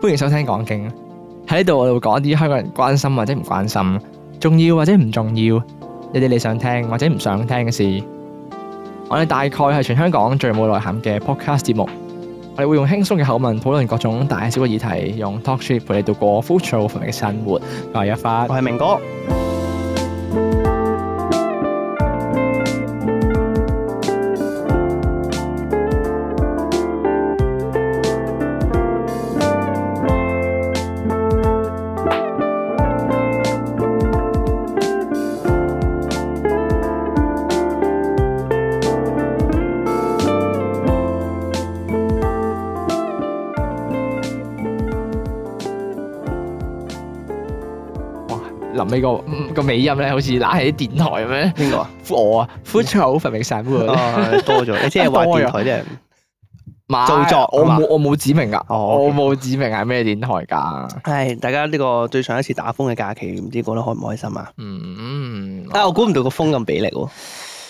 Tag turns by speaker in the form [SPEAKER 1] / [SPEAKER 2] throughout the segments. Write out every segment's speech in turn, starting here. [SPEAKER 1] 歡迎收聽講經。喺呢度我哋會講一啲香港人關心或者唔關心，重要或者唔重要，一啲你想聽或者唔想聽嘅事。我哋大概係全香港最冇內涵嘅 podcast 節目。我哋會用輕鬆嘅口吻討論各種大小嘅議題，用 talk shit 陪你度過枯燥乏味嘅生活。我係一發
[SPEAKER 2] 哦我，係明哥，
[SPEAKER 1] 臨尾個嗯個尾音咧，好似揦起啲電台咁樣。
[SPEAKER 2] 邊個啊？
[SPEAKER 1] 我啊，枯燥乏味嘅生活。
[SPEAKER 2] 哦，多 咗，你即係話電台啫。
[SPEAKER 1] 唔係
[SPEAKER 2] 造作
[SPEAKER 1] 我
[SPEAKER 2] 係嘛
[SPEAKER 1] 冇我冇指明啊噶，
[SPEAKER 2] 哦
[SPEAKER 1] 我
[SPEAKER 2] ，OK
[SPEAKER 1] 冇指明係咩電台㗎。
[SPEAKER 2] 唉，大家呢個對上一次打風嘅假期，唔知過得開唔開心啊？
[SPEAKER 1] 嗯，
[SPEAKER 2] 啊，我估唔到個風咁俾力喎。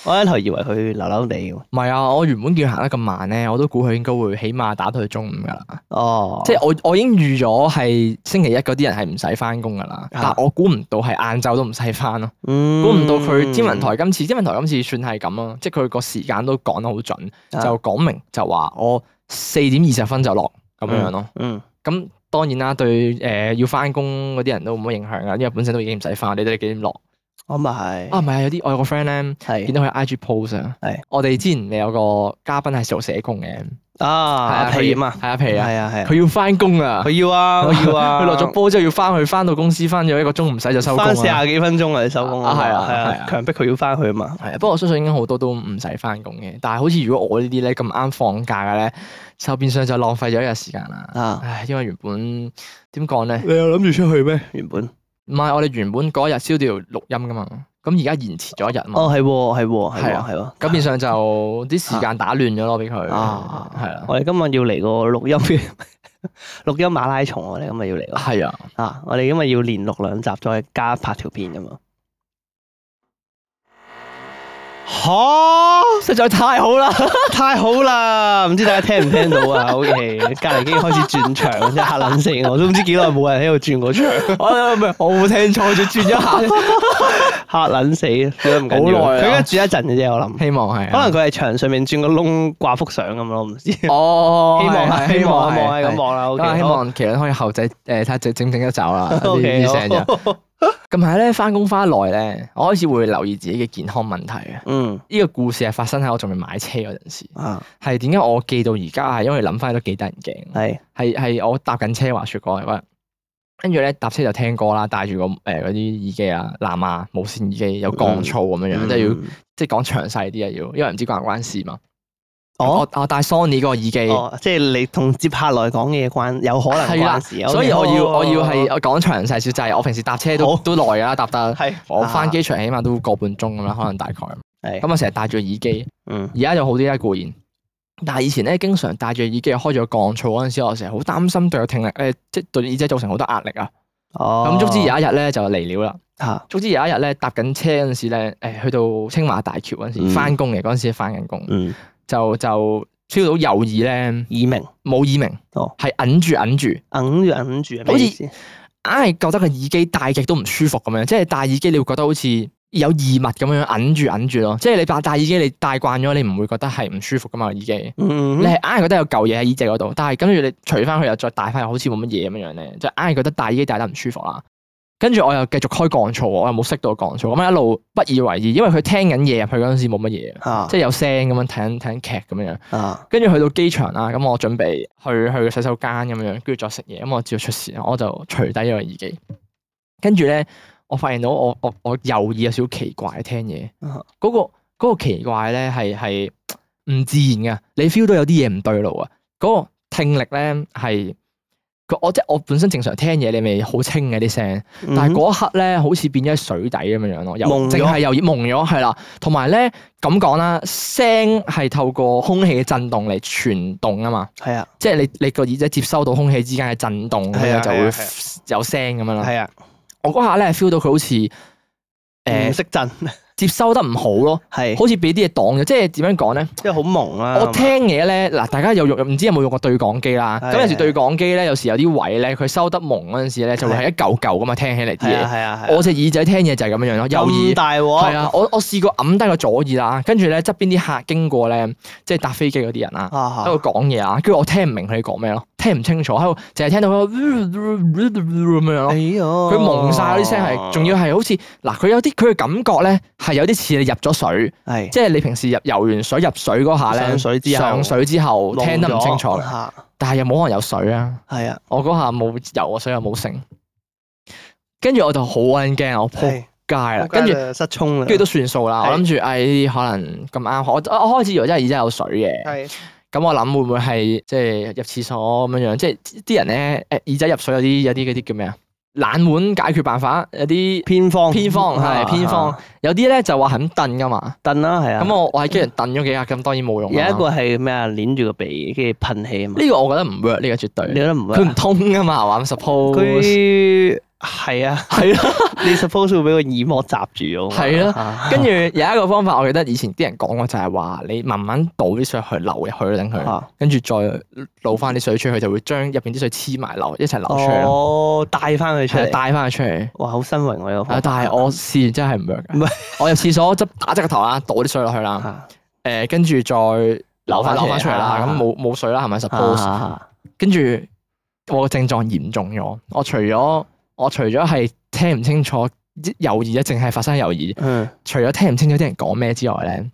[SPEAKER 2] 我一頭以為佢流流地喎。
[SPEAKER 1] 唔係啊，我原本叫佢行得咁慢咧，我都估佢應該會起碼打到去中午㗎啦。
[SPEAKER 2] 哦，
[SPEAKER 1] 即係我我已經預咗係星期一嗰啲人係唔使翻工㗎
[SPEAKER 2] 啊
[SPEAKER 1] 啦，但我估唔到係晏晝都唔使翻咯，估
[SPEAKER 2] 估
[SPEAKER 1] 唔到佢天文台今次天文台今次算係咁咯，即係佢個時間都講得好準，
[SPEAKER 2] 啊
[SPEAKER 1] 就講明就話我四點二十分就落咁樣咯。
[SPEAKER 2] 嗯，
[SPEAKER 1] 咁當然啦，對誒、呃要翻工嗰啲人都冇乜影響噶，啊因為本身都已經唔使翻，你都幾點落
[SPEAKER 2] 我哦咪係
[SPEAKER 1] 啊？唔係啊，有啲我有個 friend 咧，見
[SPEAKER 2] 係
[SPEAKER 1] 到佢 IG post 啊
[SPEAKER 2] 係，
[SPEAKER 1] 我哋之前咪有個嘉賓係做社工嘅，
[SPEAKER 2] 啊，
[SPEAKER 1] 佢
[SPEAKER 2] 皮炎啊，
[SPEAKER 1] 係啊皮啊，
[SPEAKER 2] 係啊係啊，
[SPEAKER 1] 佢要翻工啊
[SPEAKER 2] 佢，要 啊，我要啊，
[SPEAKER 1] 佢落咗波之後要翻去，翻到公司翻咗一個鐘唔使就收工
[SPEAKER 2] 翻四
[SPEAKER 1] 啊。
[SPEAKER 2] 廿幾分鐘啊，你收工
[SPEAKER 1] 啊係啊
[SPEAKER 2] 係
[SPEAKER 1] 係啊
[SPEAKER 2] 啊，強迫佢要翻去啊嘛。
[SPEAKER 1] 係啊，不過我相信應該好多都唔使翻工嘅，但係好似如果我呢啲咧咁啱放假嘅咧，就變相就浪費咗一日時間啦。
[SPEAKER 2] 啊，
[SPEAKER 1] 唉，因為原本點講咧？
[SPEAKER 2] 你有諗住出去咩？原本
[SPEAKER 1] 唔係，我哋原本嗰一日燒掉錄音噶嘛，咁而家延遲咗一日嘛，
[SPEAKER 2] 哦，係喎，係喎，係
[SPEAKER 1] 係
[SPEAKER 2] 喎
[SPEAKER 1] 啊，
[SPEAKER 2] 係喎。
[SPEAKER 1] 咁變相就啲時間打亂咗咯，俾佢係
[SPEAKER 2] 啊
[SPEAKER 1] 啦，
[SPEAKER 2] 我哋今日要嚟個錄音嘅 錄音馬拉松，我哋今日要嚟個
[SPEAKER 1] 係啊，
[SPEAKER 2] 啊！我哋今日要連錄兩集，再加拍條片啊噶嘛。
[SPEAKER 1] 嚇！實在太好啦，
[SPEAKER 2] 太好啦！唔知大家聽唔聽到啊 ？OK，隔離已經開始轉場，真係嚇撚死我，都唔知幾耐冇人喺度轉過場，
[SPEAKER 1] 我唔係我冇聽錯，就轉一下，
[SPEAKER 2] 嚇撚死！轉得唔緊要，
[SPEAKER 1] 好耐啊
[SPEAKER 2] 佢而家轉一陣嘅啫，我諗。
[SPEAKER 1] 希望係啊，
[SPEAKER 2] 可能佢係牆上面轉個窿掛幅相咁咯，我唔知。希
[SPEAKER 1] 哦，
[SPEAKER 2] 望
[SPEAKER 1] 係
[SPEAKER 2] 係希望係
[SPEAKER 1] 係
[SPEAKER 2] 望係咁望啦。
[SPEAKER 1] 咁啊
[SPEAKER 2] OK，
[SPEAKER 1] 希望其實可以後仔誒睇下整整整一走啦，
[SPEAKER 2] 好 OK
[SPEAKER 1] 呢
[SPEAKER 2] 好
[SPEAKER 1] 成日。近排咧翻工翻得耐咧，我開始會留意自己嘅健康問題嘅。
[SPEAKER 2] 嗯
[SPEAKER 1] 呢個故事係發生喺我仲未買車嗰陣時，
[SPEAKER 2] 啊
[SPEAKER 1] 係點解我記到而家係因為諗翻都幾得人驚。
[SPEAKER 2] 係
[SPEAKER 1] 係係我搭緊車話説過嗰日，跟住咧搭車就聽歌啦，戴住個誒嗰啲耳機啊，藍牙無線耳機有降噪咁樣樣，
[SPEAKER 2] 嗯
[SPEAKER 1] 即係要即係講詳細啲啊要，因為唔知關唔關事嘛。
[SPEAKER 2] 哦
[SPEAKER 1] 我我戴 Sony 嗰個耳機，
[SPEAKER 2] 哦，即係你同接下來講嘅嘢關有可能哦
[SPEAKER 1] 係啦
[SPEAKER 2] 關事，
[SPEAKER 1] 所以我要我要係
[SPEAKER 2] 係
[SPEAKER 1] 我講詳細少，就係我平時搭車都
[SPEAKER 2] 好
[SPEAKER 1] 都耐㗎啦，搭得
[SPEAKER 2] 係
[SPEAKER 1] 我翻
[SPEAKER 2] 啊
[SPEAKER 1] 機場起碼都個半鐘咁啦，可能 大概咁
[SPEAKER 2] 係
[SPEAKER 1] 啊，成日戴住耳機。
[SPEAKER 2] 嗯
[SPEAKER 1] 而家就好啲啦，固然。但係以前咧，經常戴住耳機開咗降噪嗰陣時，我成日好擔心對個聽力，誒、呃即係對耳仔造成好多壓力啊。咁、
[SPEAKER 2] 哦
[SPEAKER 1] 總之啊有一日咧就嚟料啦。
[SPEAKER 2] 嚇
[SPEAKER 1] 總之有一日咧搭緊車嗰陣時咧，誒、去到清華大橋嗰陣時，
[SPEAKER 2] 嗯
[SPEAKER 1] 翻工嘅嗰陣時翻緊工，
[SPEAKER 2] 嗯
[SPEAKER 1] 就就 feel 到右耳咧
[SPEAKER 2] 耳鳴
[SPEAKER 1] 冇耳鳴，
[SPEAKER 2] 哦
[SPEAKER 1] 係揞住揞住，硬
[SPEAKER 2] 揞住揞住係咩意思？
[SPEAKER 1] 係覺得個耳機戴極都唔舒服咁樣，即係戴耳機你會覺得好似有異物咁樣揞住揞住咯。即係你戴戴耳機你戴慣咗，你唔會覺得係唔舒服噶嘛耳機。
[SPEAKER 2] 嗯
[SPEAKER 1] 你係硬係覺得有嚿嘢喺耳仔嗰度，但係跟住你除翻佢又再戴翻，又好似冇乜嘢咁樣樣咧，就硬係覺得戴耳機戴得唔舒服啦。跟住我又繼續開降噪喎，我又冇熄到降噪，咁一路不以為意，因為佢聽緊嘢入去嗰陣時冇乜嘢，
[SPEAKER 2] 嚇
[SPEAKER 1] 即係有聲咁樣睇緊睇緊劇咁樣。
[SPEAKER 2] 啊
[SPEAKER 1] 跟住去到機場啦，咁我準備去去洗手間咁樣，跟住再食嘢，咁我照出事啦，我就除低咗個耳機，跟住咧，我發現到我我我右耳有少少奇怪聽嘢，
[SPEAKER 2] 啊
[SPEAKER 1] 嗰、個嗰個奇怪咧係係唔自然嘅，你 feel 到有啲嘢唔對路啊，嗰、個聽力咧係。佢我即係我本身正常聽嘢，你咪好清嘅啲聲，
[SPEAKER 2] 嗯
[SPEAKER 1] 但係嗰一刻咧，好似變咗喺水底咁樣樣咯，又
[SPEAKER 2] 蒙咗
[SPEAKER 1] 淨係又蒙咗，係啦。同埋咧咁講啦，聲係透過空氣嘅震動嚟傳動啊嘛，
[SPEAKER 2] 係啊
[SPEAKER 1] 即係你你個耳仔接收到空氣之間嘅震動，咁
[SPEAKER 2] 係啊
[SPEAKER 1] 樣就
[SPEAKER 2] 係啊
[SPEAKER 1] 會有聲咁樣啦。
[SPEAKER 2] 係啊
[SPEAKER 1] 我嗰下咧 feel 到佢好似誒
[SPEAKER 2] 唔識震
[SPEAKER 1] 呃 接收得唔好咯，
[SPEAKER 2] 嗯係，
[SPEAKER 1] 好似俾啲嘢擋咗。即係點樣講咧？
[SPEAKER 2] 即係好蒙啊啦。
[SPEAKER 1] 我
[SPEAKER 2] 係嘛
[SPEAKER 1] 聽嘢咧，嗱，大家有用唔知有冇用過對講機啦？
[SPEAKER 2] 係
[SPEAKER 1] 咁有時
[SPEAKER 2] 係
[SPEAKER 1] 對講機咧，有時有啲位咧，佢收得蒙嗰陣時咧，就會係一嚿嚿咁嘛，聽起嚟啲
[SPEAKER 2] 係
[SPEAKER 1] 嘢。
[SPEAKER 2] 啊係啊係啊，
[SPEAKER 1] 我隻耳仔聽嘢就係咁樣樣咯，右
[SPEAKER 2] 咁
[SPEAKER 1] 耳。
[SPEAKER 2] 大
[SPEAKER 1] 係
[SPEAKER 2] 鑊
[SPEAKER 1] 啊，我我試過揞低個左耳啦，跟住咧側邊啲客經過咧，即係搭飛機嗰啲人啊，
[SPEAKER 2] 啊
[SPEAKER 1] 喺度講嘢啊，跟住我聽唔明佢哋講咩咯，聽唔清楚，喺度淨係聽到佢咁樣咯
[SPEAKER 2] 哎。呀，
[SPEAKER 1] 佢
[SPEAKER 2] 佢
[SPEAKER 1] 蒙晒嗰啲聲係，仲要係好似嗱，佢有啲佢嘅感覺咧係有啲似你入咗水，
[SPEAKER 2] 係
[SPEAKER 1] 即係你平時入游完水入水嗰下咧，
[SPEAKER 2] 上水之後
[SPEAKER 1] 上水之後聽得唔清楚嘅，
[SPEAKER 2] 嚇，
[SPEAKER 1] 但係又冇可能有水啊！
[SPEAKER 2] 啊係啊，
[SPEAKER 1] 我嗰下冇游過水又冇成，跟住我就好撚驚，我仆
[SPEAKER 2] 係
[SPEAKER 1] 街啦，
[SPEAKER 2] 跟
[SPEAKER 1] 跟
[SPEAKER 2] 住
[SPEAKER 1] 住。
[SPEAKER 2] 失聰啦，
[SPEAKER 1] 跟住都算數啦。
[SPEAKER 2] 啊係
[SPEAKER 1] 我諗住，唉，呢啲可能咁啱，我我我開始以為真係耳仔有水嘅。
[SPEAKER 2] 係
[SPEAKER 1] 咁我諗會唔會係即係入廁所咁樣樣？即係啲人咧，誒耳仔入水有啲有啲嗰啲叫咩啊？冷門解決辦法，有啲
[SPEAKER 2] 偏方
[SPEAKER 1] 偏方啊係偏方，有啲咧就話係咁蹬噶嘛。
[SPEAKER 2] 凳啦係啊。
[SPEAKER 1] 咁我我喺機人蹬咗幾下，咁當然冇用
[SPEAKER 2] 有
[SPEAKER 1] 啦。
[SPEAKER 2] 一個係咩啊？捏住個鼻，跟住噴氣啊嘛。
[SPEAKER 1] 呢個我覺得唔 work，呢個絕對
[SPEAKER 2] 你覺得唔會
[SPEAKER 1] 佢
[SPEAKER 2] 啊？
[SPEAKER 1] 唔通噶嘛，係嘛？Suppose
[SPEAKER 2] 佢係啊，
[SPEAKER 1] 係咯。
[SPEAKER 2] 你 suppose 會俾個耳膜閘住咗。
[SPEAKER 1] 係咯
[SPEAKER 2] 啊，
[SPEAKER 1] 跟住有一個方法，我記得以前啲人講過，就係話你慢慢倒啲水去流入去啦，等佢。
[SPEAKER 2] 啊
[SPEAKER 1] 跟住再攞翻啲水出去，就會將入邊啲水黐埋流一齊流出去咯，
[SPEAKER 2] 哦，帶翻佢出
[SPEAKER 1] 係
[SPEAKER 2] 嚟。
[SPEAKER 1] 帶翻佢出嚟。
[SPEAKER 2] 哇，好新榮喎呢個
[SPEAKER 1] 啊
[SPEAKER 2] 方法。
[SPEAKER 1] 但係我試完真係唔 work
[SPEAKER 2] 哦唔
[SPEAKER 1] 㗎我入廁所執打側個頭啦，倒啲水落去啦，
[SPEAKER 2] 啊
[SPEAKER 1] 誒跟住再流翻
[SPEAKER 2] 流
[SPEAKER 1] 流
[SPEAKER 2] 返
[SPEAKER 1] 翻
[SPEAKER 2] 出
[SPEAKER 1] 出
[SPEAKER 2] 嚟
[SPEAKER 1] 嚟啦，
[SPEAKER 2] 啊
[SPEAKER 1] 咁冇冇水啦，係咪
[SPEAKER 2] 啊
[SPEAKER 1] suppose？
[SPEAKER 2] 啊
[SPEAKER 1] 跟住我個症狀嚴重咗，我除咗我除咗係聽唔清楚右耳咧，淨係發生喺右耳，
[SPEAKER 2] 嗯，
[SPEAKER 1] 除咗聽唔清楚啲人講咩之外咧，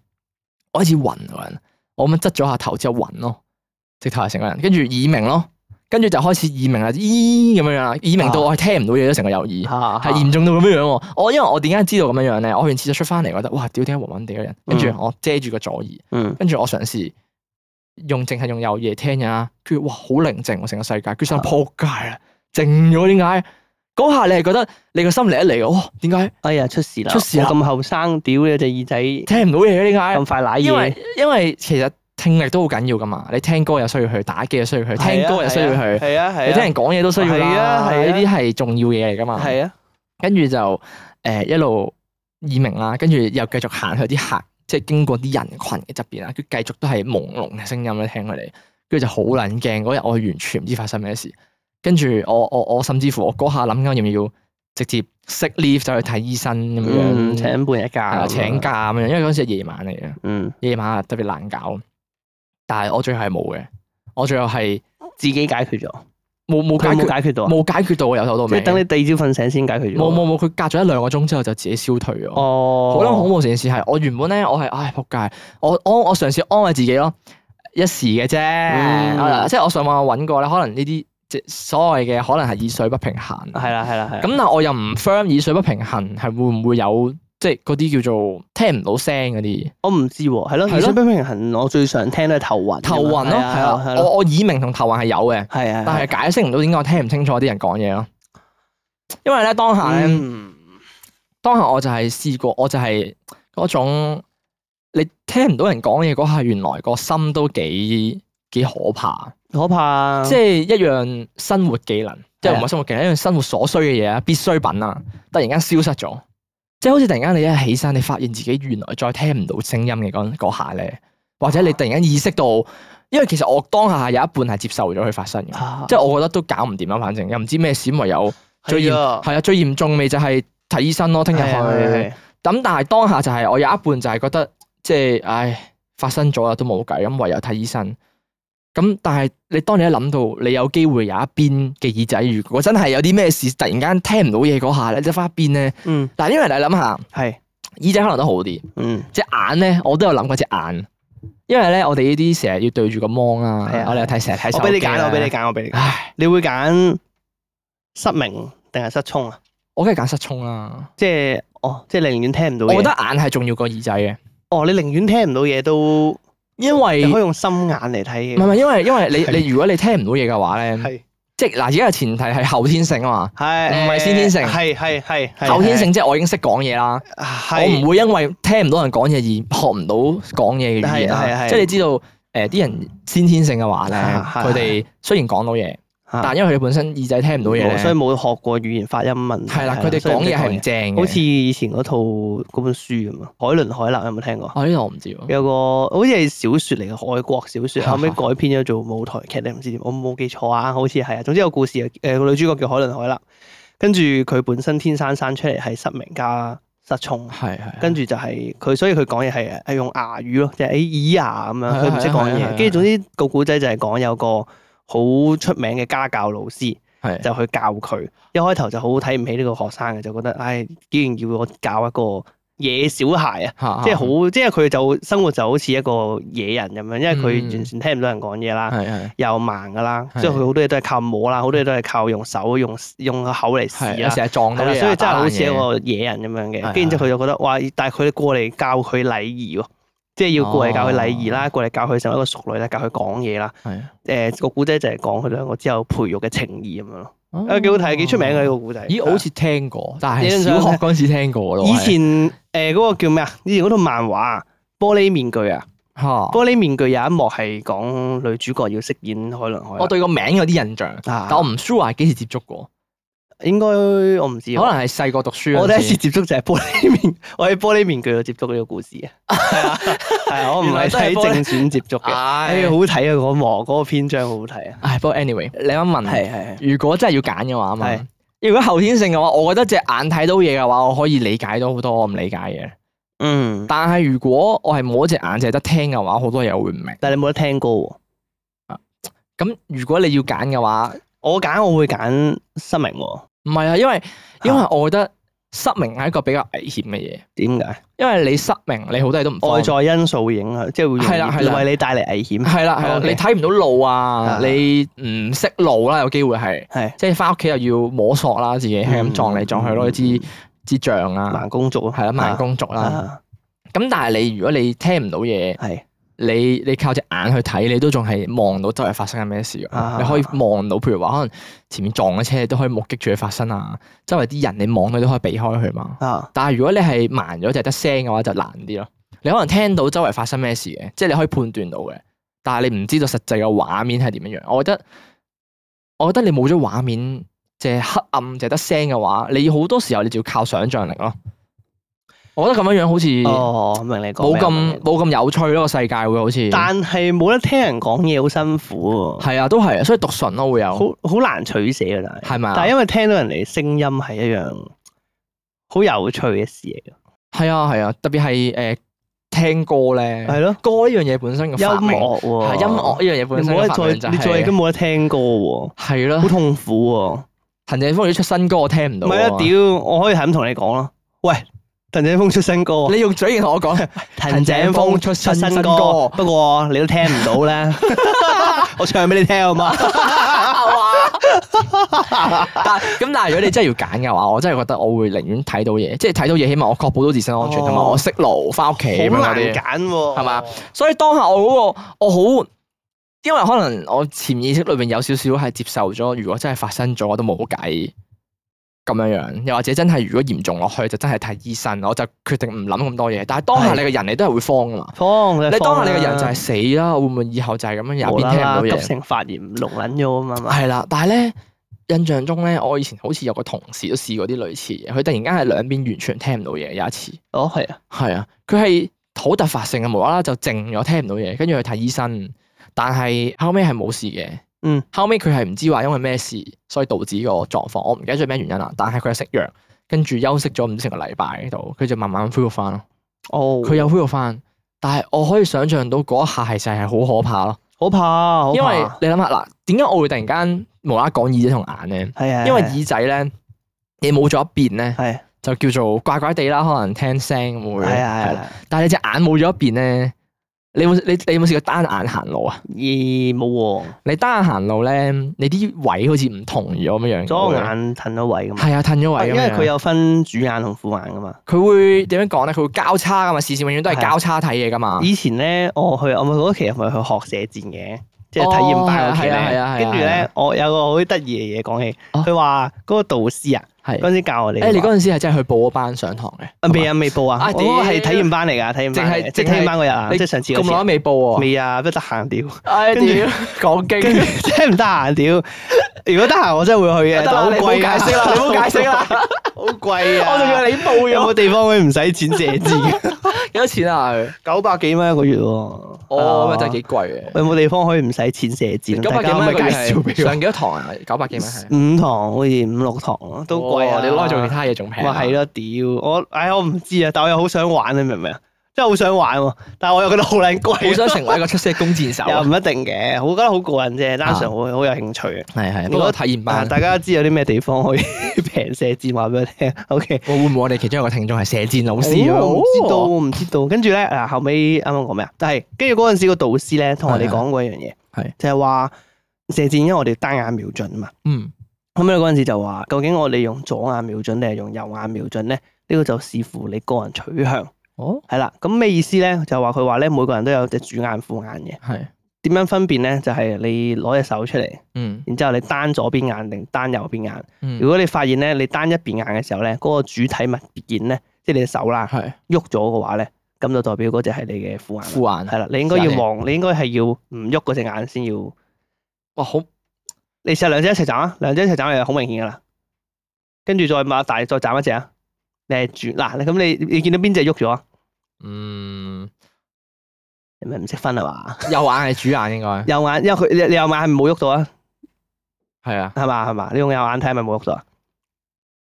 [SPEAKER 1] 我開始暈個人，我咁樣側咗下頭之後暈咯，直頭係成個人，跟住耳鳴咯，跟住就開始耳鳴啦，咦咁樣樣啦，耳鳴到我係聽唔到嘢都成個右
[SPEAKER 2] 嗯
[SPEAKER 1] 耳，係
[SPEAKER 2] 係
[SPEAKER 1] 嚴重到咁樣樣喎。我因為我點解知道咁樣樣咧？我去完廁所出翻嚟，覺得哇，屌點解暈暈地嘅人，跟住
[SPEAKER 2] 嗯
[SPEAKER 1] 我遮住個左耳，
[SPEAKER 2] 嗯
[SPEAKER 1] 跟住我嘗試用淨係用右耳聽呀，跟住哇好寧靜喎成個世界，跟住想撲街啦，靜咗點解？嗰下你係覺得你個心嚟一嚟嘅，哇點解
[SPEAKER 2] 哎呀，出事啦！
[SPEAKER 1] 出事啦
[SPEAKER 2] 我咁後生，屌你隻耳仔
[SPEAKER 1] 聽唔到嘢嘅點解？
[SPEAKER 2] 咁快舐嘢，
[SPEAKER 1] 因為因為其實聽力都好緊要噶嘛，你聽歌又需要去，打機又需要去，聽歌又需要去，
[SPEAKER 2] 啊係啊係啊，
[SPEAKER 1] 你聽人講嘢都需要
[SPEAKER 2] 係啊
[SPEAKER 1] 啦，
[SPEAKER 2] 係啊
[SPEAKER 1] 呢啲係重要嘢嚟噶嘛。
[SPEAKER 2] 係啊，
[SPEAKER 1] 跟住就誒一路耳鳴啦，跟住又繼續行去啲客，即係經過啲人群嘅側邊啦，跟住繼續都係朦朧嘅聲音咧，聽佢哋，跟住就好撚驚。嗰日我完全唔知發生咩事，跟住我我我甚至乎我嗰下諗緊要唔要直接 sick leave 走去睇醫生咁樣，
[SPEAKER 2] 嗯，
[SPEAKER 1] 係
[SPEAKER 2] 請半日假，
[SPEAKER 1] 啊請，假咁樣，因為嗰陣時係夜晚嚟嘅。
[SPEAKER 2] 嗯，
[SPEAKER 1] 夜晚啊特別難搞，但係我最後係冇嘅，我最後係
[SPEAKER 2] 自己解決咗，
[SPEAKER 1] 冇冇
[SPEAKER 2] 佢
[SPEAKER 1] 解
[SPEAKER 2] 有冇
[SPEAKER 1] 決
[SPEAKER 2] 解決到啊？
[SPEAKER 1] 冇解決到我由頭到
[SPEAKER 2] 即
[SPEAKER 1] 尾，
[SPEAKER 2] 係等你第二朝瞓醒先解決咗。
[SPEAKER 1] 冇冇冇，佢隔咗一兩個鐘之後就自己消退咗。
[SPEAKER 2] 哦，
[SPEAKER 1] 好撚恐怖成件事係，我原本咧我係唉仆街，我安我嘗試安慰自己咯，一時嘅啫，
[SPEAKER 2] 嗯
[SPEAKER 1] 啊即係我上網揾過咧，可能呢啲即係所謂嘅可能係耳水不平衡，
[SPEAKER 2] 係啦係啦係啦。
[SPEAKER 1] 咁但係我又唔 firm 耳水不平衡係會唔會有即係嗰啲叫做聽唔到聲嗰啲。
[SPEAKER 2] 我唔知喎，係咯，
[SPEAKER 1] 係咯
[SPEAKER 2] 耳水不平衡，我最常聽都係頭暈㗎嘛，
[SPEAKER 1] 頭暈咯，
[SPEAKER 2] 係
[SPEAKER 1] 係
[SPEAKER 2] 啊，係
[SPEAKER 1] 啊，
[SPEAKER 2] 咯，
[SPEAKER 1] 我我耳鳴同頭暈係有嘅，
[SPEAKER 2] 係啊，
[SPEAKER 1] 但係解釋唔到點解我聽唔清楚啲人講嘢咯。因為咧當下咧，
[SPEAKER 2] 嗯
[SPEAKER 1] 當下我就係試過，我就係嗰種你聽唔到人講嘢嗰下，原來個心都幾幾可怕。
[SPEAKER 2] 可怕，
[SPEAKER 1] 即係一樣生活技能，即係唔係生活技能，一樣生活所需嘅嘢啊，必需品啊，突然間消失咗，即係好似突然間你一起身，你發現自己原來再聽唔到聲音嘅嗰嗰下咧，或者你突然間意識到，因為其實我當下係有一半係接受咗佢發生嘅，
[SPEAKER 2] 啊
[SPEAKER 1] 即係我覺得都搞唔掂啦，反正又唔知咩事，咪有最嚴
[SPEAKER 2] 係啊
[SPEAKER 1] 係啊，最嚴重咪就係睇醫生咯，聽日
[SPEAKER 2] 係啊係啊係
[SPEAKER 1] 去。
[SPEAKER 2] 啊
[SPEAKER 1] 咁但係當下就係我有一半就係覺得即係唉發生咗啦，都冇計，咁唯有睇醫生。咁但係你當你一諗到你有機會有一邊嘅耳仔，如果真係有啲咩事突然間聽唔到嘢嗰下咧，你得翻一邊咧。
[SPEAKER 2] 嗯
[SPEAKER 1] 但係因為你諗下，
[SPEAKER 2] 係
[SPEAKER 1] 耳仔可能都好啲，
[SPEAKER 2] 嗯
[SPEAKER 1] 隻眼咧我都有諗過隻眼，因為咧我哋呢啲成日要對住個芒啦
[SPEAKER 2] 係啊，
[SPEAKER 1] 我哋又睇成日睇手
[SPEAKER 2] 我俾你
[SPEAKER 1] 機啦
[SPEAKER 2] 揀，我俾你揀，我俾你揀，
[SPEAKER 1] 唉，
[SPEAKER 2] 你會揀失明定係失聰啊？
[SPEAKER 1] 我梗係揀失聰啦，
[SPEAKER 2] 即係哦，即係寧願聽唔到
[SPEAKER 1] 我覺得
[SPEAKER 2] 嘢。
[SPEAKER 1] 眼係重要過耳仔嘅，
[SPEAKER 2] 哦，你寧願聽唔到嘢都，
[SPEAKER 1] 因為
[SPEAKER 2] 你
[SPEAKER 1] 唔
[SPEAKER 2] 可以用心眼嚟睇
[SPEAKER 1] 係唔
[SPEAKER 2] 嘅。
[SPEAKER 1] 係因為因為你你如果你聽唔到嘢嘅話咧。
[SPEAKER 2] 係
[SPEAKER 1] 即係嗱，而家嘅前提係後天性啊嘛。
[SPEAKER 2] 係
[SPEAKER 1] 唔係先天性
[SPEAKER 2] 係係係係
[SPEAKER 1] 後天性即係我已經識講嘢啦，我
[SPEAKER 2] 係
[SPEAKER 1] 唔會因為聽唔到人講嘢而學唔到講嘢嘅語言啊
[SPEAKER 2] 係係
[SPEAKER 1] 啦。
[SPEAKER 2] 係
[SPEAKER 1] 即係你知道誒啲人先天性嘅話咧，
[SPEAKER 2] 係係
[SPEAKER 1] 佢哋雖然講到嘢，
[SPEAKER 2] 嚇
[SPEAKER 1] 但因為佢哋本身耳仔聽唔到嘢
[SPEAKER 2] 所
[SPEAKER 1] 咧，
[SPEAKER 2] 以啊冇學過語言發音問題。啊
[SPEAKER 1] 係啦，佢哋
[SPEAKER 2] 所以
[SPEAKER 1] 講
[SPEAKER 2] 唔識
[SPEAKER 1] 嘢係唔正嘅
[SPEAKER 2] 好似以前嗰套嗰本書咁啊，《海倫海勒》有冇聽過？
[SPEAKER 1] 哦呢個我唔知喎，
[SPEAKER 2] 有個好似係小説嚟嘅，外國小説，
[SPEAKER 1] 嚇
[SPEAKER 2] 後尾改編咗做舞台劇，你唔知點，我冇記錯啊，好似係啊。總之有故事嘅，誒、個女主角叫海倫海勒，跟住佢本身天生生出嚟係失明加失聰，
[SPEAKER 1] 係係
[SPEAKER 2] 跟住就係、佢，所以佢講嘢係係用牙語咯，就係、誒耳牙咁
[SPEAKER 1] 係啊
[SPEAKER 2] 樣，佢唔識
[SPEAKER 1] 係
[SPEAKER 2] 講
[SPEAKER 1] 啊係啊
[SPEAKER 2] 嘢。跟住總之個古仔就係講有個好出名嘅家教老師。
[SPEAKER 1] 係
[SPEAKER 2] 就去教佢。一開頭就好睇唔起呢個學生嘅，就覺得唉，竟然要我教一個野小孩啊！
[SPEAKER 1] 嚇
[SPEAKER 2] 即係好，即係佢就生活就好似一個野人咁樣，因為
[SPEAKER 1] 嗯
[SPEAKER 2] 佢完全聽唔到人講嘢啦，
[SPEAKER 1] 係係
[SPEAKER 2] 又盲噶啦，
[SPEAKER 1] 係
[SPEAKER 2] 即係佢好多嘢都係靠摸啦，好多嘢都係靠用手、用用個口嚟
[SPEAKER 1] 係
[SPEAKER 2] 試
[SPEAKER 1] 有
[SPEAKER 2] 啊。
[SPEAKER 1] 時係撞
[SPEAKER 2] 係
[SPEAKER 1] 到
[SPEAKER 2] 啦，
[SPEAKER 1] 嘢啊，
[SPEAKER 2] 所以真係好似一
[SPEAKER 1] 打爛嘢
[SPEAKER 2] 個野人咁樣
[SPEAKER 1] 係
[SPEAKER 2] 嘅。跟住之後佢就覺得哇，但係佢過嚟教佢禮儀喎，即係要過嚟教佢禮儀
[SPEAKER 1] 哦
[SPEAKER 2] 啦，過嚟教佢成為一個淑女啦，教佢講嘢啦。
[SPEAKER 1] 係啊
[SPEAKER 2] 誒個古仔就係講佢兩個之後培育嘅情義咁樣咯。啊，幾好睇，幾出
[SPEAKER 1] 哦
[SPEAKER 2] 名嘅呢個古仔。
[SPEAKER 1] 嗯咦，我好似聽過，但係
[SPEAKER 2] 你印
[SPEAKER 1] 小
[SPEAKER 2] 象
[SPEAKER 1] 學嗰陣時聽過咯。
[SPEAKER 2] 以前誒嗰個叫咩啊？以前嗰套漫畫啊，玻璃面具啊，
[SPEAKER 1] 嚇，
[SPEAKER 2] 玻璃面具有一幕係講女主角要飾演海倫海勒。
[SPEAKER 1] 我哦對個名有啲印象，
[SPEAKER 2] 啊
[SPEAKER 1] 但我唔 sure 係幾時接觸過，
[SPEAKER 2] 應該我唔知啊，
[SPEAKER 1] 可能係細個讀書
[SPEAKER 2] 我
[SPEAKER 1] 嗰
[SPEAKER 2] 第一
[SPEAKER 1] 陣
[SPEAKER 2] 次
[SPEAKER 1] 時。
[SPEAKER 2] 接觸就係玻璃面， 我喺玻璃面具度接觸呢個故事啊。係啊，係 啊，我唔
[SPEAKER 1] 原來
[SPEAKER 2] 係
[SPEAKER 1] 真係
[SPEAKER 2] 睇
[SPEAKER 1] 玻璃
[SPEAKER 2] 正選接觸嘅。 哎，好
[SPEAKER 1] 唉，
[SPEAKER 2] 睇啊！嗰幕嗰個篇章好好睇啊。
[SPEAKER 1] 唉，不過 anyway，你啱問，
[SPEAKER 2] 係係
[SPEAKER 1] 如果真係要揀嘅話啊嘛
[SPEAKER 2] 係，
[SPEAKER 1] 如果後天性嘅話，我覺得隻眼睇到嘢嘅話，我可以理解到好多我唔理解嘅。
[SPEAKER 2] 嗯，
[SPEAKER 1] 但係如果我係冇一隻眼，淨係得聽嘅話，好多嘢我會唔明。
[SPEAKER 2] 但係你冇得聽歌喎。
[SPEAKER 1] 咁如果你要揀嘅話，
[SPEAKER 2] 我揀我會揀失明喎。
[SPEAKER 1] 唔係啊，因為因為我覺得失明係一個比較危險嘅嘢，
[SPEAKER 2] 點解？
[SPEAKER 1] 因為你失明，你好多嘢都唔方
[SPEAKER 2] 外
[SPEAKER 1] 便
[SPEAKER 2] 在因素會影響，即係
[SPEAKER 1] 係啦
[SPEAKER 2] 會
[SPEAKER 1] 係
[SPEAKER 2] 容
[SPEAKER 1] 啦
[SPEAKER 2] 易為你帶嚟危 險。
[SPEAKER 1] 係啦係啦，
[SPEAKER 2] 哦 OK
[SPEAKER 1] 你睇唔到路啊
[SPEAKER 2] 啊，
[SPEAKER 1] 你唔識路啦，有機會係，
[SPEAKER 2] 係
[SPEAKER 1] 即係翻屋企又要摸索啦，自己係咁撞嚟撞去咯，
[SPEAKER 2] 嗯
[SPEAKER 1] 支支杖啊，
[SPEAKER 2] 慢工作啊，
[SPEAKER 1] 係啦，慢工作啦。
[SPEAKER 2] 啊，
[SPEAKER 1] 咁但係你如果你聽唔到嘢，
[SPEAKER 2] 係
[SPEAKER 1] 你你靠隻眼去睇，你都仲係望到周圍發生緊咩事㗎
[SPEAKER 2] 啊
[SPEAKER 1] 你可以望到，譬如話可能前面撞嘅車，你都可以目擊住佢發生啊，周圍啲人你望佢都可以避開佢嘛。
[SPEAKER 2] 啊，
[SPEAKER 1] 但係如果你係盲咗，就係得聲嘅話，就難啲咯。你可能聽到周圍發生咩事嘅，即係你可以判斷到嘅，但係你唔知道實際嘅畫面係點樣樣。我覺得，我覺得你冇咗畫面，淨係黑暗，淨係得聲嘅話，你好多時候你就要靠想像力咯。我覺得咁樣樣好似
[SPEAKER 2] 哦，明你
[SPEAKER 1] 冇
[SPEAKER 2] 講咩
[SPEAKER 1] 咁。冇咁有趣咯，個世界會好似
[SPEAKER 2] 但係冇得聽人講嘢好辛苦喎，
[SPEAKER 1] 係啊，都係啊，所以讀唇咯會有
[SPEAKER 2] 好好難取捨嘅，但係，
[SPEAKER 1] 係咪
[SPEAKER 2] 但
[SPEAKER 1] 啊？
[SPEAKER 2] 係因為聽到人哋聲音係一樣好有趣嘅事嚟嘅，
[SPEAKER 1] 係啊係啊，特別係誒聽歌咧，
[SPEAKER 2] 係咯，
[SPEAKER 1] 歌呢樣嘢本身嘅
[SPEAKER 2] 音
[SPEAKER 1] 發明
[SPEAKER 2] 樂喎，
[SPEAKER 1] 係音樂呢樣嘢
[SPEAKER 2] 你
[SPEAKER 1] 本身嘅發
[SPEAKER 2] 冇
[SPEAKER 1] 明就
[SPEAKER 2] 得再，你再
[SPEAKER 1] 係
[SPEAKER 2] 都冇得聽歌喎，
[SPEAKER 1] 係咯
[SPEAKER 2] 好。痛苦喎，
[SPEAKER 1] 陳振峰要出新歌，我聽唔
[SPEAKER 2] 唔
[SPEAKER 1] 到。
[SPEAKER 2] 係啊，！屌，我可以係咁同你講咯，喂，鄧振峰出新歌喎。
[SPEAKER 1] 你用嘴型同我講，
[SPEAKER 2] 陳井峰出新
[SPEAKER 1] 新歌
[SPEAKER 2] 歌，不過你都聽唔 到咧。 我唱俾你聽好嘛？
[SPEAKER 1] 但咁但係如果你真係要揀嘅話，我真係覺得我會寧願睇到嘢，即係睇到嘢，起碼我確保到自身安全，
[SPEAKER 2] 哦
[SPEAKER 1] 同埋我識路翻屋企咁樣嗰
[SPEAKER 2] 好難
[SPEAKER 1] 啲。
[SPEAKER 2] 揀喎，
[SPEAKER 1] 係嘛？所以當下我嗰、個我好，因為可能我潛意識裏邊有少少係接受咗，如果真係發生咗，我都冇計咁樣樣。又或者真係如果嚴重落去，就真係睇醫生，我就決定唔諗咁多嘢。但係當下你
[SPEAKER 2] 係
[SPEAKER 1] 個人你都係會慌噶嘛。
[SPEAKER 2] 慌嘅。
[SPEAKER 1] 你當下你
[SPEAKER 2] 個
[SPEAKER 1] 個人就係死啦，會唔會以後就係咁樣入
[SPEAKER 2] 無
[SPEAKER 1] 邊
[SPEAKER 2] 啦
[SPEAKER 1] 聽唔
[SPEAKER 2] 啦
[SPEAKER 1] 到
[SPEAKER 2] 急
[SPEAKER 1] 嘢？
[SPEAKER 2] 性發炎聾撚咗啊嘛，
[SPEAKER 1] 係啦，但係咧印象中咧，我以前好似有個同事都試過啲類似嘢，佢突然間係兩邊完全聽唔到嘢，有一次
[SPEAKER 2] 哦係啊，
[SPEAKER 1] 係啊，佢係好突發性嘅，無啦啦就靜咗，聽唔到嘢，跟住去睇醫生，但係後尾係冇事嘅。
[SPEAKER 2] 嗯，
[SPEAKER 1] 後尾佢係唔知話因為咩事，所以導致個狀況，我唔記得咗咩原因啦。但係佢係食藥，跟住休息咗唔知成個禮拜度，佢就慢慢恢復翻咯。
[SPEAKER 2] 哦，
[SPEAKER 1] 佢又恢復翻，但係我可以想象到嗰一下係就係好可怕咯。
[SPEAKER 2] 好怕，啊好怕
[SPEAKER 1] 因為你諗下嗱，點解我會突然間無啦啦講耳仔同眼咧？
[SPEAKER 2] 係啊，
[SPEAKER 1] 因為耳仔咧，你冇咗一邊咧，
[SPEAKER 2] 係
[SPEAKER 1] 就叫做怪怪地啦，可能聽聲會
[SPEAKER 2] 係啊
[SPEAKER 1] 係
[SPEAKER 2] 係
[SPEAKER 1] 啦
[SPEAKER 2] 啊，
[SPEAKER 1] 但係你隻眼冇咗一邊咧，你有冇你你有冇試過單眼行路啊？
[SPEAKER 2] 咦冇
[SPEAKER 1] 你單眼行路咧，你啲位好似唔同咗咁樣樣。
[SPEAKER 2] 喎，左眼褪咗位噶嘛，
[SPEAKER 1] 係啊，褪咗位
[SPEAKER 2] 因
[SPEAKER 1] 咁
[SPEAKER 2] 為
[SPEAKER 1] 樣。
[SPEAKER 2] 佢有分主眼同副眼噶嘛。
[SPEAKER 1] 佢會點樣講咧？佢會交叉噶嘛，視線永遠都係
[SPEAKER 2] 係啊
[SPEAKER 1] 交叉睇嘢噶嘛。
[SPEAKER 2] 以前咧，我去我咪嗰期係咪去學射箭嘅？即係體驗班
[SPEAKER 1] 哦
[SPEAKER 2] 嗰期
[SPEAKER 1] 係啊係啊係啊
[SPEAKER 2] 咧。跟住
[SPEAKER 1] 係
[SPEAKER 2] 咧，我有個好得意嘅嘢講起，
[SPEAKER 1] 哦
[SPEAKER 2] 佢話嗰個導師啊，
[SPEAKER 1] 係
[SPEAKER 2] 嗰陣時教我哋
[SPEAKER 1] 誒，你
[SPEAKER 2] 話。
[SPEAKER 1] 嗰陣時係真係去報咗班上堂嘅？
[SPEAKER 2] 啊未啊未報啊
[SPEAKER 1] 啊，
[SPEAKER 2] 我嗰個係
[SPEAKER 1] 屌
[SPEAKER 2] 體驗班嚟㗎，體驗班
[SPEAKER 1] 淨
[SPEAKER 2] 嚟
[SPEAKER 1] 係
[SPEAKER 2] 㗎，即係
[SPEAKER 1] 淨
[SPEAKER 2] 體
[SPEAKER 1] 係
[SPEAKER 2] 驗班嗰日啊，
[SPEAKER 1] 你
[SPEAKER 2] 即係上次
[SPEAKER 1] 咁
[SPEAKER 2] 嗰
[SPEAKER 1] 耐
[SPEAKER 2] 次
[SPEAKER 1] 都
[SPEAKER 2] 啊。
[SPEAKER 1] 未報喎。
[SPEAKER 2] 未啊，不得 閒屌，
[SPEAKER 1] 唉
[SPEAKER 2] 跟住
[SPEAKER 1] 屌，講經。
[SPEAKER 2] 跟住真係唔得閒屌。如果得閒我真係會去嘅，
[SPEAKER 1] 得
[SPEAKER 2] 但
[SPEAKER 1] 啦
[SPEAKER 2] 好
[SPEAKER 1] 你唔好
[SPEAKER 2] 貴啊
[SPEAKER 1] 解釋啦，你唔好解釋啦。
[SPEAKER 2] 好貴啊！
[SPEAKER 1] 我仲以為你報
[SPEAKER 2] 有
[SPEAKER 1] 咗，
[SPEAKER 2] 冇地方可以唔使錢借字？
[SPEAKER 1] 幾多錢啊？佢
[SPEAKER 2] 九百幾蚊一個月喎。
[SPEAKER 1] 哦，
[SPEAKER 2] 啊
[SPEAKER 1] 咁真係幾貴嘅。
[SPEAKER 2] 有冇地方可以唔使錢射箭？
[SPEAKER 1] 九百幾
[SPEAKER 2] 大
[SPEAKER 1] 蚊
[SPEAKER 2] 家
[SPEAKER 1] 一個月
[SPEAKER 2] 可唔可以介紹
[SPEAKER 1] 係
[SPEAKER 2] 俾
[SPEAKER 1] 上幾多堂啊？九百幾蚊係
[SPEAKER 2] 我？五堂好似五六堂咯，都貴啊！
[SPEAKER 1] 哦你攞嚟做其他嘢仲平啊。
[SPEAKER 2] 咪係咯，屌我唉，我唔知啊，但我又好想玩，你明唔明啊？真係好想玩喎，但係我又覺得好撚
[SPEAKER 1] 好
[SPEAKER 2] 貴啊，
[SPEAKER 1] 想成為一個出色嘅弓箭手啊。
[SPEAKER 2] 又唔一定嘅，我覺得好過癮啫，單純好好有興趣
[SPEAKER 1] 係
[SPEAKER 2] 嘅。
[SPEAKER 1] 嗯係，
[SPEAKER 2] 如
[SPEAKER 1] 不
[SPEAKER 2] 果
[SPEAKER 1] 過體驗
[SPEAKER 2] 啊，
[SPEAKER 1] 班。
[SPEAKER 2] 大家知有啲咩地方可以 平射箭話俾我聽？OK，
[SPEAKER 1] 我會唔會我哋其中一個聽眾係射箭老師啊？
[SPEAKER 2] 哦我唔知道，我唔知道。跟住咧，嗱後尾啱啱講咩啊？但係跟住嗰陣時個導師咧同我哋講過一樣嘢，
[SPEAKER 1] 係
[SPEAKER 2] 就係話射箭，因為我哋單眼瞄準啊嘛。
[SPEAKER 1] 嗯，
[SPEAKER 2] 咁咧嗰陣時就話，究竟我哋用左眼瞄準定係用右眼瞄準咧？呢、個就視乎你個人取向，
[SPEAKER 1] 哦，
[SPEAKER 2] 係啦。咁咩意思咧？就話佢話咧，每個人都有隻主眼副眼嘅。
[SPEAKER 1] 係，
[SPEAKER 2] 點樣分辨咧？就係、你攞隻手出嚟，
[SPEAKER 1] 嗯，
[SPEAKER 2] 然之後你單左邊眼定單右邊眼。如
[SPEAKER 1] 嗯，
[SPEAKER 2] 果你發現咧，你單一邊眼嘅時候咧，嗰、個主體物件咧，即係你隻手啦，
[SPEAKER 1] 係
[SPEAKER 2] 喐咗嘅話咧，咁就代表嗰隻係你嘅副眼啦。
[SPEAKER 1] 副眼
[SPEAKER 2] 係啦，你應該要望，你應該係要唔喐嗰隻眼先要。
[SPEAKER 1] 哇，好
[SPEAKER 2] 你試下兩隻一齊斬啊，兩隻一齊斬係好明顯噶啦。跟住再擘大，再斬一隻啊！你係主嗱，你咁你你見到邊隻喐咗啊？
[SPEAKER 1] 嗯，
[SPEAKER 2] 你咪唔識分係啊嘛？
[SPEAKER 1] 右眼係主眼應該
[SPEAKER 2] 右眼，因為佢你你右眼係冇喐到啊，
[SPEAKER 1] 係啊，
[SPEAKER 2] 係嘛係嘛？你用右眼睇係咪冇喐到啊？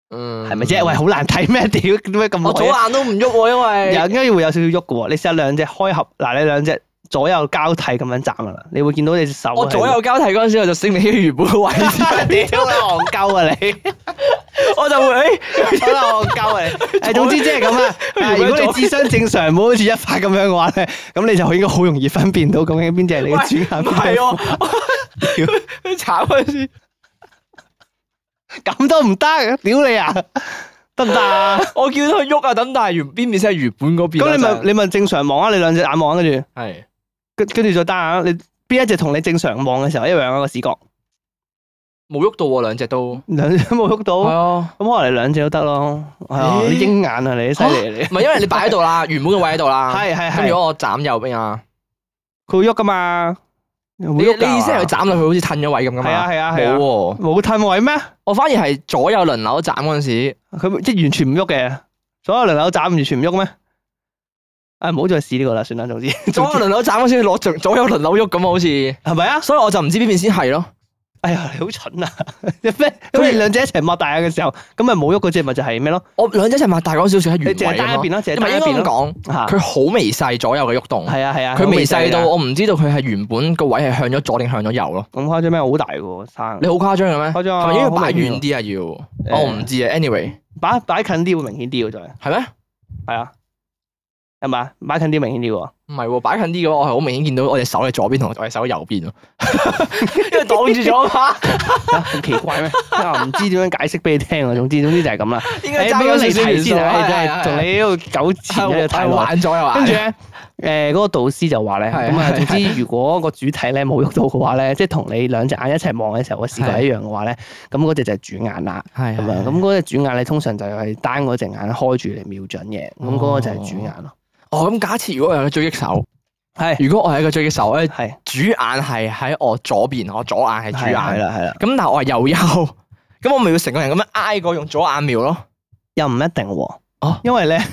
[SPEAKER 1] 嗯，
[SPEAKER 2] 係咪啫？喂，好難睇咩？ 屌，點解咁
[SPEAKER 1] 我左
[SPEAKER 2] 耐啊？
[SPEAKER 1] 眼都唔喐喎，因
[SPEAKER 2] 有
[SPEAKER 1] 為
[SPEAKER 2] 應該會有少少喐嘅喎。你試下兩隻開合，嗱，你兩隻左右交替咁樣斬噶啦，你會見到你隻手係。
[SPEAKER 1] 我左右交替嗰陣時，我就醒唔起原本嘅位置，
[SPEAKER 2] 屌你戇鳩啊你！
[SPEAKER 1] 我就會誒
[SPEAKER 2] 好啦，我 夠啊！誒，總之即係咁啦。 但係如
[SPEAKER 1] 如果
[SPEAKER 2] 果你智商正常，唔好好似一發咁樣嘅話咧，咁你就應該好容易分辨到究竟邊隻係你嘅主
[SPEAKER 1] 哎唔
[SPEAKER 2] 眼，
[SPEAKER 1] 係喎，
[SPEAKER 2] 邊隻係副
[SPEAKER 1] 佢慘啊嗰陣時，
[SPEAKER 2] 屌咁都唔得，屌你啊！得唔得啊？
[SPEAKER 1] 我叫到佢喐啊，等但係原邊邊先係原本嗰邊啊。
[SPEAKER 2] 咁你咪
[SPEAKER 1] 真係
[SPEAKER 2] 你咪正常望啊！你兩隻眼望啊，跟住
[SPEAKER 1] 係
[SPEAKER 2] 跟跟住再單眼，你邊一隻同你正常望嘅時候一樣啊個視覺，
[SPEAKER 1] 冇喐到喎，兩隻都
[SPEAKER 2] 兩隻都冇喐到，
[SPEAKER 1] 係
[SPEAKER 2] 咁
[SPEAKER 1] 啊。
[SPEAKER 2] 可能你兩隻都得咯。係啊，
[SPEAKER 1] 咦
[SPEAKER 2] 你鷹眼啊，你犀利啊你
[SPEAKER 1] 唔。係因為你擺喺度 啦，原本嘅位喺度啦，
[SPEAKER 2] 係係
[SPEAKER 1] 咁如
[SPEAKER 2] 係，
[SPEAKER 1] 果我斬右邊啊，
[SPEAKER 2] 佢會喐噶嘛？會
[SPEAKER 1] 你你
[SPEAKER 2] 喐㗎
[SPEAKER 1] 意思係佢斬落去好似褪咗位咁噶
[SPEAKER 2] 係啊
[SPEAKER 1] 嘛？
[SPEAKER 2] 係啊係
[SPEAKER 1] 冇喎，
[SPEAKER 2] 啊，冇褪位咩？
[SPEAKER 1] 我反而係左右輪流斬嗰陣時，
[SPEAKER 2] 佢即係完全唔喐嘅，所有輪流斬完全唔喐咩？啊，唔好再試呢個啦，算啦，總之
[SPEAKER 1] 左
[SPEAKER 2] 總
[SPEAKER 1] 右
[SPEAKER 2] 之
[SPEAKER 1] 輪流斬嗰陣時攞左左右輪流喐咁啊好似，
[SPEAKER 2] 係咪啊？
[SPEAKER 1] 所以我就唔知邊邊先係咯。
[SPEAKER 2] 哎呀，你好蠢啊！ 你咩？咁你兩隻一齊擘大眼嘅時候，咁咪冇喐嗰只咪就係咩咯？
[SPEAKER 1] 我兩隻一齊擘大嗰陣時好似喺
[SPEAKER 2] 你
[SPEAKER 1] 原
[SPEAKER 2] 淨係
[SPEAKER 1] 位啊
[SPEAKER 2] 單一
[SPEAKER 1] 咁
[SPEAKER 2] 邊
[SPEAKER 1] 咯。
[SPEAKER 2] 咯，淨係
[SPEAKER 1] 唔係
[SPEAKER 2] 單一
[SPEAKER 1] 應該
[SPEAKER 2] 邊
[SPEAKER 1] 咁
[SPEAKER 2] 咯。
[SPEAKER 1] 講，
[SPEAKER 2] 嚇，
[SPEAKER 1] 佢好微細左右嘅喐動，
[SPEAKER 2] 啊係啊係啊，
[SPEAKER 1] 佢微細到
[SPEAKER 2] 咁
[SPEAKER 1] 我唔知道佢係原本個位係向咗左定向咗右咯。
[SPEAKER 2] 誇張咩？好大嘅喎，生
[SPEAKER 1] 你好誇張嘅咩？
[SPEAKER 2] 誇張啊
[SPEAKER 1] 係咪應該擺
[SPEAKER 2] 嗯好
[SPEAKER 1] 遠
[SPEAKER 2] 明
[SPEAKER 1] 啲啊要？我唔知啊，anyway
[SPEAKER 2] 擺擺近啲會明顯啲嘅，就係
[SPEAKER 1] 係咩？
[SPEAKER 2] 係啊，係咪啊？擺近啲明顯啲喎，
[SPEAKER 1] 唔係喎，擺近啲嘅話，我係好明顯見到我隻手喺左邊同我隻手喺右邊 咯，因為擋住咗啊嘛。
[SPEAKER 2] 嚇咁奇怪咩？ 啊唔知點樣解釋俾你聽啊！總之總之就係咁啦。
[SPEAKER 1] 應
[SPEAKER 2] 誒，
[SPEAKER 1] 該
[SPEAKER 2] 俾
[SPEAKER 1] 爭
[SPEAKER 2] 咗
[SPEAKER 1] 咗
[SPEAKER 2] 你
[SPEAKER 1] 你
[SPEAKER 2] 睇
[SPEAKER 1] 睇
[SPEAKER 2] 先
[SPEAKER 1] 先
[SPEAKER 2] 啊！
[SPEAKER 1] 啊，真係
[SPEAKER 2] 唉真係同
[SPEAKER 1] 同
[SPEAKER 2] 你
[SPEAKER 1] 你
[SPEAKER 2] 喺度糾纏喺度
[SPEAKER 1] 太
[SPEAKER 2] 睇耐。
[SPEAKER 1] 玩咗又
[SPEAKER 2] 跟
[SPEAKER 1] 玩
[SPEAKER 2] 住。咧，誒嗰個導師就話咧，
[SPEAKER 1] 係
[SPEAKER 2] 咁啊，
[SPEAKER 1] 係
[SPEAKER 2] 總之如果個主體咧冇喐到嘅話咧，即係同你兩隻眼一齊望嘅時候個視覺一樣嘅話咧，咁嗰隻就係主眼啦。
[SPEAKER 1] 係
[SPEAKER 2] 咁樣，咁嗰隻主眼你通常就係單嗰隻眼開住嚟瞄準嘅，咁嗰個就係主眼咯。
[SPEAKER 1] 哦，咁假設如果我係個狙擊手，
[SPEAKER 2] 係
[SPEAKER 1] 如果我係一個狙擊手咧，
[SPEAKER 2] 係
[SPEAKER 1] 主眼係喺我左邊，我左眼係主眼，
[SPEAKER 2] 係
[SPEAKER 1] 咁
[SPEAKER 2] 啦係啦，
[SPEAKER 1] 但係我係右右， 咁我咪要成個人咁樣挨過用左眼瞄咯，
[SPEAKER 2] 又唔一定喎
[SPEAKER 1] 哦，
[SPEAKER 2] 因為咧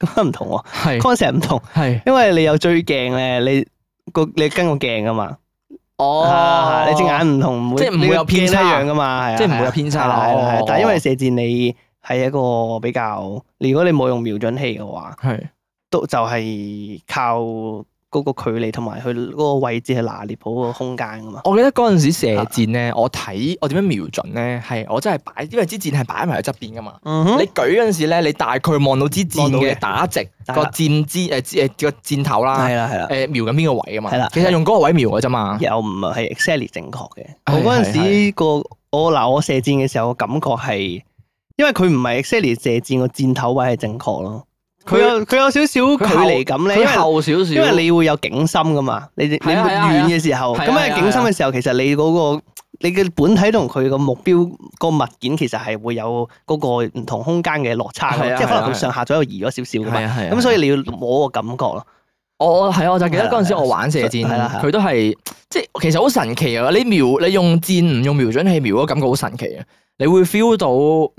[SPEAKER 2] 咁啊樣唔同喎
[SPEAKER 1] 係
[SPEAKER 2] ，concept 唔同，
[SPEAKER 1] 係，
[SPEAKER 2] 因為你有追鏡咧，你個你跟個鏡噶嘛。
[SPEAKER 1] 哦
[SPEAKER 2] 啊，你隻眼唔同，唔會
[SPEAKER 1] 即係唔會有偏差
[SPEAKER 2] 你個鏡一樣噶嘛，係啊，
[SPEAKER 1] 即係唔會有偏差啦
[SPEAKER 2] 係啊係啊係啊
[SPEAKER 1] 哦
[SPEAKER 2] 但係因為射箭你係一個比較，如果你冇用瞄準器嘅話，
[SPEAKER 1] 係
[SPEAKER 2] 都就係靠嗰個距離同埋佢嗰個位置去拿捏好個空間噶嘛。
[SPEAKER 1] 我記得嗰陣時射箭咧，我睇我點樣瞄準咧，係我真係擺，因為支箭係擺埋喺側邊噶嘛。
[SPEAKER 2] 嗯哼
[SPEAKER 1] 你舉嗰陣時咧，你大概望到支箭
[SPEAKER 2] 望到
[SPEAKER 1] 嘅
[SPEAKER 2] 嘅
[SPEAKER 1] 打直
[SPEAKER 2] 係
[SPEAKER 1] 個
[SPEAKER 2] 啦
[SPEAKER 1] 箭支誒支誒個箭頭啦，
[SPEAKER 2] 係啦係啦，
[SPEAKER 1] 誒瞄緊邊個位啊嘛。
[SPEAKER 2] 係啦
[SPEAKER 1] 其實用嗰個位瞄嘅啫嘛。
[SPEAKER 2] 又唔係 exactly 正確嘅。我
[SPEAKER 1] 係
[SPEAKER 2] 嗰
[SPEAKER 1] 係
[SPEAKER 2] 陣時個我嗱我射箭嘅時候，個感覺係因為佢唔係 exactly 射箭個箭頭位係正確咯，佢有佢有少少距離感咧，因
[SPEAKER 1] 佢
[SPEAKER 2] 為
[SPEAKER 1] 後少少，
[SPEAKER 2] 因為你會有景深噶嘛，你你你
[SPEAKER 1] 係啊係啊係
[SPEAKER 2] 遠
[SPEAKER 1] 啊
[SPEAKER 2] 嘅時候，
[SPEAKER 1] 係啊
[SPEAKER 2] 咁
[SPEAKER 1] 係啊
[SPEAKER 2] 啊景深嘅時候，其實你嗰個你嘅本體同佢個目標個物件其實係會有嗰個唔同空間嘅落差
[SPEAKER 1] 係
[SPEAKER 2] 㗎，
[SPEAKER 1] 啊
[SPEAKER 2] 即係可
[SPEAKER 1] 係啊
[SPEAKER 2] 能佢上下左右移咗少少噶嘛，
[SPEAKER 1] 係啊係啊，
[SPEAKER 2] 咁所以你要摸個感覺咯，
[SPEAKER 1] 我係啊我就記得嗰陣時我玩射箭，
[SPEAKER 2] 係啦係啦
[SPEAKER 1] 佢都係即係其實好神奇啊！你瞄你用箭唔用瞄準器瞄嗰個感覺好神奇啊！你會 feel 到，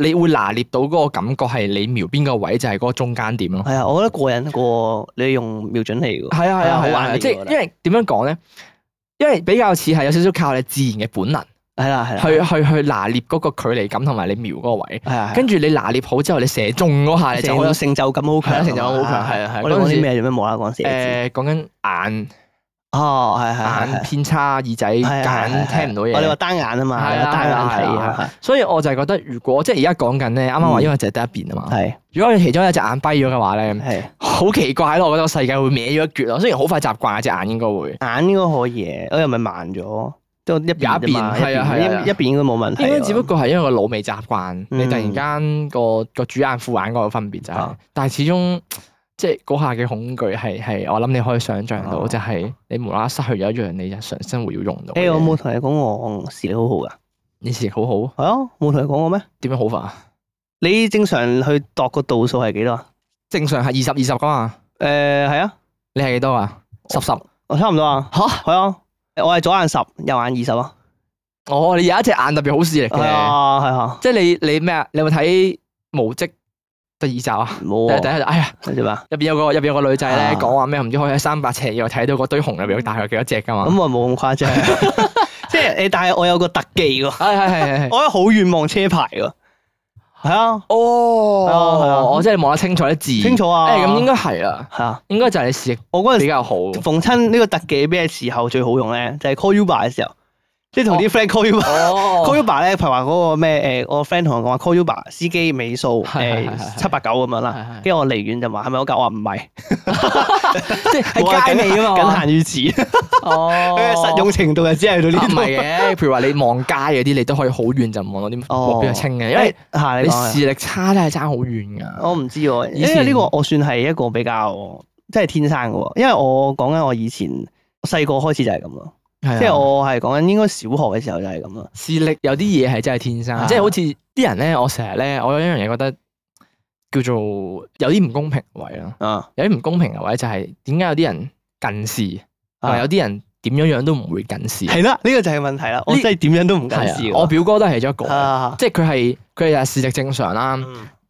[SPEAKER 1] 你會拿捏到嗰個感覺係你瞄邊個位就係嗰個中間點咯。
[SPEAKER 2] 係啊，我覺得過癮過你用瞄準器㗎喎，
[SPEAKER 1] 係啊係
[SPEAKER 2] 係啊
[SPEAKER 1] 啊
[SPEAKER 2] 好
[SPEAKER 1] 係
[SPEAKER 2] 玩
[SPEAKER 1] 啊！
[SPEAKER 2] 嚟㗎
[SPEAKER 1] 即係
[SPEAKER 2] 我覺得
[SPEAKER 1] 因為點樣講咧？因為比較似係有少少靠你自然嘅本能
[SPEAKER 2] 係啦係啦，啊
[SPEAKER 1] 去去去拿捏嗰個距離感同埋你瞄嗰個位，
[SPEAKER 2] 係啊，
[SPEAKER 1] 跟住你拿捏好之後，你射中嗰下你就好有
[SPEAKER 2] 成成就感好強
[SPEAKER 1] 係
[SPEAKER 2] 啊
[SPEAKER 1] 啊
[SPEAKER 2] 嘛，
[SPEAKER 1] 成就感好強係啊係啊
[SPEAKER 2] 我哋
[SPEAKER 1] 嗰陣
[SPEAKER 2] 講
[SPEAKER 1] 時
[SPEAKER 2] 啲咩做咩無啦啦講射
[SPEAKER 1] 誒
[SPEAKER 2] 箭？
[SPEAKER 1] 講緊眼
[SPEAKER 2] 哦， 係係
[SPEAKER 1] 眼
[SPEAKER 2] 係
[SPEAKER 1] 偏差，耳仔
[SPEAKER 2] 係係係
[SPEAKER 1] 揀
[SPEAKER 2] 係
[SPEAKER 1] 聽唔到嘢
[SPEAKER 2] 我。哋話單眼啊嘛，
[SPEAKER 1] 係啦
[SPEAKER 2] 單眼
[SPEAKER 1] 係
[SPEAKER 2] 睇
[SPEAKER 1] 啦
[SPEAKER 2] 啊，
[SPEAKER 1] 所以我就係覺得，如果即係而家講緊咧，啱啱話
[SPEAKER 2] 嗯
[SPEAKER 1] 因為就係得一邊啊嘛。
[SPEAKER 2] 係
[SPEAKER 1] 如果你其中一隻眼跛咗嘅話咧，
[SPEAKER 2] 係。
[SPEAKER 1] 好奇怪咯，我覺得個世界會歪咗一橛咯。雖然好快習慣啊，隻眼應該會。
[SPEAKER 2] 眼應該可以嘅，我又咪慢咗，都一邊啫嘛，一
[SPEAKER 1] 有一邊係啊係啊
[SPEAKER 2] 邊一一邊應該冇問題喎。
[SPEAKER 1] 應該只不過係因為個腦未習慣，
[SPEAKER 2] 嗯
[SPEAKER 1] 你突然間個個主眼副眼嗰個分別就係
[SPEAKER 2] 啊，
[SPEAKER 1] 但係始終即係嗰下嘅恐懼係係我諗你可以想象到，
[SPEAKER 2] 啊
[SPEAKER 1] 就係你無啦啦失去咗一樣你日常生活要用到嘅嘢。
[SPEAKER 2] 啊誒，我冇同你講我視力好好噶，
[SPEAKER 1] 你視力好好，
[SPEAKER 2] 係啊，冇同你講過咩？
[SPEAKER 1] 點樣好法啊？
[SPEAKER 2] 你正常去度個度數係幾多啊？
[SPEAKER 1] 正常係二十二十噶嘛，
[SPEAKER 2] 誒，係啊，
[SPEAKER 1] 你係幾多啊？十十。
[SPEAKER 2] 我差唔多啊。嚇，係啊，我係左眼十，右眼二十啊。
[SPEAKER 1] 哦，你有一隻眼特別好視力
[SPEAKER 2] 係
[SPEAKER 1] 嘅。
[SPEAKER 2] 啊，係啊，
[SPEAKER 1] 即係你你咩啊？你有冇睇無職第二集啊？
[SPEAKER 2] 冇
[SPEAKER 1] 第第
[SPEAKER 2] 啊，
[SPEAKER 1] 一集，哎呀，
[SPEAKER 2] 係點啊？
[SPEAKER 1] 入邊有個入邊有個女仔
[SPEAKER 2] 啊
[SPEAKER 1] 咧，講話咩唔知可以喺三百尺以外睇到嗰堆熊入邊有大概幾多隻噶嘛？
[SPEAKER 2] 咁我冇咁誇 張，即係誒，但係我有個特技喎，
[SPEAKER 1] 係係係係。
[SPEAKER 2] 我有好遠望車牌喎。係啊，
[SPEAKER 1] 哦，
[SPEAKER 2] 係啊
[SPEAKER 1] 我即係望得清楚啲字。
[SPEAKER 2] 清楚啊。
[SPEAKER 1] 誒，咁應該係啊，
[SPEAKER 2] 係啊，
[SPEAKER 1] 應該就係你視力
[SPEAKER 2] 我嗰陣時
[SPEAKER 1] 比較 好。
[SPEAKER 2] 逢親呢個特技咩時候最好用咧？就係 call Uber 嘅時候，即係同啲 friend call Uber。
[SPEAKER 1] 哦，
[SPEAKER 2] call Uber 咧，譬如話嗰個咩誒，我 friend 同我講話 call Uber 司機尾數
[SPEAKER 1] 係係係
[SPEAKER 2] 誒
[SPEAKER 1] 係
[SPEAKER 2] 七八九咁樣啦。
[SPEAKER 1] 係係
[SPEAKER 2] 跟住我離遠就話係咪嗰架？我話唔係，
[SPEAKER 1] 即係喺街尾 啊嘛。
[SPEAKER 2] 僅限於此。佢
[SPEAKER 1] 哦
[SPEAKER 2] 嘅實用程度就只係到呢
[SPEAKER 1] 啊唔
[SPEAKER 2] 度。
[SPEAKER 1] 係嘅，譬如話你望街嗰啲，你都可以好遠就望到啲目標係清嘅，因為
[SPEAKER 2] 誒嚇哦你
[SPEAKER 1] 你
[SPEAKER 2] 講啊哦
[SPEAKER 1] 視力差真係差好遠㗎。
[SPEAKER 2] 我唔知喎，
[SPEAKER 1] 以
[SPEAKER 2] 因為
[SPEAKER 1] 前
[SPEAKER 2] 呢個我算係一個比較即係天生嘅喎，因為我講緊我以前細個開始就係咁咯，
[SPEAKER 1] 係啊
[SPEAKER 2] 即係我係講緊應該小學嘅時候就係咁啦。
[SPEAKER 1] 視力有啲嘢係真係天生，
[SPEAKER 2] 啊
[SPEAKER 1] 即係好似啲人咧，我成日咧，我有一樣嘢覺得叫做有啲唔公平嘅位啦，
[SPEAKER 2] 啊，
[SPEAKER 1] 有啲唔公平嘅位就係點解有啲人近視，同埋有啲人點樣樣都唔會近視。
[SPEAKER 2] 係啦，呢個就係問題啦。我
[SPEAKER 1] 呢
[SPEAKER 2] 真係點樣都唔近
[SPEAKER 1] 係
[SPEAKER 2] 視
[SPEAKER 1] 啊，我表哥都係其中一個，
[SPEAKER 2] 啊，嗯
[SPEAKER 1] 即係佢係佢又係視力正常啦，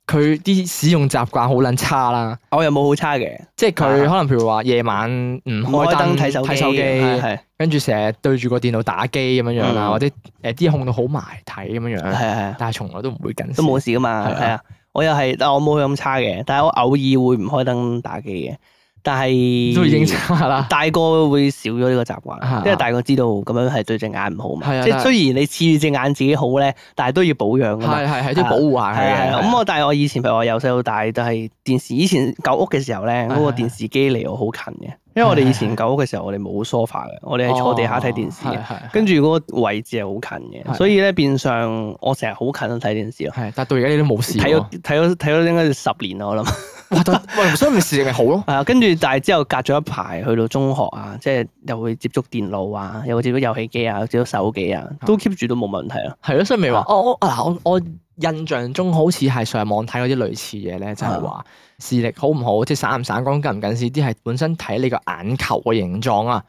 [SPEAKER 1] 佢啲使用習慣好撚差啦，
[SPEAKER 2] 我又冇好差嘅，
[SPEAKER 1] 即係佢
[SPEAKER 2] 啊
[SPEAKER 1] 可能譬如話夜晚唔
[SPEAKER 2] 唔
[SPEAKER 1] 開
[SPEAKER 2] 開燈
[SPEAKER 1] 燈
[SPEAKER 2] 睇手
[SPEAKER 1] 睇手
[SPEAKER 2] 係
[SPEAKER 1] 機，
[SPEAKER 2] 係
[SPEAKER 1] 跟住成日對住個電腦打機咁樣樣啦，
[SPEAKER 2] 嗯
[SPEAKER 1] 或者誒呃啲嘢控到好埋睇咁樣
[SPEAKER 2] 係
[SPEAKER 1] 樣，
[SPEAKER 2] 係
[SPEAKER 1] 但係從來都唔會近視
[SPEAKER 2] 都。冇事噶嘛，
[SPEAKER 1] 係啊
[SPEAKER 2] 係啊。我又係，但我冇佢咁差嘅，但係我偶爾會唔開燈打機嘅，但係
[SPEAKER 1] 都已經差啦。
[SPEAKER 2] 大個會少咗呢個習
[SPEAKER 1] 啊
[SPEAKER 2] 慣，因為大個知道咁樣係對隻眼唔好
[SPEAKER 1] 係
[SPEAKER 2] 嘛。
[SPEAKER 1] 啊
[SPEAKER 2] 即
[SPEAKER 1] 但
[SPEAKER 2] 係
[SPEAKER 1] 係
[SPEAKER 2] 雖然你恃住隻眼自己好咧，但係都要保養噶嘛。
[SPEAKER 1] 係係係都要保護下
[SPEAKER 2] 係
[SPEAKER 1] 佢
[SPEAKER 2] 啊係
[SPEAKER 1] 嘅。
[SPEAKER 2] 啊，咁我但係我以前譬如我由細到大都係電視，以前舊屋嘅時候咧，
[SPEAKER 1] 係
[SPEAKER 2] 嗰個電視機離我好近嘅，因為我哋以前舊屋嘅時候，我哋冇 sofa 嘅，我哋係坐地下睇電視嘅
[SPEAKER 1] 哦係，係
[SPEAKER 2] 跟住嗰個位置係好近嘅，
[SPEAKER 1] 係
[SPEAKER 2] 所以咧變相我成日好近睇電視咯，
[SPEAKER 1] 係，但到而家你都冇事
[SPEAKER 2] 睇
[SPEAKER 1] 喎
[SPEAKER 2] 咗。睇咗睇咗應該十年啦，我諗
[SPEAKER 1] 哇！但喂，所以咪視力咪好咯。
[SPEAKER 2] 係啊，跟住但係之後隔咗一排去到中學啊，即係又會接觸電腦啊，又會接觸遊戲機啊，又接觸手機啊，
[SPEAKER 1] 哦
[SPEAKER 2] 都 keep 住都冇問題啊。
[SPEAKER 1] 係咯，所以咪話
[SPEAKER 2] 啊
[SPEAKER 1] 哦我嗱我我印象中好似係上網睇嗰啲類似嘢咧，就係
[SPEAKER 2] 啊
[SPEAKER 1] 話視力好唔好，即係散唔散光近唔近視，啲係本身睇你個眼球嘅形狀啊。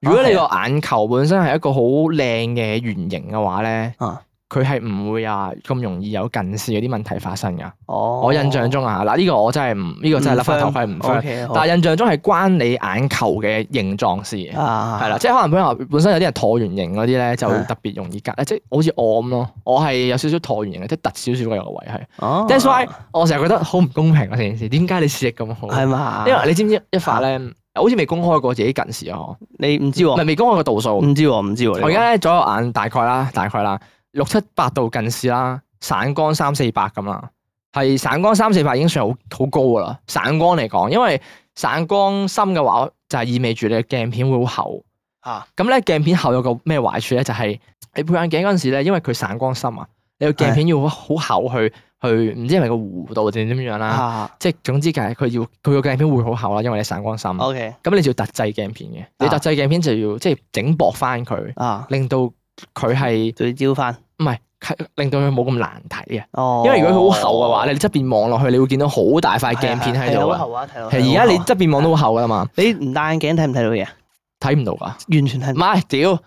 [SPEAKER 1] 如果你個眼球本身係一個好靚嘅圓形嘅話咧，
[SPEAKER 2] 啊
[SPEAKER 1] 佢係唔會啊咁容易有近視嗰啲問題發生㗎。
[SPEAKER 2] 哦，
[SPEAKER 1] 我印象中啊，嗱呢個我真係唔呢個真係笠翻頭盔唔 fair
[SPEAKER 2] O K，
[SPEAKER 1] 但係印象中係關你眼球嘅形狀事嘅，
[SPEAKER 2] 啊
[SPEAKER 1] 係啦，即係可能本來本身有啲人橢圓形嗰啲咧，就
[SPEAKER 2] 係
[SPEAKER 1] 特別容易隔，即係好似我咁咯，我係有少少橢圓形嘅，即係凸少少嘅有個位係。
[SPEAKER 2] 哦
[SPEAKER 1] That's why 我成日覺得好唔公平啊！成件事點解你視力咁好？
[SPEAKER 2] 係嘛？
[SPEAKER 1] 因為你知唔知一發咧，好似未公開過自己近視啊？嗬
[SPEAKER 2] 你唔知
[SPEAKER 1] 唔
[SPEAKER 2] 喎，
[SPEAKER 1] 係未公開過度數。
[SPEAKER 2] 唔知喎，唔知喎。你
[SPEAKER 1] 我而
[SPEAKER 2] 話
[SPEAKER 1] 家咧左右眼大概啦，大概啦，六七八度近視啦，散光三四百咁啦，係散光三四百已經算好好高噶啦。散光嚟講，因為散光深嘅話，就係意味住你嘅鏡片會好厚。
[SPEAKER 2] 啊
[SPEAKER 1] 咁咧鏡片厚有個咩壞處咧？就係、你配眼鏡嗰陣時咧，因為佢散光深啊，你個鏡片要好厚去去，唔知係咪個弧度定點樣啦？
[SPEAKER 2] 啊
[SPEAKER 1] 即係總之係佢要佢個鏡片會好厚啦，因為你散光深。
[SPEAKER 2] 啊，OK
[SPEAKER 1] 咁你就要特製鏡片嘅，你
[SPEAKER 2] 啊
[SPEAKER 1] 特製鏡片就要即係整薄翻佢，
[SPEAKER 2] 啊，
[SPEAKER 1] 令到佢係
[SPEAKER 2] 聚焦翻。
[SPEAKER 1] 唔係係令到佢冇咁難睇啊！
[SPEAKER 2] 哦，
[SPEAKER 1] 因為如果佢好厚嘅話，你側邊望落去，你會見到好大塊鏡片喺度
[SPEAKER 2] 係啊係啊好
[SPEAKER 1] 啊！
[SPEAKER 2] 厚啊，睇到。
[SPEAKER 1] 其實而家你
[SPEAKER 2] 真
[SPEAKER 1] 側邊望都好厚噶啦嘛，
[SPEAKER 2] 你唔戴眼鏡睇唔睇到嘢？
[SPEAKER 1] 睇唔到噶。
[SPEAKER 2] 完全睇
[SPEAKER 1] 唔
[SPEAKER 2] 唔，
[SPEAKER 1] 係，屌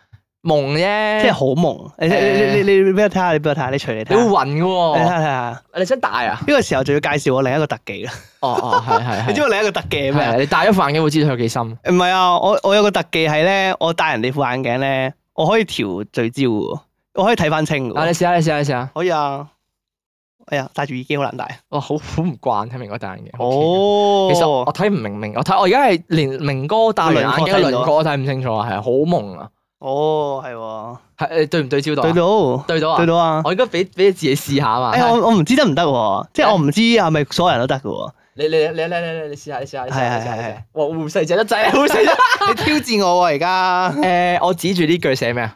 [SPEAKER 1] 蒙啫，
[SPEAKER 2] 即係好蒙。你你你你你俾我睇下，你俾我睇下，你除你睇
[SPEAKER 1] 你會
[SPEAKER 2] 下。
[SPEAKER 1] 暈嘅
[SPEAKER 2] 你睇
[SPEAKER 1] 喎。
[SPEAKER 2] 下睇下，
[SPEAKER 1] 你真大啊！
[SPEAKER 2] 呢個時候就要介紹我另一個特技啦。
[SPEAKER 1] 哦 哦，係係
[SPEAKER 2] 你知
[SPEAKER 1] 係。
[SPEAKER 2] 我另一個特技係咩啊
[SPEAKER 1] 係？你戴咗副眼鏡會知道佢有幾深。
[SPEAKER 2] 唔係啊，我我有個特技係咧，我戴人哋副眼鏡咧，我可以調聚焦嘅喎，我可以睇翻清嘅
[SPEAKER 1] 啊，你
[SPEAKER 2] 喎。
[SPEAKER 1] 試下，你試下，你試下。
[SPEAKER 2] 可以啊。哎呀，戴住耳機好難戴。
[SPEAKER 1] 哇，好好唔慣睇明哥戴眼鏡。
[SPEAKER 2] 哦，
[SPEAKER 1] 其實我睇唔明明，我睇我而家係連明哥戴完眼鏡嘅輪廓我睇唔清楚啊，係啊好蒙啊，
[SPEAKER 2] 哦係喎，
[SPEAKER 1] 係誒對唔對焦到
[SPEAKER 2] 對
[SPEAKER 1] 啊？
[SPEAKER 2] 到
[SPEAKER 1] 對到啊
[SPEAKER 2] 對！到啊！
[SPEAKER 1] 我應該俾俾自己試下啊嘛。
[SPEAKER 2] 哎，我我唔知得唔得喎，即係我唔知係咪所有人都得嘅喎。
[SPEAKER 1] 你你你你你你你試下，你試下，你試下，你試下
[SPEAKER 2] 係係係
[SPEAKER 1] 你試下。哇，會唔會細隻得滯啊？會唔會細隻。
[SPEAKER 2] 你挑戰我喎而家，
[SPEAKER 1] 誒，我指住呢句寫咩啊？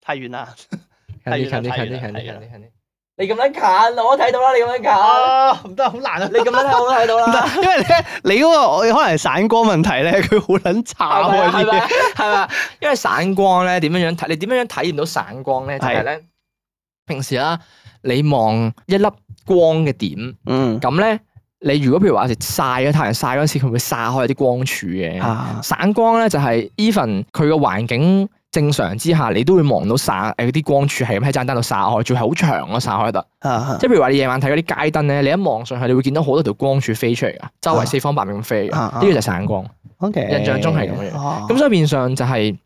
[SPEAKER 2] 太遠啦！
[SPEAKER 1] 近啲，近
[SPEAKER 2] 太遠啦
[SPEAKER 1] 啲，近啲，近
[SPEAKER 2] 太遠啦
[SPEAKER 1] 啲，近啲，近啲。你咁撚近，我都睇到啦，你咁撚
[SPEAKER 2] 啊，唔得，好難啊！
[SPEAKER 1] 近，你咁撚近我都睇到
[SPEAKER 2] 唔
[SPEAKER 1] 啦。
[SPEAKER 2] 得，因為咧，你嗰個我可能係散光問題咧， 佢好撚差
[SPEAKER 1] 係咪啊？
[SPEAKER 2] 喎
[SPEAKER 1] 係
[SPEAKER 2] 啲
[SPEAKER 1] 咪
[SPEAKER 2] 嘢
[SPEAKER 1] 啊？係咪啊？因為散光咧點樣樣睇？你點樣樣體驗到散光咧？就係咧，平時啦，你望一粒光嘅點。
[SPEAKER 2] 嗯
[SPEAKER 1] 咁咧，你如果譬如話曬咗太陽曬嗰陣時，佢會曬開有啲光柱嘅。
[SPEAKER 2] 啊，
[SPEAKER 1] 散光咧就係 even 佢個環境正常之下，你都會望到曬誒啲光柱係咁喺盞燈度曬開，仲係好長咯曬開得。
[SPEAKER 2] 啊
[SPEAKER 1] 即係譬如話你夜晚睇嗰啲街燈咧，你一望上去，你會見到好多條光柱飛出嚟噶，周圍四方八面咁飛嘅。
[SPEAKER 2] 啊啊
[SPEAKER 1] 呢個就係散光。
[SPEAKER 2] ，OK，哦
[SPEAKER 1] 印象中係咁樣
[SPEAKER 2] 樣
[SPEAKER 1] 咁所以變相就係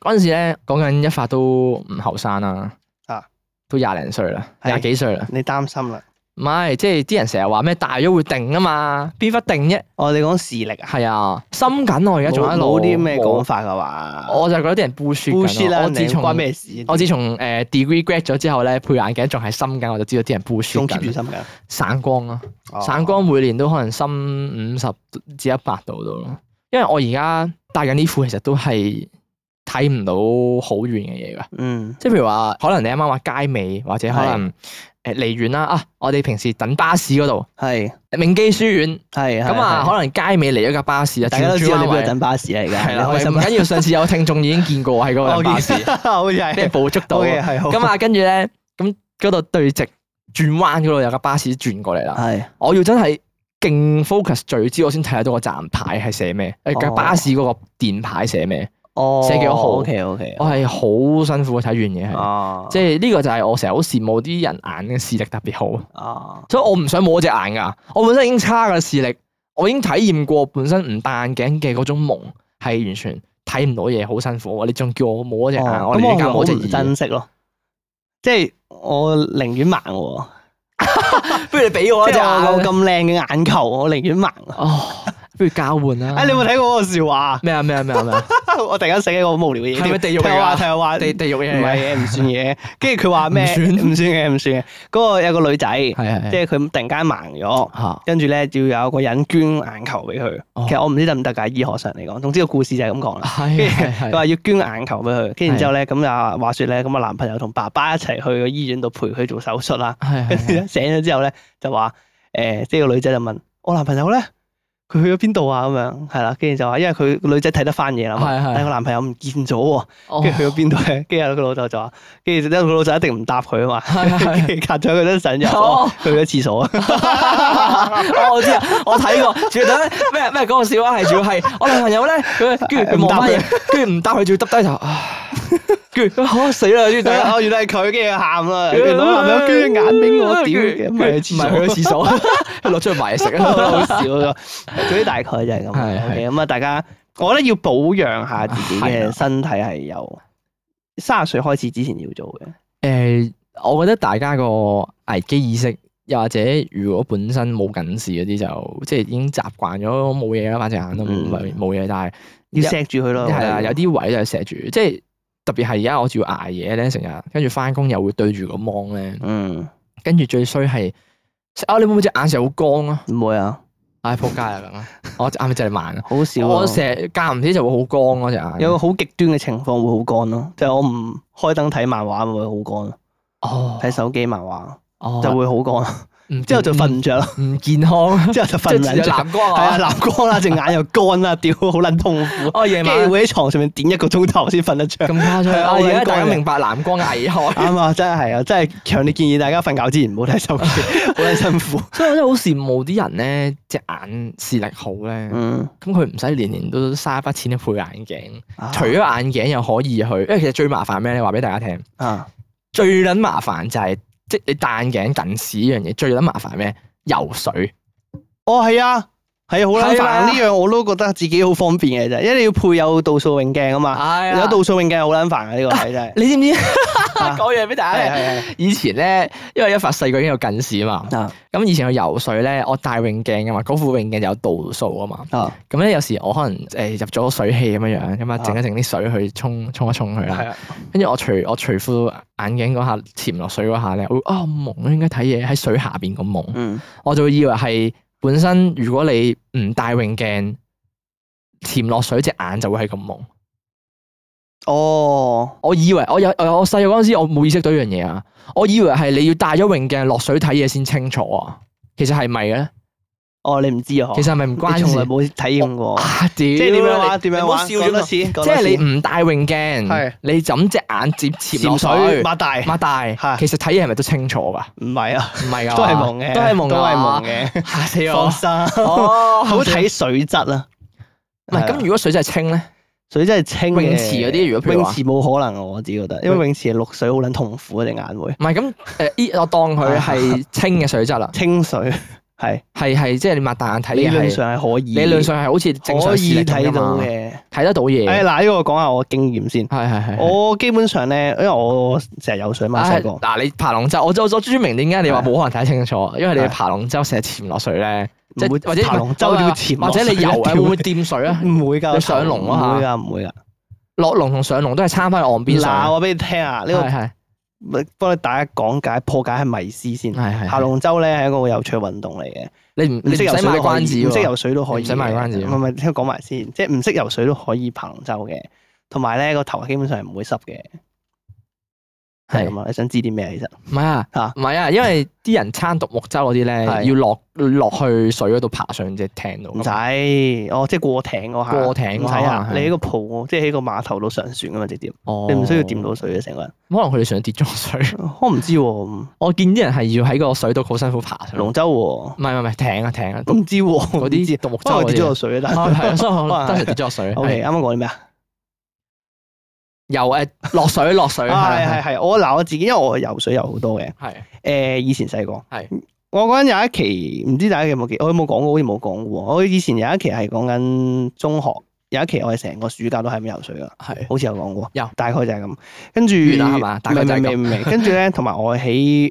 [SPEAKER 1] 嗰陣時咧，講緊一發都唔後生啦
[SPEAKER 2] 啊，
[SPEAKER 1] 都廿零歲啦，
[SPEAKER 2] 係
[SPEAKER 1] 廿幾歲啦。
[SPEAKER 2] 你擔心啦，
[SPEAKER 1] 唔係，即係啲人成日話咩大咗會定啊嘛，邊忽定啫？
[SPEAKER 2] 我哋講視力啊，
[SPEAKER 1] 係啊，深緊我而家仲
[SPEAKER 2] 冇
[SPEAKER 1] 喺度
[SPEAKER 2] 冇啲咩講
[SPEAKER 1] 講，
[SPEAKER 2] 法嘅話，
[SPEAKER 1] 我就覺得啲人 bullshit
[SPEAKER 2] 輸
[SPEAKER 1] 緊我
[SPEAKER 2] 啦，
[SPEAKER 1] 我自
[SPEAKER 2] 你
[SPEAKER 1] 從
[SPEAKER 2] 關咩事？
[SPEAKER 1] 我自從誒 degree grad 咗之後咧，配眼鏡仲係深緊，我就知道啲人 bullshit
[SPEAKER 2] 仲 keep 住
[SPEAKER 1] 緊。
[SPEAKER 2] 心緊，
[SPEAKER 1] 散光咯，
[SPEAKER 2] 哦
[SPEAKER 1] 散光每年都可能深五十至一百度到咯。因為我而家戴緊呢副，其實都係睇唔到好遠嘅嘢㗎。
[SPEAKER 2] 嗯
[SPEAKER 1] 即係譬如話，可能你啱啱話街尾，或者可能誒離遠啦啊！我哋平時等巴士嗰度，
[SPEAKER 2] 係
[SPEAKER 1] 明基書院。
[SPEAKER 2] 係
[SPEAKER 1] 咁啊，可能街尾嚟咗架巴士啊，
[SPEAKER 2] 大家都知
[SPEAKER 1] 轉
[SPEAKER 2] 道
[SPEAKER 1] 彎
[SPEAKER 2] 你邊
[SPEAKER 1] 位
[SPEAKER 2] 度等巴士嚟㗎，
[SPEAKER 1] 係啦，
[SPEAKER 2] 你
[SPEAKER 1] 唔
[SPEAKER 2] 開心啊
[SPEAKER 1] 緊要。上次有聽眾已經見過喺嗰 個巴士，
[SPEAKER 2] 好似
[SPEAKER 1] 俾人
[SPEAKER 2] 係
[SPEAKER 1] 捕捉到。
[SPEAKER 2] ，OK 係好，
[SPEAKER 1] 咁啊，跟住咧，咁嗰度對直轉彎嗰度有架巴士轉過嚟啦。
[SPEAKER 2] 係
[SPEAKER 1] 我要真係勁 focus 聚焦，我先睇得到個站牌係寫咩，誒架
[SPEAKER 2] 哦
[SPEAKER 1] 巴士嗰個電牌寫咩。
[SPEAKER 2] 哦，
[SPEAKER 1] 寫幾多號
[SPEAKER 2] ？OK OK，
[SPEAKER 1] 我係好辛苦睇完嘢係，
[SPEAKER 2] 哦，
[SPEAKER 1] 即係呢個就係我成日好羨慕啲人眼嘅視力特別好。
[SPEAKER 2] 哦，
[SPEAKER 1] 所以我唔想摸隻眼㗎。我本身已經差㗎視力，我已經體驗過本身唔戴眼鏡嘅嗰種蒙係完全睇唔到嘢，好辛苦。你仲叫我摸隻眼，
[SPEAKER 2] 哦
[SPEAKER 1] 啊我
[SPEAKER 2] 咁
[SPEAKER 1] 哋而
[SPEAKER 2] 咪
[SPEAKER 1] 家
[SPEAKER 2] 好
[SPEAKER 1] 摸隻
[SPEAKER 2] 唔
[SPEAKER 1] 耳。
[SPEAKER 2] 珍惜咯，即係我寧願盲喎，
[SPEAKER 1] 不如你俾哦我
[SPEAKER 2] 即係我有
[SPEAKER 1] 隻眼。
[SPEAKER 2] 咁靚嘅眼球，我寧願盲。
[SPEAKER 1] 哦，不如交換啦。
[SPEAKER 2] 哎，你有冇睇過嗰個笑話啊？
[SPEAKER 1] 咩啊咩啊咩啊咩啊？
[SPEAKER 2] 我突然間醒起個好無聊嘅嘢。
[SPEAKER 1] 係咪地獄嚟㗎
[SPEAKER 2] 聽我話，聽我話，
[SPEAKER 1] 地
[SPEAKER 2] 唔
[SPEAKER 1] 地獄嘢嚟嘅。
[SPEAKER 2] 係嘅，啊唔算嘢。跟住佢話咩？
[SPEAKER 1] 唔算
[SPEAKER 2] 唔算嘅，唔算嘅。嗰個有個女仔，即
[SPEAKER 1] 係係係。
[SPEAKER 2] 係佢突然間盲咗，
[SPEAKER 1] 嚇
[SPEAKER 2] 跟住咧要有個人捐眼球俾佢
[SPEAKER 1] 哦。
[SPEAKER 2] 其實我唔知得唔得㗎，醫學上嚟講。總之個故事就係咁講啦。
[SPEAKER 1] 係係
[SPEAKER 2] 佢
[SPEAKER 1] 係。
[SPEAKER 2] 話要捐眼球俾佢，跟住然之後咧，咁啊話説咧，咁我男朋友同爸爸一齊去個醫院度陪佢做手術啦。
[SPEAKER 1] 係
[SPEAKER 2] 跟住
[SPEAKER 1] 係
[SPEAKER 2] 咧醒咗之後咧，就話誒，即係個女仔就問我男朋友咧，佢去咗邊度啊？咁樣係啦，跟住就話因為佢個女仔睇得翻嘢啦嘛，
[SPEAKER 1] 係係
[SPEAKER 2] 但係個男朋友唔見咗喎，
[SPEAKER 1] 哦
[SPEAKER 2] 跟住去咗邊度咧？跟住佢老豆就話，跟住之後佢老豆一定唔答佢啊嘛，
[SPEAKER 1] 係係係
[SPEAKER 2] 跟住隔咗佢一陣就
[SPEAKER 1] 哦
[SPEAKER 2] 哦去咗廁所啊，
[SPEAKER 1] 哦我知啊，我睇過，仲要等咩咩嗰個笑話係，仲要係我男朋友咧， 佢跟住佢望翻嘢，跟住唔答佢，仲要耷低頭，唉跟住嚇死 啦，跟住大 家
[SPEAKER 2] 哦原來係佢，跟住佢 喊啦，啊跟住諗男朋友捐咗眼俾我，屌，唔係去
[SPEAKER 1] 唔係去
[SPEAKER 2] 廁所
[SPEAKER 1] 咗。廁所， 佢攞出去埋食
[SPEAKER 2] 好
[SPEAKER 1] 啊，
[SPEAKER 2] 少咯。總之大概就係咁啦。
[SPEAKER 1] 係係
[SPEAKER 2] OK，咁啊，大家我覺得要保養下自己
[SPEAKER 1] 係
[SPEAKER 2] 嘅
[SPEAKER 1] 啊
[SPEAKER 2] 身體係由三十歲開始之前要做嘅。
[SPEAKER 1] 誒，呃我覺得大家個危機意識，又或者如果本身冇近視嗰啲，就即係已經習慣咗冇嘢啦，反正眼都唔係冇嘢，但係
[SPEAKER 2] 嗯要錫住佢咯，
[SPEAKER 1] 係啊，
[SPEAKER 2] 我覺得
[SPEAKER 1] 有啲位就係錫住，即係特別係而家我仲要捱夜咧，成日跟住翻工又會對住個芒咧，
[SPEAKER 2] 嗯
[SPEAKER 1] 跟住最衰係啊！你會唔會隻眼成日好光啊？
[SPEAKER 2] 唔會啊，
[SPEAKER 1] 唉，仆街啦咁啊！我隻眼咪就係盲啊！
[SPEAKER 2] 好少啊。
[SPEAKER 1] 我成日間唔時就會好光嗰隻眼。
[SPEAKER 2] 有個好極端嘅情況會好乾咯，就係我唔開燈睇漫畫咪會好乾咯。
[SPEAKER 1] 哦
[SPEAKER 2] 睇手機漫畫
[SPEAKER 1] 哦
[SPEAKER 2] 就會好過。
[SPEAKER 1] 唔
[SPEAKER 2] 之後就瞓唔着啦，
[SPEAKER 1] 唔健康，啊
[SPEAKER 2] 之後就
[SPEAKER 1] 即 係
[SPEAKER 2] 瞓唔
[SPEAKER 1] 有
[SPEAKER 2] 着。
[SPEAKER 1] 藍光
[SPEAKER 2] 係啊，
[SPEAKER 1] 啊，
[SPEAKER 2] 藍光啦，隻眼又乾啦，屌好撚痛苦。
[SPEAKER 1] 哦夜
[SPEAKER 2] 跟
[SPEAKER 1] 晚
[SPEAKER 2] 住會喺床上面點一個鐘頭先瞓得着。
[SPEAKER 1] 咁誇張，哦
[SPEAKER 2] 係啊
[SPEAKER 1] 我而家
[SPEAKER 2] 我兩個
[SPEAKER 1] 大家
[SPEAKER 2] 人
[SPEAKER 1] 明白藍光嘅危害。
[SPEAKER 2] 啱啊，真係啊，真係強烈建議大家瞓覺之前唔好 睇手機，好撚辛苦。
[SPEAKER 1] 所以我真係好羨慕啲人咧，隻眼視力好咧，
[SPEAKER 2] 嗯，
[SPEAKER 1] 咁佢唔使年年都嘥一筆錢去配眼鏡，
[SPEAKER 2] 啊
[SPEAKER 1] 除咗眼鏡又可以去，因為其實最麻煩咩咧？話俾大家聽，
[SPEAKER 2] 啊，
[SPEAKER 1] 最撚麻煩就係、即係你戴眼鏡近視呢樣嘢，最撚麻煩咩？游水
[SPEAKER 2] 哦係啊，係啊，好撚
[SPEAKER 1] 係啊
[SPEAKER 2] 煩呢樣我都覺得自己好方便嘅啫，因為你要配有度數泳鏡啊嘛，
[SPEAKER 1] 係
[SPEAKER 2] 有度數泳鏡好撚煩啊呢個 係真係。
[SPEAKER 1] 你知唔知
[SPEAKER 2] 啊
[SPEAKER 1] 講嘢俾大家
[SPEAKER 2] 係
[SPEAKER 1] 聽？
[SPEAKER 2] 係
[SPEAKER 1] 以前咧，因為一發細個已經有近視啊嘛，
[SPEAKER 2] 係啊
[SPEAKER 1] 咁以前我游水咧，我戴泳鏡噶嘛，嗰副泳鏡有度數啊嘛，
[SPEAKER 2] 啊
[SPEAKER 1] 咁咧有時我可能誒入咗水氣咁樣樣，咁啊
[SPEAKER 2] 啊
[SPEAKER 1] 整一整啲水去沖沖一沖佢啦，
[SPEAKER 2] 啊，
[SPEAKER 1] 跟住我除我除副眼鏡嗰下潛落水嗰下咧，我會啊蒙啊，應該睇嘢喺水下邊個蒙，
[SPEAKER 2] 嗯
[SPEAKER 1] 我就會以為係本身如果你唔戴泳鏡潛落水隻眼就會係咁蒙，
[SPEAKER 2] 哦
[SPEAKER 1] 我以為我有我有我細個嗰陣時我冇意識到呢樣嘢啊，我以為係你要戴咗泳鏡落水睇嘢先清楚啊，其實係咪嘅咧？
[SPEAKER 2] 哦，你唔知啊？
[SPEAKER 1] 其實係咪唔關
[SPEAKER 2] 你從來
[SPEAKER 1] 事？
[SPEAKER 2] 冇體驗過。
[SPEAKER 1] 啊屌！
[SPEAKER 2] 即
[SPEAKER 1] 即
[SPEAKER 2] 係點樣玩？點樣玩？
[SPEAKER 1] 笑咗
[SPEAKER 2] 講多次，講多
[SPEAKER 1] 即係
[SPEAKER 2] 次
[SPEAKER 1] 你唔戴泳鏡
[SPEAKER 2] 係，
[SPEAKER 1] 你就咁隻眼接潛落
[SPEAKER 2] 潛
[SPEAKER 1] 水
[SPEAKER 2] 水，擘大，
[SPEAKER 1] 擘大，
[SPEAKER 2] 係
[SPEAKER 1] 其實睇嘢係咪都清楚噶？
[SPEAKER 2] 唔 係啊，
[SPEAKER 1] 唔係啊，
[SPEAKER 2] 都係蒙嘅，
[SPEAKER 1] 都係蒙，
[SPEAKER 2] 都係蒙， 嘅，
[SPEAKER 1] 嚇死
[SPEAKER 2] 放
[SPEAKER 1] 我！
[SPEAKER 2] 生。
[SPEAKER 1] 哦，
[SPEAKER 2] 好睇水質啦，
[SPEAKER 1] 唔係咁，如果水真係清咧，
[SPEAKER 2] 水質係清嘅
[SPEAKER 1] 泳池嗰啲如果譬如
[SPEAKER 2] 泳
[SPEAKER 1] 話
[SPEAKER 2] 池冇可能啊，我自己覺得，因為泳池落水好撚痛苦啊，隻眼會
[SPEAKER 1] 唔係咁誒，依我當佢係清嘅水質啦，
[SPEAKER 2] 清水係
[SPEAKER 1] 係係即係你擘大眼睇
[SPEAKER 2] 理
[SPEAKER 1] 嘢
[SPEAKER 2] 論
[SPEAKER 1] 係，
[SPEAKER 2] 上係可以，
[SPEAKER 1] 理論上係好似正常
[SPEAKER 2] 可
[SPEAKER 1] 視力咁
[SPEAKER 2] 以睇
[SPEAKER 1] 㗎
[SPEAKER 2] 到
[SPEAKER 1] 嘛，
[SPEAKER 2] 嘅。
[SPEAKER 1] 睇得到
[SPEAKER 2] 誒
[SPEAKER 1] 嘢，
[SPEAKER 2] 嗱，呢個我講下我經驗先。
[SPEAKER 1] 係係係。
[SPEAKER 2] 我基本上咧，因為我成日游水嘛，細個
[SPEAKER 1] 唉嗱，你爬龍舟，我我我專明點解你話冇可能睇清楚，因為你
[SPEAKER 2] 係
[SPEAKER 1] 爬龍舟成日潛落水咧，即
[SPEAKER 2] 唔會
[SPEAKER 1] 係或者
[SPEAKER 2] 爬龍舟點會潛
[SPEAKER 1] 或
[SPEAKER 2] 落
[SPEAKER 1] 者
[SPEAKER 2] 水
[SPEAKER 1] 你游
[SPEAKER 2] 一
[SPEAKER 1] 啊
[SPEAKER 2] 條
[SPEAKER 1] 會唔會掂水啊？
[SPEAKER 2] 唔會㗎，
[SPEAKER 1] 你上龍啊
[SPEAKER 2] 唔會㗎，唔會㗎。
[SPEAKER 1] 落龍同上龍都係撐翻岸邊
[SPEAKER 2] 嗱，
[SPEAKER 1] 上。
[SPEAKER 2] 我俾你聽啊，呢個
[SPEAKER 1] 係係
[SPEAKER 2] 幫你大家講解破解係迷思先。
[SPEAKER 1] 係係
[SPEAKER 2] 爬龍舟咧係一個好有趣嘅運動嚟嘅，
[SPEAKER 1] 你唔
[SPEAKER 2] 唔
[SPEAKER 1] 你
[SPEAKER 2] 識
[SPEAKER 1] 唔
[SPEAKER 2] 游
[SPEAKER 1] 使
[SPEAKER 2] 水
[SPEAKER 1] 賣
[SPEAKER 2] 都可
[SPEAKER 1] 關子
[SPEAKER 2] 以，唔識
[SPEAKER 1] 喎。
[SPEAKER 2] 游水都可以
[SPEAKER 1] 唔
[SPEAKER 2] 嘅，
[SPEAKER 1] 使賣關子
[SPEAKER 2] 唔係唔係，聽我講埋先，即係唔識游水都可以爬龍舟嘅，同埋咧個頭基本上係唔會濕嘅，係
[SPEAKER 1] 係
[SPEAKER 2] 咁啊！你想知啲咩啊其實
[SPEAKER 1] 唔係啊
[SPEAKER 2] 嚇？
[SPEAKER 1] 唔係啊，因為啲人撐獨木舟嗰啲咧，
[SPEAKER 2] 係
[SPEAKER 1] 要落落去水嗰度爬上隻艇度。
[SPEAKER 2] 唔使，哦，即係過艇嗰下，
[SPEAKER 1] 啊過艇
[SPEAKER 2] 唔
[SPEAKER 1] 嗰
[SPEAKER 2] 使
[SPEAKER 1] 下
[SPEAKER 2] 啊！
[SPEAKER 1] 係
[SPEAKER 2] 你喺個鋪，即係喺個碼頭度上船啊噶嘛，直接
[SPEAKER 1] 哦
[SPEAKER 2] 你唔需要掂到。水嘅啊成個人。
[SPEAKER 1] 可能佢哋想跌咗水。
[SPEAKER 2] 我唔知喎，嗯
[SPEAKER 1] 我見啲人係要喺個水度好辛苦爬上。
[SPEAKER 2] 龍舟喎，
[SPEAKER 1] 唔係唔係艇啊艇啊，
[SPEAKER 2] 我唔知喎，
[SPEAKER 1] 嗰
[SPEAKER 2] 嗰
[SPEAKER 1] 啲獨木舟
[SPEAKER 2] 可能
[SPEAKER 1] 嗰
[SPEAKER 2] 我跌
[SPEAKER 1] 啲
[SPEAKER 2] 咗
[SPEAKER 1] 啊
[SPEAKER 2] 落。水啊，但
[SPEAKER 1] 啊，係啊，
[SPEAKER 2] 係
[SPEAKER 1] 所以我
[SPEAKER 2] 可能
[SPEAKER 1] 當時跌咗水。
[SPEAKER 2] O
[SPEAKER 1] 係
[SPEAKER 2] K，啱啱講啲咩啊？
[SPEAKER 1] 游誒落水落水
[SPEAKER 2] 啊，係係
[SPEAKER 1] 係
[SPEAKER 2] 係，我嗱我自己，因為我游水游好多嘅。
[SPEAKER 1] 係
[SPEAKER 2] 誒，以前細個
[SPEAKER 1] 係
[SPEAKER 2] 我嗰陣有一期，唔知大家有冇記，我有冇講過？好似冇講過。我以前有一期係講緊中學，有一期我係成個暑假都喺咁游水噶，
[SPEAKER 1] 係
[SPEAKER 2] 好似有講過。
[SPEAKER 1] 有
[SPEAKER 2] 大概就係咁。跟住
[SPEAKER 1] 完啦係嘛大概就係咁
[SPEAKER 2] 明明明跟 住咧，同埋我喺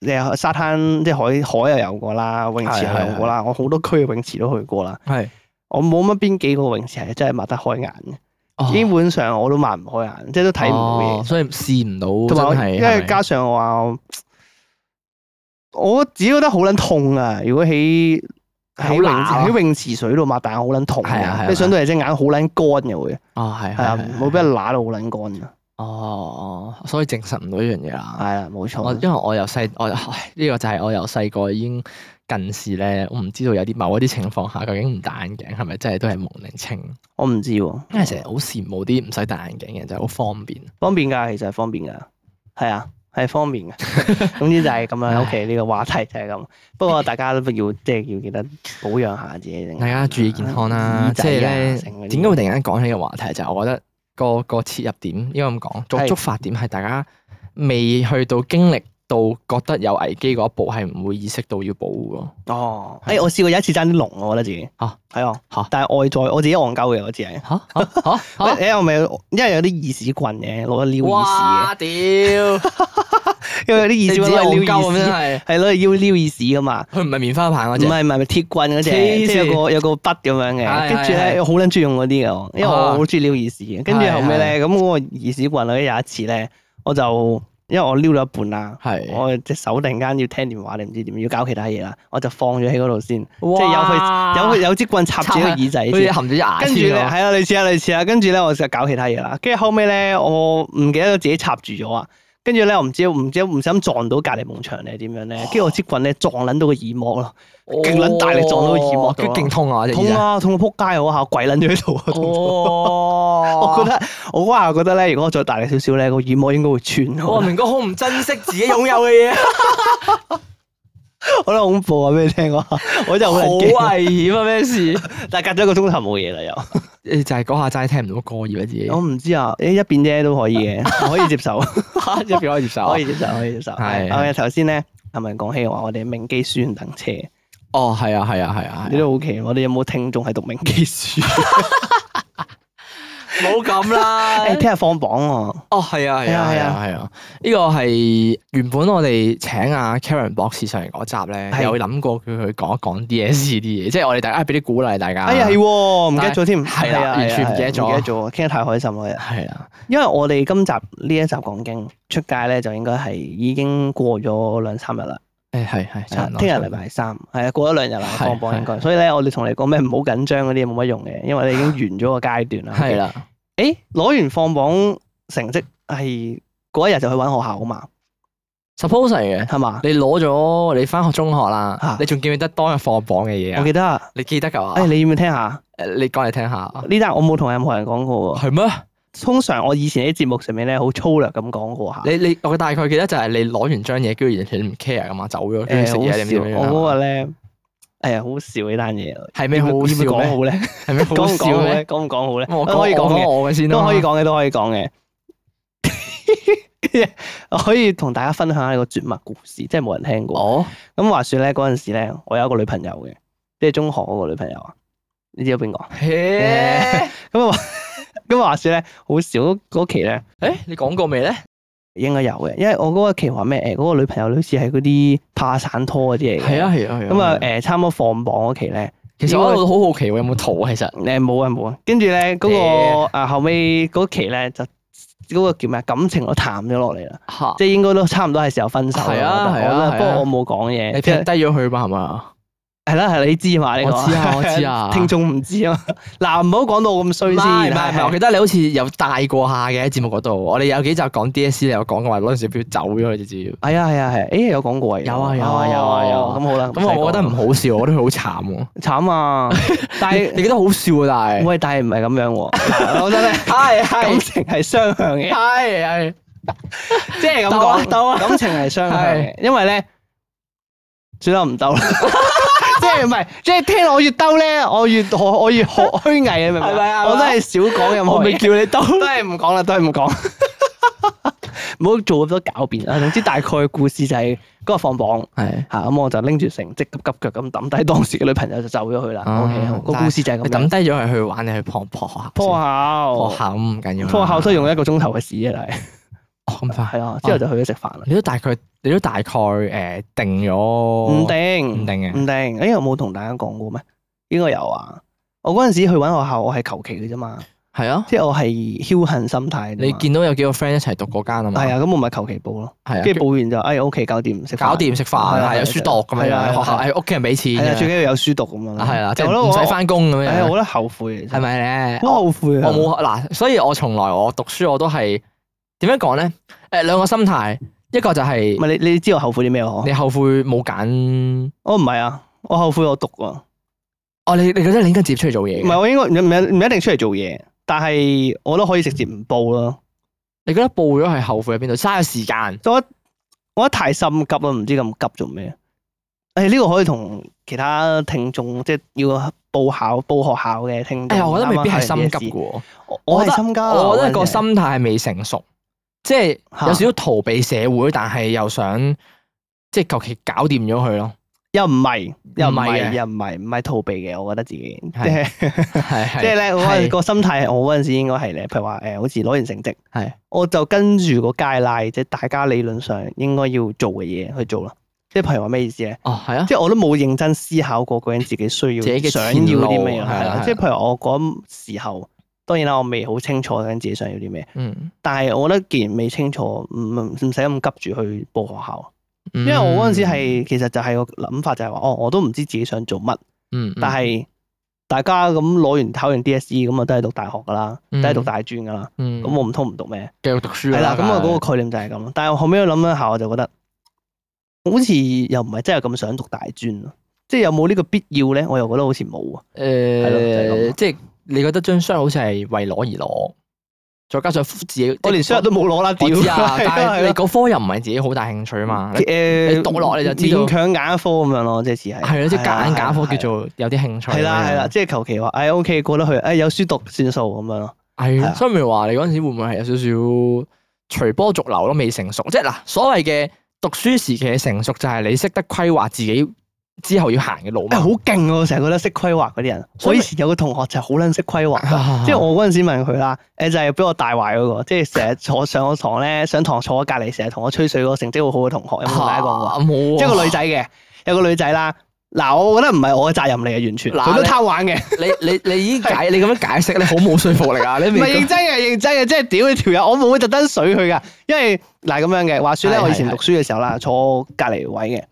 [SPEAKER 2] 誒沙灘，即係海海又游過啦，泳池又游過啦，我好多區嘅泳池都去過啦。
[SPEAKER 1] 係
[SPEAKER 2] 我冇乜邊幾個泳池係真係擘得開眼嘅，
[SPEAKER 1] 哦
[SPEAKER 2] 基本上我都擘唔開眼，即係都睇唔到嘢
[SPEAKER 1] 哦。所以試唔到
[SPEAKER 2] 同埋我
[SPEAKER 1] 真係，
[SPEAKER 2] 因
[SPEAKER 1] 係
[SPEAKER 2] 為
[SPEAKER 1] 咪
[SPEAKER 2] 加上我話，我自己覺得好撚痛啊！如果喺
[SPEAKER 1] 好
[SPEAKER 2] 喺泳
[SPEAKER 1] 辣啊
[SPEAKER 2] 喺泳池水度擘大眼好撚痛
[SPEAKER 1] 係啊係啊
[SPEAKER 2] 啊！你想到係隻眼好撚乾嘅會，
[SPEAKER 1] 哦係
[SPEAKER 2] 係啊，冇俾人揦到好撚乾啊！
[SPEAKER 1] 哦哦，所以證實唔到呢樣嘢啦。
[SPEAKER 2] 係啦，冇
[SPEAKER 1] 我
[SPEAKER 2] 錯。
[SPEAKER 1] 因為我由細我唉呢個就係我由細個已經近視咧，我唔知道有啲某一啲情況下究竟唔戴眼鏡係咪真係都係蒙定清，
[SPEAKER 2] 我唔知喎，
[SPEAKER 1] 因為成日好羨慕啲唔使戴眼鏡嘅人就係好方便。
[SPEAKER 2] 方便㗎，其實係方便㗎，係啊，係方便㗎。 總之就係咁樣。OK，呢個話題就係咁。不過大家都要即係要記得保養下自己。
[SPEAKER 1] 大家啊注意健康啦
[SPEAKER 2] 嗯耳，
[SPEAKER 1] 即
[SPEAKER 2] 仔啊
[SPEAKER 1] 係咧
[SPEAKER 2] 成嗰啲
[SPEAKER 1] 點解會突然間講起呢個話題？就係我覺得個個切入點應該咁講，個
[SPEAKER 2] 係
[SPEAKER 1] 觸發點係大家未去到經歷到覺得有危機嗰一步，係唔會意識到要保護咯。
[SPEAKER 2] 哦，誒，我試過有一次爭啲聾，我覺得自己
[SPEAKER 1] 嚇
[SPEAKER 2] 係啊
[SPEAKER 1] 嚇
[SPEAKER 2] 但係外在我自己戇鳩嘅，我自己。
[SPEAKER 1] 嚇嚇嚇
[SPEAKER 2] 喂
[SPEAKER 1] 嚇！
[SPEAKER 2] 誒，我咪有因為有啲耳屎棍嘅，攞嚟撩耳
[SPEAKER 1] 哇屌！你
[SPEAKER 2] 屎嘅，因為有啲
[SPEAKER 1] 自己
[SPEAKER 2] 耳屎棍攞嚟
[SPEAKER 1] 戇鳩
[SPEAKER 2] 撩
[SPEAKER 1] 咁
[SPEAKER 2] 耳
[SPEAKER 1] 真
[SPEAKER 2] 屎，
[SPEAKER 1] 係，
[SPEAKER 2] 係攞嚟撩撩耳屎噶嘛。
[SPEAKER 1] 佢唔係棉花棒
[SPEAKER 2] 唔
[SPEAKER 1] 嗰
[SPEAKER 2] 係
[SPEAKER 1] 隻，
[SPEAKER 2] 唔係唔係鐵棍嗰隻，
[SPEAKER 1] 黐線
[SPEAKER 2] 即係有個有個筆咁樣
[SPEAKER 1] 係
[SPEAKER 2] 嘅，跟住
[SPEAKER 1] 係係
[SPEAKER 2] 咧我好撚中意用嗰啲嘅我，因為我
[SPEAKER 1] 啊
[SPEAKER 2] 好中意撩耳屎嘅。跟住
[SPEAKER 1] 係
[SPEAKER 2] 後尾咧，咁嗰個耳屎棍咧有一次咧，我就因為我撩到一半啦，
[SPEAKER 1] 係
[SPEAKER 2] 我隻手突然間要聽電話定唔知點，要搞其他嘢啦，我就放咗喺嗰度先，即係有佢有佢有支棍插住個耳仔
[SPEAKER 1] 佢
[SPEAKER 2] 先。
[SPEAKER 1] 含咗牙
[SPEAKER 2] 跟住
[SPEAKER 1] 籤
[SPEAKER 2] 咧，
[SPEAKER 1] 咯，
[SPEAKER 2] 係啊啦，類似啊，類似啊，跟住咧，我就搞其他嘢啦。跟住後尾咧，我唔記得咗自己插住咗啊。跟住咧，我唔知唔知唔小心撞到隔離夢牆定係點樣咧，跟住我支棍咧撞撚到個耳膜咯，勁撚大力撞到個耳膜
[SPEAKER 1] 跟
[SPEAKER 2] 度
[SPEAKER 1] 住勁痛啊！隻
[SPEAKER 2] 痛
[SPEAKER 1] 耳仔！
[SPEAKER 2] 啊痛到撲街啊嗰下，我跪撚咗喺度啊，痛到
[SPEAKER 1] 哦
[SPEAKER 2] 我覺得我嗰下覺得咧，如果我再大力少少咧，個耳膜應該會穿
[SPEAKER 1] 哇，
[SPEAKER 2] 我，
[SPEAKER 1] 明哥好唔珍惜自己擁有嘅嘢，
[SPEAKER 2] 好啦恐怖啊！俾你聽嗰下，我真係
[SPEAKER 1] 好
[SPEAKER 2] 好撚
[SPEAKER 1] 危
[SPEAKER 2] 驚。
[SPEAKER 1] 險啊！咩事？
[SPEAKER 2] 但係隔咗一個鐘頭冇嘢啦又，
[SPEAKER 1] 誒就係嗰下齋聽唔到歌謠啊！自 己
[SPEAKER 2] 我唔知啊，誒一邊啫都可 以嘅，可以接受，
[SPEAKER 1] 一邊可以接受啊
[SPEAKER 2] 可。以接受，可以接受。
[SPEAKER 1] 哦係
[SPEAKER 2] 係，我哋頭先咧係咪講起話我哋明基書院等車？
[SPEAKER 1] 哦，係啊，係啊，係啊，
[SPEAKER 2] 你
[SPEAKER 1] 係啊
[SPEAKER 2] 都好奇，我哋有冇聽眾係讀明 基書？
[SPEAKER 1] 冇咁啦
[SPEAKER 2] 誒，哎聽日放榜喎，
[SPEAKER 1] 哦，係啊，係啊，係
[SPEAKER 2] 係啊
[SPEAKER 1] 啊，係啊，呢個係原本我哋請阿 Karen 博士上嚟嗰集咧，
[SPEAKER 2] 係
[SPEAKER 1] 有諗過叫佢講一講 DSE 啲嘢，即係我哋大家俾啲鼓勵大家。
[SPEAKER 2] 哎呀係喎，唔記得咗添，
[SPEAKER 1] 係啦
[SPEAKER 2] 係啊
[SPEAKER 1] 完全唔記得咗
[SPEAKER 2] 係啊唔記得咗，傾得太開心啦！
[SPEAKER 1] 係啊，
[SPEAKER 2] 因為我哋今集呢一集講經出街咧，就應該係已經過咗兩三日啦。
[SPEAKER 1] 誒係係，
[SPEAKER 2] 係
[SPEAKER 1] 差
[SPEAKER 2] 啊
[SPEAKER 1] 唔多
[SPEAKER 2] 聽日禮拜三，係啊，過咗兩日啦，
[SPEAKER 1] 係
[SPEAKER 2] 放榜應
[SPEAKER 1] 係
[SPEAKER 2] 該。所以咧，我哋同你講咩唔好緊張嗰啲嘢冇乜用嘅，因為你已經完咗個階段啦。
[SPEAKER 1] 係啦，
[SPEAKER 2] 誒，攞完放榜成績係嗰一日就去揾學校啊嘛，
[SPEAKER 1] ，suppose 係嘅。
[SPEAKER 2] 係嘛？
[SPEAKER 1] 你攞咗你翻學中學啦
[SPEAKER 2] 啊，
[SPEAKER 1] 你仲記唔記得當日放榜嘅嘢
[SPEAKER 2] 我
[SPEAKER 1] 啊？
[SPEAKER 2] 記得啊，
[SPEAKER 1] 你記得㗎嘛？
[SPEAKER 2] 誒，你要唔要聽下？
[SPEAKER 1] 誒你講嚟聽下。
[SPEAKER 2] 呢單我冇同任何人講過喎。
[SPEAKER 1] 係咩？
[SPEAKER 2] 通常我以前喺節目上面咧，好粗略咁講過下。
[SPEAKER 1] 你你我大概記得就係你攞完張嘢，跟住完全唔 care 噶嘛，走咗，跟住
[SPEAKER 2] 誒，
[SPEAKER 1] 食
[SPEAKER 2] 好
[SPEAKER 1] 嘢，你唔知點
[SPEAKER 2] 笑，我
[SPEAKER 1] 樣
[SPEAKER 2] 嗰
[SPEAKER 1] 啊。
[SPEAKER 2] 個咧，誒，好笑呢單嘢。
[SPEAKER 1] 係咩好
[SPEAKER 2] 要唔要
[SPEAKER 1] 笑
[SPEAKER 2] 講
[SPEAKER 1] 咩？
[SPEAKER 2] 好咧？
[SPEAKER 1] 係 咩好
[SPEAKER 2] 講唔
[SPEAKER 1] 笑
[SPEAKER 2] 講好
[SPEAKER 1] 咩
[SPEAKER 2] 咧？？講唔講好咧？
[SPEAKER 1] 我
[SPEAKER 2] 可以講嘅，
[SPEAKER 1] 哦我嘅先啊
[SPEAKER 2] 都
[SPEAKER 1] 啦，
[SPEAKER 2] 可以講嘅，都可以 講嘅。跟住我可以同大家分享下呢個絕密故事，即係冇人聽過。
[SPEAKER 1] 哦，
[SPEAKER 2] 咁話說咧，嗰陣時咧，我有一個女朋友嘅，即係中學嗰個女朋友啊。你知道邊個啊？
[SPEAKER 1] 嘿，
[SPEAKER 2] 咁啊話，咁話說咧，好少嗰期咧，
[SPEAKER 1] 誒，你講過未咧？
[SPEAKER 2] 應該有嘅，因為我嗰個期話咩？誒，嗰個女朋友好似係嗰啲怕散拖嗰啲嚟嘅。
[SPEAKER 1] 係啊，。係啊，係
[SPEAKER 2] 咁啊，誒，差唔多放榜嗰期咧，
[SPEAKER 1] 其實我一路都好好奇喎，有冇圖啊？其實
[SPEAKER 2] 誒冇啊冇啊。跟住咧，嗰個啊後尾嗰期咧就嗰個叫咩啊感情都淡咗落嚟啦。
[SPEAKER 1] 嚇，
[SPEAKER 2] 即係應該都差唔多係時候分手啦。
[SPEAKER 1] 係啊
[SPEAKER 2] 我覺得
[SPEAKER 1] 係啊
[SPEAKER 2] 我覺得
[SPEAKER 1] 係啊
[SPEAKER 2] 不過我冇講嘢，
[SPEAKER 1] 你
[SPEAKER 2] 即
[SPEAKER 1] 劈
[SPEAKER 2] 係
[SPEAKER 1] 低咗佢嘛？係嘛？
[SPEAKER 2] 係啦係啦你知嘛？呢個
[SPEAKER 1] 我知啊我知啊
[SPEAKER 2] 聽眾唔知啊。嗱，唔好講到我咁衰
[SPEAKER 1] 唔
[SPEAKER 2] 先。
[SPEAKER 1] 係唔係唔係，我記
[SPEAKER 2] 係
[SPEAKER 1] 得你好似有帶過下嘅喺節目嗰度，我哋有幾集講 DSE，你有講過話攞小表走咗佢隻資料。
[SPEAKER 2] 係啊係啊係，誒有講過啊
[SPEAKER 1] 有啊有啊有啊有啊
[SPEAKER 2] 咁好啦，
[SPEAKER 1] 咁我覺得唔好笑，我覺得佢好慘喎。
[SPEAKER 2] 使講慘啊，但
[SPEAKER 1] 你你
[SPEAKER 2] 係
[SPEAKER 1] 覺得好笑啊？但係
[SPEAKER 2] 喂但係唔係咁 樣喎，嗱我覺得咧
[SPEAKER 1] 係
[SPEAKER 2] 感情係雙向 嘅，
[SPEAKER 1] 係係。
[SPEAKER 2] 即係咁
[SPEAKER 1] 鬥啊鬥啊
[SPEAKER 2] 講，感情係雙向嘅，因為咧算啦唔鬥 啦， 即係唔係即係聽落我越鬥咧，我越我我越虛虛偽啊，你明唔
[SPEAKER 1] 係
[SPEAKER 2] 明
[SPEAKER 1] 咪啊
[SPEAKER 2] 啊？我都係少講任
[SPEAKER 1] 我
[SPEAKER 2] 何
[SPEAKER 1] 咪
[SPEAKER 2] 嘢。
[SPEAKER 1] 叫你兜。
[SPEAKER 2] 都係唔講啦，都係唔講， 唔好做咁多狡辯啊。總之大概故事就係嗰日放榜
[SPEAKER 1] 係。
[SPEAKER 2] 嚇，咁我就拎住成績急急腳咁抌低當時嘅女朋友就走咗去啦。
[SPEAKER 1] 哦
[SPEAKER 2] OK，好個故事就係咁
[SPEAKER 1] 佢抌
[SPEAKER 2] 樣。
[SPEAKER 1] 低咗係去玩定去破破校？
[SPEAKER 2] 破校
[SPEAKER 1] 破，校咁唔緊要啦。
[SPEAKER 2] 破校都用一個鐘頭嘅事啊，係
[SPEAKER 1] 哦咁快。
[SPEAKER 2] 係啊，之後就去咗食飯啦。
[SPEAKER 1] 你都大概，你都大概誒定咗。
[SPEAKER 2] 唔定
[SPEAKER 1] 哦
[SPEAKER 2] 嗯
[SPEAKER 1] 唔定嘅
[SPEAKER 2] 唔定，誒我冇同大家講過咩？應該有啊。我嗰陣時去揾學校，我係求其嘅啫嘛，
[SPEAKER 1] 係啊。
[SPEAKER 2] 即係我係僥倖心態。
[SPEAKER 1] 你見到有幾個 friend 一齊讀嗰間啊嘛？
[SPEAKER 2] 係啊，咁我咪求其報咯，
[SPEAKER 1] 係啊，
[SPEAKER 2] 跟住報完就誒 O K 搞掂食飯
[SPEAKER 1] 搞掂食飯，
[SPEAKER 2] 係啊
[SPEAKER 1] 係有書讀咁樣
[SPEAKER 2] 係
[SPEAKER 1] 樣，
[SPEAKER 2] 啊係啊
[SPEAKER 1] 學校係屋企人俾錢
[SPEAKER 2] 係啊，最
[SPEAKER 1] 嘅，
[SPEAKER 2] 緊要有書讀咁樣咯。
[SPEAKER 1] 係啊啦，即
[SPEAKER 2] 我覺得
[SPEAKER 1] 係
[SPEAKER 2] 我
[SPEAKER 1] 唔使翻工咁樣
[SPEAKER 2] 係啊，我
[SPEAKER 1] 樣，
[SPEAKER 2] 覺得後悔嘅，
[SPEAKER 1] 係？咪咧？
[SPEAKER 2] 好後悔啊！
[SPEAKER 1] 我冇嗱，所以我從來我讀書我都係點樣講咧？誒兩個心態，一個就
[SPEAKER 2] 唔
[SPEAKER 1] 係
[SPEAKER 2] 係你，你知我後悔啲咩嗬？
[SPEAKER 1] 你後悔冇揀，
[SPEAKER 2] 我唔係啊，我後悔我讀啊，
[SPEAKER 1] 哦你你覺得你應該直接出嚟做嘢
[SPEAKER 2] 唔
[SPEAKER 1] 嘅，
[SPEAKER 2] 係我應該唔唔唔一定出嚟做嘢，但係我都可以直接唔報咯。
[SPEAKER 1] 你覺得報咗係後悔喺邊度？嘥咗時間，
[SPEAKER 2] 我我覺得太心急啦，唔知咁急做咩？誒呢個可以同其他聽眾即係要報校報學校嘅聽眾。
[SPEAKER 1] 誒哎我覺得未必係心
[SPEAKER 2] 啱啱
[SPEAKER 1] 急嘅
[SPEAKER 2] 係呢啲事，
[SPEAKER 1] 喎，
[SPEAKER 2] 我我係心急，
[SPEAKER 1] 我覺得個
[SPEAKER 2] 嗰陣時
[SPEAKER 1] 心態係未成熟，即係有少少逃避社會，但係又想即係求其搞掂咗佢咯，
[SPEAKER 2] 又唔係又唔
[SPEAKER 1] 唔係嘅啊
[SPEAKER 2] 係又唔係唔係逃避嘅，我覺得自己即
[SPEAKER 1] 係
[SPEAKER 2] 係。
[SPEAKER 1] 係
[SPEAKER 2] 即係
[SPEAKER 1] 係
[SPEAKER 2] 咧，我嗰陣個心態係我嗰陣時應該係咧，譬如話誒、好似攞完成績，
[SPEAKER 1] 係
[SPEAKER 2] 我就跟住個街拉，即係大家理論上應該要做嘅嘢去做啦。即係譬如話咩意思咧？
[SPEAKER 1] 哦係啊，
[SPEAKER 2] 即係我都冇認真思考過究竟自己需要
[SPEAKER 1] 自己嘅
[SPEAKER 2] 想要
[SPEAKER 1] 前路
[SPEAKER 2] 啲咩
[SPEAKER 1] 係
[SPEAKER 2] 嘢
[SPEAKER 1] 啦
[SPEAKER 2] 係
[SPEAKER 1] 係啦
[SPEAKER 2] 啦。即係譬如我嗰時候，當然啦，我未好清楚究竟自己想要啲咩，
[SPEAKER 1] 嗯，
[SPEAKER 2] 但係我覺得既然未清楚，唔唔唔使咁急住去報學校，
[SPEAKER 1] 因
[SPEAKER 2] 因為我嗰陣時係其實就係個諗法就係話，哦，我都唔知自己想做乜。
[SPEAKER 1] 嗯，嗯
[SPEAKER 2] 但係大家咁攞完考完 DSE 咁啊，都係讀大學噶啦，都
[SPEAKER 1] 嗯
[SPEAKER 2] 係讀大專噶啦。
[SPEAKER 1] 嗯，
[SPEAKER 2] 咁我唔通唔讀咩？
[SPEAKER 1] 繼續讀書
[SPEAKER 2] 係啦，咁啊
[SPEAKER 1] 梗係
[SPEAKER 2] 嗰個概念就係咁咯。但係後尾我諗一下，我就覺得好似又唔係真係咁想讀大專咯。即係有冇呢個必要咧？我又覺得好似冇啊。係咯就係咁
[SPEAKER 1] 誒
[SPEAKER 2] 咯，
[SPEAKER 1] 即係你覺得張相好似係為攞而攞，再加上自己，
[SPEAKER 2] 我連
[SPEAKER 1] 即係
[SPEAKER 2] shut 都冇攞啦，屌！
[SPEAKER 1] 我知 啊，
[SPEAKER 2] 係
[SPEAKER 1] 但係你
[SPEAKER 2] 係
[SPEAKER 1] 嗰科又唔係自己好大興趣嘛，你
[SPEAKER 2] 誒
[SPEAKER 1] 你讀落你就知道
[SPEAKER 2] 勉強揀一科咁樣咯，即係似啊係
[SPEAKER 1] 係咯，即係夾硬揀科叫
[SPEAKER 2] 係啊
[SPEAKER 1] 做有啲興趣咁樣。
[SPEAKER 2] 係啦係啦，即係求其話，哎 OK 過得去，哎有書讀算數咁樣咯。
[SPEAKER 1] 係
[SPEAKER 2] 係啊
[SPEAKER 1] 啊，所以咪話你嗰陣時會唔會係有少少隨波逐流咯，未成熟。即係嗱，所謂嘅讀書時期嘅成熟，就係你識得規劃自己之後要行嘅路
[SPEAKER 2] 誒
[SPEAKER 1] 嘛
[SPEAKER 2] 好。勁啊喎！我成日覺得識規劃嗰啲人，
[SPEAKER 1] 所
[SPEAKER 2] 我
[SPEAKER 1] 以
[SPEAKER 2] 以前有個同學就係好撚識規 劃㗎，
[SPEAKER 1] 啊
[SPEAKER 2] 即係我嗰陣時問佢啦，誒就係俾我帶壞嗰個，即係成日坐上我堂咧，上堂坐我隔離，成日同我吹水嗰個成績好好嘅同學，有冇同大家講過？
[SPEAKER 1] 啊冇
[SPEAKER 2] 即
[SPEAKER 1] 啊，
[SPEAKER 2] 係個女仔嘅，有個女仔啦。嗱，我覺得唔係我嘅責任嚟嘅，完全
[SPEAKER 1] 嗱
[SPEAKER 2] 佢都
[SPEAKER 1] 你
[SPEAKER 2] 貪玩嘅。
[SPEAKER 1] 你你你已經解你咁樣解釋你好冇說服力 啊！你
[SPEAKER 2] 唔
[SPEAKER 1] 明
[SPEAKER 2] 係認真嘅，認真嘅，即係屌你條友，我冇會特登水佢噶，因為嗱咁樣嘅。話説咧，
[SPEAKER 1] 係
[SPEAKER 2] 我以前
[SPEAKER 1] 係
[SPEAKER 2] 讀書嘅時候啦，坐我隔離位嘅，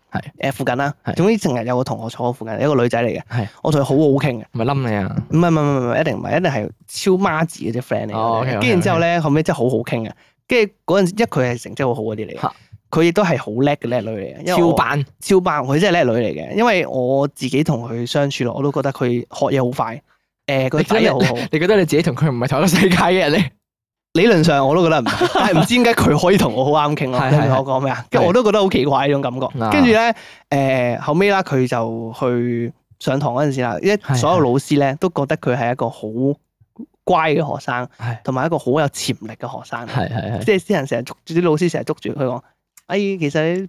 [SPEAKER 1] 係
[SPEAKER 2] 誒附近啦，
[SPEAKER 1] 係
[SPEAKER 2] 總之成日有個同學坐我附近，一個女仔嚟嘅
[SPEAKER 1] 係，
[SPEAKER 2] 我同佢好好傾嘅，
[SPEAKER 1] 咪冧你啊！
[SPEAKER 2] 唔係唔係唔係唔係，一定唔係，一定係超孖子嘅啫 friend 嚟
[SPEAKER 1] 哦
[SPEAKER 2] 嘅，
[SPEAKER 1] ，OK，OK，
[SPEAKER 2] 跟住然之後咧後尾真係好好傾嘅，啊跟住嗰陣時，一佢係成績好好嗰啲嚟嘅
[SPEAKER 1] 嚇，
[SPEAKER 2] 佢亦都係好叻嘅叻女嚟嘅，因為
[SPEAKER 1] 超
[SPEAKER 2] 我
[SPEAKER 1] 班
[SPEAKER 2] 超爆，佢真係叻女嚟嘅，因為我自己同佢相處落，我都覺得佢學嘢好快，誒個
[SPEAKER 1] 你
[SPEAKER 2] 底
[SPEAKER 1] 真係
[SPEAKER 2] 又好好。
[SPEAKER 1] 你覺得你自己同佢唔係同一個世界嘅人咧？
[SPEAKER 2] 理論上我都覺得 唔係，但係唔知點解佢可以同我好啱傾咯。
[SPEAKER 1] 係
[SPEAKER 2] 你
[SPEAKER 1] 係啊
[SPEAKER 2] 明我講咩啊？跟住我都覺得好奇怪呢種感覺。
[SPEAKER 1] 嗱
[SPEAKER 2] 跟住咧，誒、後尾啦，佢就去上堂嗰陣時啦，一
[SPEAKER 1] 係
[SPEAKER 2] 所有老師咧都覺得佢係一個好乖嘅學生，
[SPEAKER 1] 係
[SPEAKER 2] 同埋一個好有潛力嘅學生。
[SPEAKER 1] 係係
[SPEAKER 2] 即係啲人成日捉住啲老師成日捉住佢講，哎，其實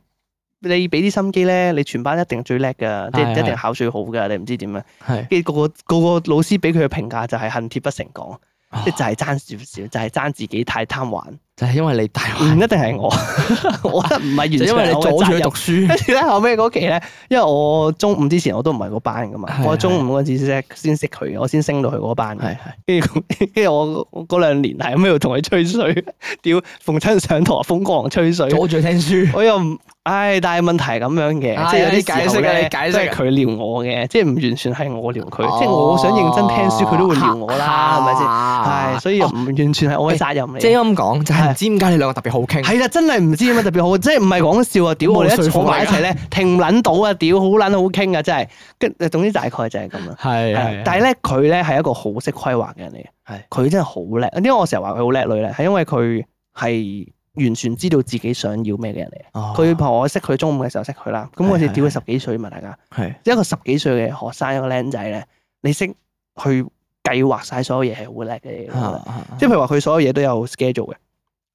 [SPEAKER 2] 你你俾啲心機咧，你全班一定最叻㗎，即係
[SPEAKER 1] 係
[SPEAKER 2] 一定
[SPEAKER 1] 係
[SPEAKER 2] 考最好㗎，你唔知點樣。
[SPEAKER 1] 係
[SPEAKER 2] 跟住個個個個老師俾佢嘅評價就係恨鐵不成鋼。
[SPEAKER 1] 係，啊
[SPEAKER 2] 即係就係爭少少，就係爭自己太貪玩，
[SPEAKER 1] 就係因為你大
[SPEAKER 2] 唔一定係我， 我覺得唔係完
[SPEAKER 1] 就
[SPEAKER 2] 全
[SPEAKER 1] 因為你
[SPEAKER 2] 係
[SPEAKER 1] 阻住
[SPEAKER 2] 我嘅責
[SPEAKER 1] 佢
[SPEAKER 2] 任
[SPEAKER 1] 讀。書
[SPEAKER 2] 跟。住咧後尾嗰期咧，因為我中午之前我都唔係嗰班噶嘛，
[SPEAKER 1] 係
[SPEAKER 2] 我中午嗰陣時先先識佢嘅，我先升到佢嗰班嘅。
[SPEAKER 1] 係係
[SPEAKER 2] 跟住 跟住我我嗰兩年係咁喺度同佢吹水， 屌逢親上堂瘋狂吹水。
[SPEAKER 1] 阻住佢聽書。
[SPEAKER 2] 我又唔，唉，但係問題係咁樣嘅，
[SPEAKER 1] 唉
[SPEAKER 2] 即係有
[SPEAKER 1] 你
[SPEAKER 2] 啲
[SPEAKER 1] 解
[SPEAKER 2] 時候
[SPEAKER 1] 釋啊
[SPEAKER 2] 咧
[SPEAKER 1] 你解釋啊
[SPEAKER 2] 都係佢撩我嘅，即係唔完全係我撩佢，
[SPEAKER 1] 哦
[SPEAKER 2] 即係我想認真聽書，佢都會撩我啦，係咪先？係，所以又
[SPEAKER 1] 哦
[SPEAKER 2] 唔完全係我嘅責任嚟
[SPEAKER 1] 即係
[SPEAKER 2] 嘅。
[SPEAKER 1] 咁講，就係唔知點解你兩個特別好傾。
[SPEAKER 2] 係啦，真係唔知點解特別好，即係唔係講笑啊！屌，
[SPEAKER 1] 冇
[SPEAKER 2] 我哋一
[SPEAKER 1] 說
[SPEAKER 2] 坐
[SPEAKER 1] 服
[SPEAKER 2] 埋一
[SPEAKER 1] 力啊
[SPEAKER 2] 齊咧，停唔撚到啊！屌，好撚好傾啊，真係。跟總之大概就係咁啦。
[SPEAKER 1] 係啊
[SPEAKER 2] 係
[SPEAKER 1] 係，
[SPEAKER 2] 但係咧，佢咧係一個好識規劃嘅人嚟嘅
[SPEAKER 1] 係。
[SPEAKER 2] 佢真係好叻，因為我成日話佢好叻女咧，係因為佢係完全知道自己想要咩嘅人嚟嘅。佢
[SPEAKER 1] 佢
[SPEAKER 2] 同我識佢中午嘅時候識佢啦，咁我哋
[SPEAKER 1] 哦係
[SPEAKER 2] 屌佢
[SPEAKER 1] 係
[SPEAKER 2] 十幾歲嘛，大家
[SPEAKER 1] 係
[SPEAKER 2] 一個十幾歲嘅學生一個僆仔咧，你識去計劃晒所有嘢係好叻嘅，
[SPEAKER 1] 啊
[SPEAKER 2] 即係譬如話佢所有嘢都有 schedule 嘅，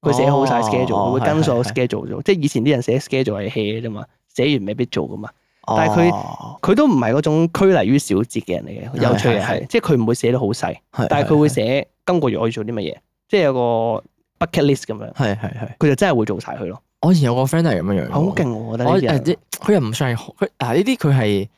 [SPEAKER 2] 佢寫好晒
[SPEAKER 1] 哦
[SPEAKER 2] schedule，佢會
[SPEAKER 1] 係
[SPEAKER 2] 跟所有
[SPEAKER 1] 係係
[SPEAKER 2] schedule 做，即係以前啲人寫 schedule 係 hea 啫嘛，寫完未必做噶嘛，
[SPEAKER 1] 哦
[SPEAKER 2] 但係佢
[SPEAKER 1] 佢
[SPEAKER 2] 佢都唔係嗰種拘泥於小節嘅人嚟嘅，有趣嘅
[SPEAKER 1] 係係
[SPEAKER 2] 係，即係佢唔會寫得好細，但係佢會寫今個月我要做啲乜嘢，即係有個 bucket list 咁樣，
[SPEAKER 1] 係係係。啊
[SPEAKER 2] 佢就真係會做晒佢咯，
[SPEAKER 1] 我以前有個 friend 係咁樣樣，
[SPEAKER 2] 好！勁喎我覺得呢
[SPEAKER 1] 我
[SPEAKER 2] 啲人
[SPEAKER 1] 誒，即佢又唔算係好佢啊呢啲佢係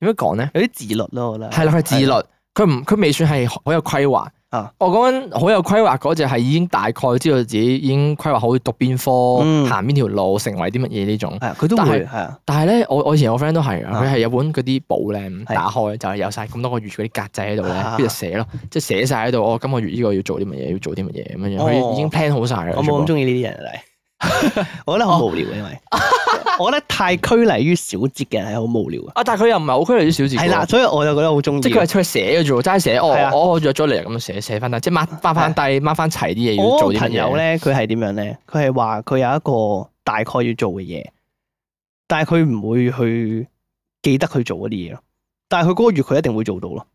[SPEAKER 1] 點樣講咧？
[SPEAKER 2] 有啲自律咯，我覺得
[SPEAKER 1] 係啦，佢自律，佢唔佢未算係好有規劃。
[SPEAKER 2] 啊
[SPEAKER 1] 我講緊好有規劃嗰只係已經大概知道自己已經規劃好讀邊科、
[SPEAKER 2] 嗯
[SPEAKER 1] 行邊條路、成為啲乜嘢呢種。
[SPEAKER 2] 係啊，佢都
[SPEAKER 1] 但
[SPEAKER 2] 會
[SPEAKER 1] 係
[SPEAKER 2] 係啊，
[SPEAKER 1] 但係咧，我我以前我 friend 都係㗎，
[SPEAKER 2] 啊
[SPEAKER 1] 佢係有本嗰啲簿咧，打開就係有晒咁多個月嗰啲格仔喺度咧
[SPEAKER 2] 啊，
[SPEAKER 1] 跟住寫咯，即係寫晒喺度。我今個月呢個要做啲乜嘢，要做啲乜嘢咁樣樣，
[SPEAKER 2] 哦
[SPEAKER 1] 佢已經 plan 好晒啦。
[SPEAKER 2] 我
[SPEAKER 1] 全部
[SPEAKER 2] 冇咁中意呢啲人嚟， 我覺得好無聊嘅，因為我覺得太拘泥於小節嘅人係好無聊嘅，
[SPEAKER 1] 啊，但係佢又唔係好區離啲小字。
[SPEAKER 2] 係啦，，所以我就覺得好中意
[SPEAKER 1] 即。係佢係出去寫嘅啫喎，齋寫
[SPEAKER 2] 係啊
[SPEAKER 1] 哦，我約咗嚟咁寫寫翻低，即係 mark 翻翻低，mark 翻齊啲嘢要
[SPEAKER 2] 我
[SPEAKER 1] 做
[SPEAKER 2] 個
[SPEAKER 1] 啲乜
[SPEAKER 2] 朋友
[SPEAKER 1] 嘢。
[SPEAKER 2] 咧，佢係點樣咧？佢係話佢有一個大概要做嘅嘢，但係佢唔會去記得佢做嗰啲嘢咯。但係佢嗰個月佢一定會做到咯，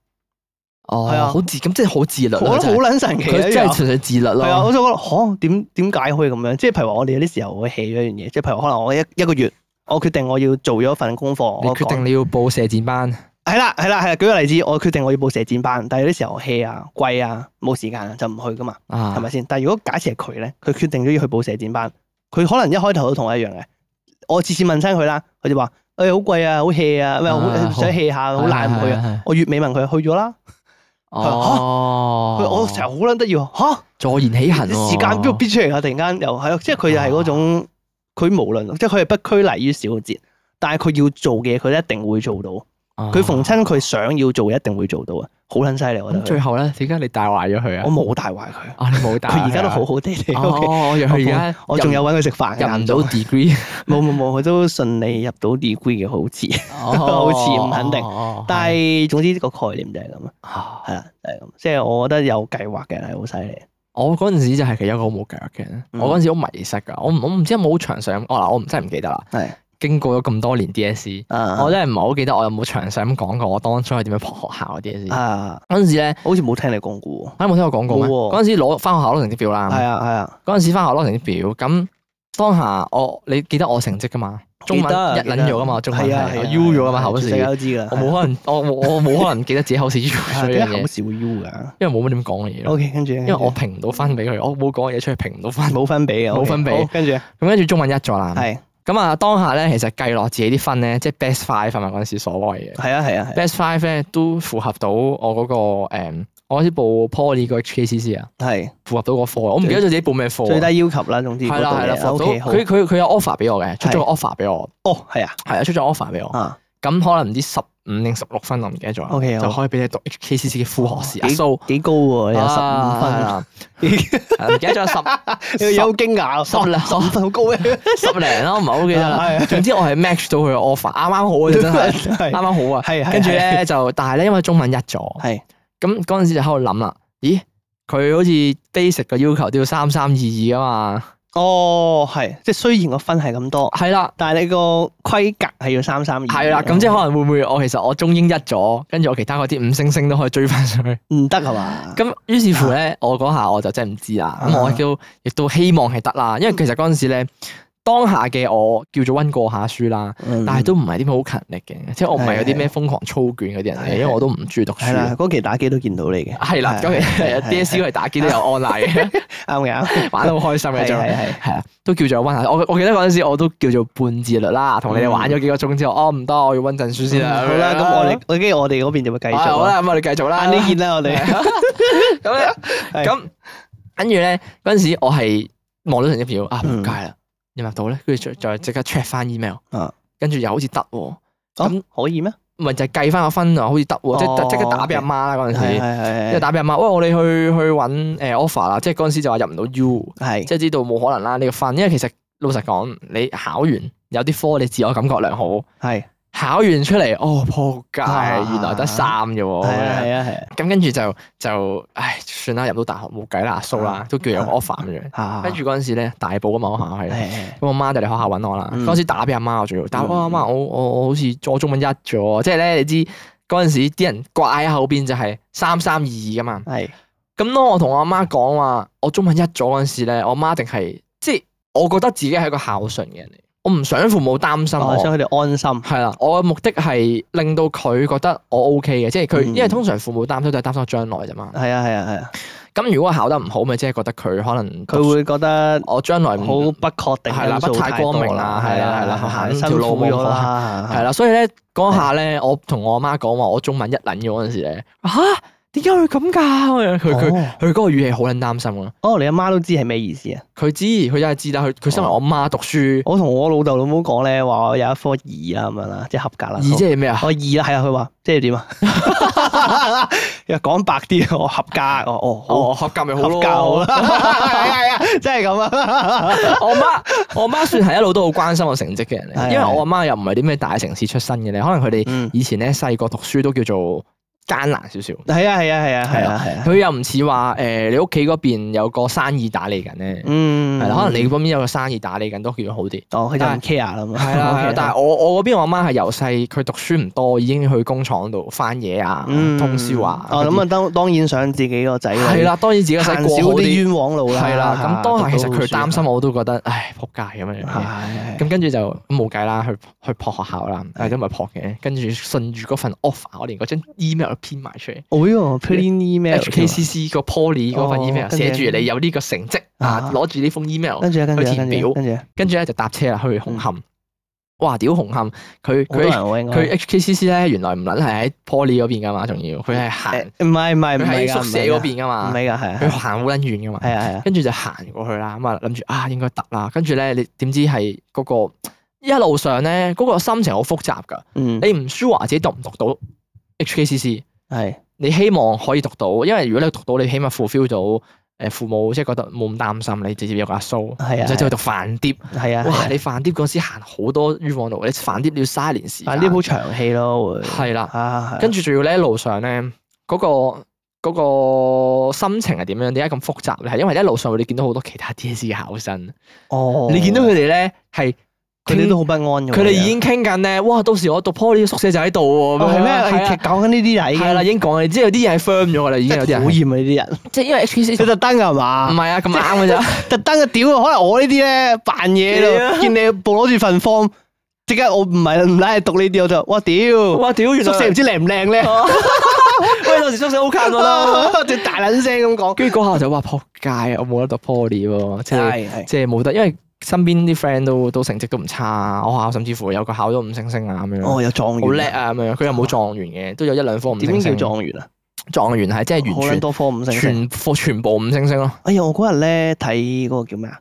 [SPEAKER 1] 哦
[SPEAKER 2] 係啊，
[SPEAKER 1] 好自咁即係好自律
[SPEAKER 2] 我
[SPEAKER 1] 咯
[SPEAKER 2] 覺
[SPEAKER 1] 真
[SPEAKER 2] 得好
[SPEAKER 1] 係
[SPEAKER 2] 撚神奇啊！
[SPEAKER 1] 佢
[SPEAKER 2] 呢
[SPEAKER 1] 真
[SPEAKER 2] 樣
[SPEAKER 1] 係純粹自律
[SPEAKER 2] 係啊，
[SPEAKER 1] 咯。
[SPEAKER 2] 我就覺得，嚇點點解可以咁樣？即係譬如話，我哋有啲時候會 hea 咗一樣嘢，即係譬如可能我一一個月，我決定我要做咗份功課，
[SPEAKER 1] 你
[SPEAKER 2] 我
[SPEAKER 1] 決
[SPEAKER 2] 講
[SPEAKER 1] 定你要報射箭班，
[SPEAKER 2] 係啦，係啦，係啦。舉個例子，我決定我要報射箭班，但係有啲時候 hea 啊、貴啊、冇時間啊，就唔去噶嘛，
[SPEAKER 1] 啊，
[SPEAKER 2] 係咪先？但係如果假設係佢咧，佢決定咗要去報射箭班，佢可能一開頭都同我一樣嘅。我次次問親佢啦，佢就話：誒好貴啊，好 hea 啊，咩好
[SPEAKER 1] 啊好
[SPEAKER 2] 想 hea 下，好懶唔去啊。
[SPEAKER 1] 啊。
[SPEAKER 2] 我月尾問佢去咗啦，
[SPEAKER 1] 哦，
[SPEAKER 2] 佢我成日好撚得意喎，嚇
[SPEAKER 1] 坐言起行喎，
[SPEAKER 2] 時間邊度逼出嚟㗎？啊突然間又係咯，即係佢就
[SPEAKER 1] 啊
[SPEAKER 2] 係嗰種，
[SPEAKER 1] 啊
[SPEAKER 2] 佢無論即係佢係不拘泥於小節，但係佢要做嘅嘢，佢一定會做到。佢逢親佢想要做，一定會做到啊！好撚犀利，我覺
[SPEAKER 1] 咁
[SPEAKER 2] 得
[SPEAKER 1] 最
[SPEAKER 2] 佢。
[SPEAKER 1] 後咧，點解你帶壞咗佢啊
[SPEAKER 2] 我？冇大壞佢，
[SPEAKER 1] 啊，你冇帶壞啊。
[SPEAKER 2] 佢而家都好好地地。
[SPEAKER 1] 哦。
[SPEAKER 2] OK，
[SPEAKER 1] 哦，我以為佢而家
[SPEAKER 2] 我仲有揾佢食飯
[SPEAKER 1] 入
[SPEAKER 2] 嘅，
[SPEAKER 1] 唔到 degree，
[SPEAKER 2] 冇冇冇，佢都順利入到 degree 嘅，好似。 好似唔肯定
[SPEAKER 1] 定
[SPEAKER 2] 但係總之個概念就係咁啊，
[SPEAKER 1] 係
[SPEAKER 2] 係啦，就係咁。即係我覺得有計劃嘅人係好犀利。
[SPEAKER 1] 我嗰陣時就係其中一個好冇計劃嘅人，
[SPEAKER 2] 嗯
[SPEAKER 1] 我嗰陣時好迷失㗎，我唔我唔知有冇好詳細咁，哦我嗱我唔真係唔記得啦。
[SPEAKER 2] 係
[SPEAKER 1] 經過咗咁多年 DSE，
[SPEAKER 2] 啊，
[SPEAKER 1] 我真係唔係好記得我有冇詳細咁講過我當初係點樣撲學校嗰啲 DSE。
[SPEAKER 2] 啊，
[SPEAKER 1] E 嗰陣時咧，
[SPEAKER 2] 好似冇聽你講過喎。
[SPEAKER 1] 啊有冇聽我講過咩？
[SPEAKER 2] 冇喎
[SPEAKER 1] 嗰陣時攞翻學校攞成績表
[SPEAKER 2] 係
[SPEAKER 1] 啦，
[SPEAKER 2] 啊係啊，
[SPEAKER 1] 嗰陣時翻學校攞成績表，咁當下我你記得我成績㗎嘛？中文
[SPEAKER 2] 記得啊
[SPEAKER 1] 一
[SPEAKER 2] 記得
[SPEAKER 1] 撚咗㗎嘛？中文
[SPEAKER 2] 係啊
[SPEAKER 1] 係
[SPEAKER 2] 係
[SPEAKER 1] 我
[SPEAKER 2] 啊
[SPEAKER 1] U 咗㗎嘛
[SPEAKER 2] 係啊
[SPEAKER 1] 口
[SPEAKER 2] 全世界
[SPEAKER 1] 試，
[SPEAKER 2] 都知㗎啦。
[SPEAKER 1] 我冇可能我我我冇可能記得自己口試 U 咗
[SPEAKER 2] 係啊
[SPEAKER 1] 呢
[SPEAKER 2] 點
[SPEAKER 1] 樣
[SPEAKER 2] 解口
[SPEAKER 1] 嘢，
[SPEAKER 2] 試會 U 㗎
[SPEAKER 1] 因為冇乜點講嘢咯，
[SPEAKER 2] ？OK，跟住因
[SPEAKER 1] 因為我評唔到分俾佢，我冇講嘢出去評唔到分，
[SPEAKER 2] 冇分俾嘅，
[SPEAKER 1] 冇
[SPEAKER 2] OK，
[SPEAKER 1] 分俾
[SPEAKER 2] 好跟住係
[SPEAKER 1] 咁跟住中文一咗啦。咁啊，當下咧，其實計落自己啲分咧，即係 best five 啊嘛，嗰陣時所謂嘅
[SPEAKER 2] 係啊係啊係啊
[SPEAKER 1] best five 咧，都符合到我嗰、個誒嗯我嗰時報 poly 個 HKCC 啊，
[SPEAKER 2] 係
[SPEAKER 1] 符合到個科啊，我唔記得咗自己報咩科
[SPEAKER 2] 最
[SPEAKER 1] 啊。
[SPEAKER 2] 低要求啦，總之
[SPEAKER 1] 係啦係啦，符合到
[SPEAKER 2] OK 好
[SPEAKER 1] 佢佢佢有 offer 俾我嘅，出咗
[SPEAKER 2] 係
[SPEAKER 1] 個 offer 俾我，
[SPEAKER 2] 哦係啊
[SPEAKER 1] 係啊，出咗 offer 俾我，
[SPEAKER 2] 啊
[SPEAKER 1] 咁可能唔知十五定十六分我唔記得咗啦
[SPEAKER 2] OK，好哦
[SPEAKER 1] 就可以俾你讀 HKCC 嘅副學士啊阿
[SPEAKER 2] 幾
[SPEAKER 1] 蘇，
[SPEAKER 2] 幾高喎，你有十五分啊，
[SPEAKER 1] 啊係啦唔記得咗
[SPEAKER 2] 你
[SPEAKER 1] 十
[SPEAKER 2] 有驚訝
[SPEAKER 1] 十啦
[SPEAKER 2] 十五分好高嘅，
[SPEAKER 1] 十十零咯，唔係好記得啦。
[SPEAKER 2] 係啊
[SPEAKER 1] 總之我係 match 到佢嘅 offer，啱啱好嘅啫真 係。啱
[SPEAKER 2] 係
[SPEAKER 1] 啱好啊，
[SPEAKER 2] 係係
[SPEAKER 1] 跟住咧就，但係咧因為中文一咗，
[SPEAKER 2] 係
[SPEAKER 1] 咁嗰陣時就喺度諗啦，咦，佢好似 basic 嘅要求都要三三二二啊嘛，
[SPEAKER 2] 哦係，即係雖然個分係咁多，
[SPEAKER 1] 係啦，
[SPEAKER 2] 但係你個規格係要三三二，
[SPEAKER 1] 係啦，咁即係可能會唔會我其實我中英一咗，跟住我其他嗰啲五星星都可以追翻上去，
[SPEAKER 2] 唔得係嘛？
[SPEAKER 1] 咁於是乎咧，我嗰下我就真係唔知啦，
[SPEAKER 2] 啊
[SPEAKER 1] 咁我亦都亦都希望係得啦，因為其實嗰陣時咧。當下嘅我叫做温過下書啦，
[SPEAKER 2] 嗯
[SPEAKER 1] 但係都唔係啲咩好勤力嘅，即係我唔係有啲咩
[SPEAKER 2] 係
[SPEAKER 1] 瘋狂操卷嗰啲人嚟
[SPEAKER 2] 係
[SPEAKER 1] 嘅，因為我都唔中意讀
[SPEAKER 2] 係
[SPEAKER 1] 書。
[SPEAKER 2] 啦，嗰期打機都見到你嘅，
[SPEAKER 1] 係啦，咁
[SPEAKER 2] 係係
[SPEAKER 1] DSE 係 E 打機都有 online 嘅。
[SPEAKER 2] 啱嘅啱，
[SPEAKER 1] 玩得好開心嘅
[SPEAKER 2] 係
[SPEAKER 1] 就
[SPEAKER 2] 係係
[SPEAKER 1] 係啦，都叫做温下。我我記得嗰陣時我都叫做半自律啦，同你哋玩咗幾個鐘之後，哦唔得，我要温陣書先啦。
[SPEAKER 2] 嗯好啦，咁我哋我跟住我哋嗰邊就會繼
[SPEAKER 1] 繼
[SPEAKER 2] 續啊
[SPEAKER 1] 續啊好啦，咁我哋繼續啦。
[SPEAKER 2] 晏 啲見啦，我哋哦
[SPEAKER 1] 咁咧，
[SPEAKER 2] 係
[SPEAKER 1] 咁跟住咧嗰陣時我係望到成績表啊，唔
[SPEAKER 2] 嗯
[SPEAKER 1] 街啦，入唔入到咧？跟住再再即刻 check 翻 email，
[SPEAKER 2] 啊
[SPEAKER 1] 跟住又好似得喎，咁
[SPEAKER 2] 咁可以咩？
[SPEAKER 1] 咪就係計翻個分啊，好似得喎，即係
[SPEAKER 2] 哦
[SPEAKER 1] 即刻打俾阿媽啦嗰陣
[SPEAKER 2] 係
[SPEAKER 1] 時，即係
[SPEAKER 2] 係係
[SPEAKER 1] 打俾阿媽，喂我哋去去揾誒 offer 啦，即係嗰陣時就話入唔到 U。
[SPEAKER 2] 係
[SPEAKER 1] 即係知道冇可能啦呢個分，因為其實老實講，你考完有啲科你自我感覺良好，
[SPEAKER 2] 係
[SPEAKER 1] 考完出嚟哦仆街，
[SPEAKER 2] 啊
[SPEAKER 1] 原來得三啫喎，
[SPEAKER 2] 係啊係啊係
[SPEAKER 1] 咁跟住就就唉算啦，入到大學冇計啦，阿蘇啦，都叫 有 offer 咁樣。
[SPEAKER 2] 啊，
[SPEAKER 1] 跟住嗰陣時咧，大埔啊嘛，我學校係。
[SPEAKER 2] 係係
[SPEAKER 1] 咁我媽就嚟學校揾我啦，
[SPEAKER 2] 嗯
[SPEAKER 1] 嗰陣時打俾阿媽我仲要，打
[SPEAKER 2] 嗯
[SPEAKER 1] 我阿媽，我我我好似我中文一咗，即係咧你知嗰陣時啲人掛喺後邊就係三三二二噶嘛。
[SPEAKER 2] 係
[SPEAKER 1] 咁當我同我阿媽講話，我中文一咗嗰陣時咧，我阿媽一定係即係我覺得自己係一個孝順嘅人嚟，我唔想父母擔心
[SPEAKER 2] 我
[SPEAKER 1] 我。
[SPEAKER 2] 哦想佢哋安心，
[SPEAKER 1] 係啦，我嘅目的係令到佢覺得我 O K 嘅，即係佢，因
[SPEAKER 2] 嗯
[SPEAKER 1] 為通常父母擔心都係擔心我將來啫嘛。
[SPEAKER 2] 係啊係啊係啊，
[SPEAKER 1] 咁如果我考得唔好，咪即係覺得佢可能
[SPEAKER 2] 佢會覺得
[SPEAKER 1] 我將來
[SPEAKER 2] 好
[SPEAKER 1] 唔
[SPEAKER 2] 不確
[SPEAKER 1] 嗯
[SPEAKER 2] 定
[SPEAKER 1] 係啦
[SPEAKER 2] 因素
[SPEAKER 1] 不太光明
[SPEAKER 2] 多啊
[SPEAKER 1] 啦係啦係啦行
[SPEAKER 2] 辛
[SPEAKER 1] 條路
[SPEAKER 2] 苦
[SPEAKER 1] 冇
[SPEAKER 2] 咗
[SPEAKER 1] 可
[SPEAKER 2] 啦，啊
[SPEAKER 1] 係啦，所以咧嗰下咧，我同我阿媽講話我中文一撚咗嗰陣時咧，嚇點解會咁㗎？佢佢
[SPEAKER 2] 佢
[SPEAKER 1] 佢嗰個語氣好撚擔心啊！
[SPEAKER 2] 哦，你阿媽都知係咩意思啊？
[SPEAKER 1] 佢知佢真係知啦，佢
[SPEAKER 2] 哦
[SPEAKER 1] 佢身為我媽讀書，
[SPEAKER 2] 我同我老豆老母講咧，話我有一科二啦啊咁樣啦，即係合格啦。
[SPEAKER 1] 二即係咩啊？
[SPEAKER 2] 我二啦，係啊，佢話即係點啊？ 又講白啲，我合格，我哦好。
[SPEAKER 1] 哦，合格咪好
[SPEAKER 2] 合
[SPEAKER 1] 咯，
[SPEAKER 2] 格好啦， 係啊，真係咁啊，
[SPEAKER 1] 我媽我媽算係一路都好關心我成績嘅人嚟，
[SPEAKER 2] 係
[SPEAKER 1] 因為我阿媽又唔係啲咩大城市出身嘅咧，可能佢哋
[SPEAKER 2] 嗯，
[SPEAKER 1] 以前咧細個讀書都叫做艱難少少，
[SPEAKER 2] 係啊，係啊，係啊，係啊，係啊，
[SPEAKER 1] 佢又唔似話誒你屋企嗰邊有個生意打理緊咧，
[SPEAKER 2] 嗯，
[SPEAKER 1] 係啦，可能你嗰邊有個生意打理緊都叫做好啲。
[SPEAKER 2] 哦，佢就 唔 care 啦嘛，
[SPEAKER 1] 係 啦，係啦
[SPEAKER 2] OK，
[SPEAKER 1] 但係我我嗰邊我阿媽係由細佢讀書唔多，已經去工廠度翻嘢啊、
[SPEAKER 2] 嗯
[SPEAKER 1] 通宵啊。
[SPEAKER 2] 哦，咁啊，當當然想自己個仔女
[SPEAKER 1] 係啦，當然自己個
[SPEAKER 2] 行
[SPEAKER 1] 仔
[SPEAKER 2] 少
[SPEAKER 1] 過好
[SPEAKER 2] 啲
[SPEAKER 1] 啲。
[SPEAKER 2] 冤枉路啦，
[SPEAKER 1] 係啦，咁當下其實佢擔心
[SPEAKER 2] 我，
[SPEAKER 1] 我都覺得，唉，仆街咁樣樣。
[SPEAKER 2] 啊係
[SPEAKER 1] 咁跟住就冇計啦，去去撲學校啦，但係都唔係撲嘅。跟住順住嗰份 offer，我連嗰張 email 都編埋出嚟。
[SPEAKER 2] 我呢個 plain 哦 email
[SPEAKER 1] HKCC 個 poly 嗰份
[SPEAKER 2] 哦
[SPEAKER 1] email
[SPEAKER 2] 跟住
[SPEAKER 1] 寫住你有呢個成績啊
[SPEAKER 2] 啊，
[SPEAKER 1] 攞住呢封 email，
[SPEAKER 2] 跟住啊跟住啊
[SPEAKER 1] 佢填
[SPEAKER 2] 跟住
[SPEAKER 1] 表
[SPEAKER 2] 啊跟住啊，
[SPEAKER 1] 跟住咧就搭車啦去紅磡。哇！屌紅磡，佢
[SPEAKER 2] 嗯好多人啊
[SPEAKER 1] 佢
[SPEAKER 2] 喎應該
[SPEAKER 1] 佢 HKCC 咧原來唔撚係喺 poly 嗰邊噶嘛，仲要佢係行
[SPEAKER 2] 誒唔係唔係唔
[SPEAKER 1] 佢
[SPEAKER 2] 係
[SPEAKER 1] 喺
[SPEAKER 2] 㗎
[SPEAKER 1] 宿舍
[SPEAKER 2] 唔係㗎
[SPEAKER 1] 嗰邊噶
[SPEAKER 2] 唔
[SPEAKER 1] 嘛，
[SPEAKER 2] 係㗎係啊
[SPEAKER 1] 佢行好撚遠噶嘛。
[SPEAKER 2] 係啊係啊
[SPEAKER 1] 跟住就行過去啦，咁啊諗住啊應該得啦，跟住咧你點知係嗰個一路上咧，嗰、個心情好複雜㗎。
[SPEAKER 2] 嗯，
[SPEAKER 1] 你唔 sure 自己讀唔讀到 HKCC，
[SPEAKER 2] 係
[SPEAKER 1] 你希望可以讀到，因為如果你讀到，你起碼 fulfill 到誒父母，即係覺得冇咁擔心，你直接有個阿叔，唔
[SPEAKER 2] 係啊
[SPEAKER 1] 使走
[SPEAKER 2] 係
[SPEAKER 1] 去
[SPEAKER 2] 啊
[SPEAKER 1] 讀飯碟。
[SPEAKER 2] 係啊，
[SPEAKER 1] 哇！
[SPEAKER 2] 係啊
[SPEAKER 1] 你飯碟嗰時行好多冤枉路，你飯碟你要嘥一年時間。
[SPEAKER 2] 但呢好長氣咯，會
[SPEAKER 1] 係啦，
[SPEAKER 2] 啊，
[SPEAKER 1] 跟
[SPEAKER 2] 住
[SPEAKER 1] 住仲要咧路上咧嗰、個嗰個心情係點樣？點解咁複雜咧？係因為一路上你見到好多其他 DSE 嘅考生，
[SPEAKER 2] 哦，
[SPEAKER 1] 你見到佢哋咧係
[SPEAKER 2] 佢哋都好不安㗎喎，
[SPEAKER 1] 佢哋已經傾緊咧，哇！到時我讀 poly 嘅宿舍就喺度
[SPEAKER 2] 哦
[SPEAKER 1] 喎，咁樣
[SPEAKER 2] 係咩？
[SPEAKER 1] 係啊
[SPEAKER 2] 係搞緊呢啲嘢，
[SPEAKER 1] 係啦，已經講啦，即係有啲嘢係 firm 咗噶啦，已經有啲
[SPEAKER 2] 真係討
[SPEAKER 1] 人，
[SPEAKER 2] 厭啊呢 啲人，
[SPEAKER 1] 即係因為 HKC
[SPEAKER 2] 佢特登㗎係
[SPEAKER 1] 唔
[SPEAKER 2] 嘛？
[SPEAKER 1] 係啊，咁啱嘅啫，
[SPEAKER 2] 特登嘅屌，可能我呢啲咧扮嘢
[SPEAKER 1] 係
[SPEAKER 2] 喺
[SPEAKER 1] 啊
[SPEAKER 2] 度，見你攞住份 form，即刻我唔係唔拉係讀呢啲，我就哇屌，
[SPEAKER 1] 哇屌，原來
[SPEAKER 2] 宿舍唔知靚唔靚咧，
[SPEAKER 1] 哦 喂，到時宿舍 O 卡
[SPEAKER 2] 就
[SPEAKER 1] 我
[SPEAKER 2] 啊
[SPEAKER 1] 啦，
[SPEAKER 2] 大撚聲咁講，
[SPEAKER 1] 跟住嗰下就哇撲街啊，我冇得讀 poly 喎，即係
[SPEAKER 2] 係
[SPEAKER 1] 即係冇得，因為身邊啲 friend 都都成績都唔差啊，我學校甚至乎有個考咗五星星啊咁樣，
[SPEAKER 2] 哦有狀元，
[SPEAKER 1] 好叻，啊咁樣，佢又冇狀元嘅，都有一兩科五
[SPEAKER 2] 點
[SPEAKER 1] 星
[SPEAKER 2] 樣
[SPEAKER 1] 星，
[SPEAKER 2] 叫狀元啊？
[SPEAKER 1] 狀元係即係
[SPEAKER 2] 好
[SPEAKER 1] 完
[SPEAKER 2] 撚多科五星
[SPEAKER 1] 全
[SPEAKER 2] 星。
[SPEAKER 1] 全科全部五星星咯，
[SPEAKER 2] 哎呀，我嗰日咧睇嗰個叫咩啊？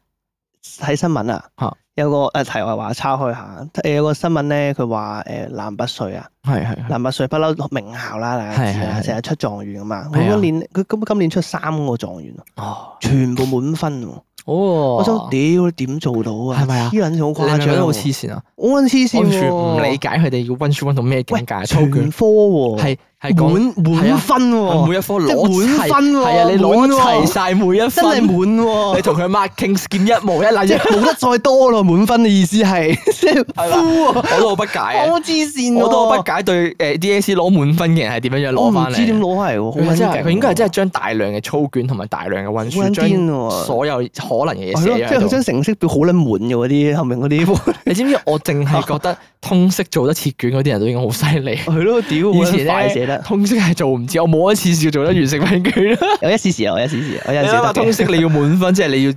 [SPEAKER 2] 睇新聞啊
[SPEAKER 1] 嚇，
[SPEAKER 2] 有個誒題外話抄開下，誒有個新聞咧，佢話誒南北水啊，
[SPEAKER 1] 係係係
[SPEAKER 2] 南北水不嬲名校啦，大家知
[SPEAKER 1] 係係
[SPEAKER 2] 啦，
[SPEAKER 1] 嗯係
[SPEAKER 2] 成日出狀元噶
[SPEAKER 1] 係
[SPEAKER 2] 嘛。
[SPEAKER 1] 啊
[SPEAKER 2] 佢今年佢今今年出三個狀元啊，
[SPEAKER 1] 哦
[SPEAKER 2] 全部滿分喎。
[SPEAKER 1] 哦，
[SPEAKER 2] 我想屌點做到啊？
[SPEAKER 1] 係咪啊
[SPEAKER 2] 黐撚線
[SPEAKER 1] 你
[SPEAKER 2] 好
[SPEAKER 1] 係
[SPEAKER 2] 誇
[SPEAKER 1] 咪覺
[SPEAKER 2] 張
[SPEAKER 1] 得
[SPEAKER 2] 喎，
[SPEAKER 1] 好黐線啊！
[SPEAKER 2] 好撚黐
[SPEAKER 1] 完全
[SPEAKER 2] 線
[SPEAKER 1] 唔理
[SPEAKER 2] 喎。
[SPEAKER 1] 解佢哋要温書温到咩境
[SPEAKER 2] 喂
[SPEAKER 1] 界，，操
[SPEAKER 2] 全
[SPEAKER 1] 卷
[SPEAKER 2] 科喎，
[SPEAKER 1] 係係啊講
[SPEAKER 2] 滿滿分
[SPEAKER 1] 係
[SPEAKER 2] 喎，
[SPEAKER 1] 每一科
[SPEAKER 2] 哦即
[SPEAKER 1] 攞
[SPEAKER 2] 係滿
[SPEAKER 1] 齊
[SPEAKER 2] 分喎
[SPEAKER 1] 係啊，你攞
[SPEAKER 2] 滿
[SPEAKER 1] 齊
[SPEAKER 2] 喎
[SPEAKER 1] 晒每一
[SPEAKER 2] 真係
[SPEAKER 1] 分，
[SPEAKER 2] 滿喎
[SPEAKER 1] 你。同佢 marking scheme 一模一
[SPEAKER 2] 即
[SPEAKER 1] 樣，
[SPEAKER 2] 係冇得再多咯，滿分嘅意思係即係
[SPEAKER 1] 係
[SPEAKER 2] 呼啊，
[SPEAKER 1] 我都好不解啊！
[SPEAKER 2] 我黐線喎，
[SPEAKER 1] 我都好不解對誒 DSE 攞滿分嘅人係點樣樣
[SPEAKER 2] 我
[SPEAKER 1] 攞
[SPEAKER 2] 唔
[SPEAKER 1] 翻
[SPEAKER 2] 知
[SPEAKER 1] 嚟。
[SPEAKER 2] 點攞係喎，好
[SPEAKER 1] 佢
[SPEAKER 2] 撚
[SPEAKER 1] 真係
[SPEAKER 2] 勁
[SPEAKER 1] 佢應該係真係
[SPEAKER 2] 喎
[SPEAKER 1] 將大量嘅操卷同埋大量嘅温
[SPEAKER 2] 好
[SPEAKER 1] 書，
[SPEAKER 2] 撚癲
[SPEAKER 1] 將
[SPEAKER 2] 喎
[SPEAKER 1] 所有可能嘅嘢
[SPEAKER 2] 係咯，
[SPEAKER 1] 寫
[SPEAKER 2] 即
[SPEAKER 1] 咗
[SPEAKER 2] 係佢
[SPEAKER 1] 喺度。
[SPEAKER 2] 張成績表好撚滿嘅嗰啲後面嗰啲，
[SPEAKER 1] 你知唔知我淨係覺得通識做得切卷嗰啲人都已經好犀 利。
[SPEAKER 2] 係咯，屌
[SPEAKER 1] 以
[SPEAKER 2] 好
[SPEAKER 1] 前
[SPEAKER 2] 撚快寫
[SPEAKER 1] 咧
[SPEAKER 2] 得，
[SPEAKER 1] 通識係做唔知，我冇一次試做得完成份卷。
[SPEAKER 2] 有一時時有，有一時時有，我有
[SPEAKER 1] 你
[SPEAKER 2] 陣
[SPEAKER 1] 諗下
[SPEAKER 2] 時
[SPEAKER 1] 通
[SPEAKER 2] 得
[SPEAKER 1] 識
[SPEAKER 2] 嘅，
[SPEAKER 1] 你要滿分，即係你要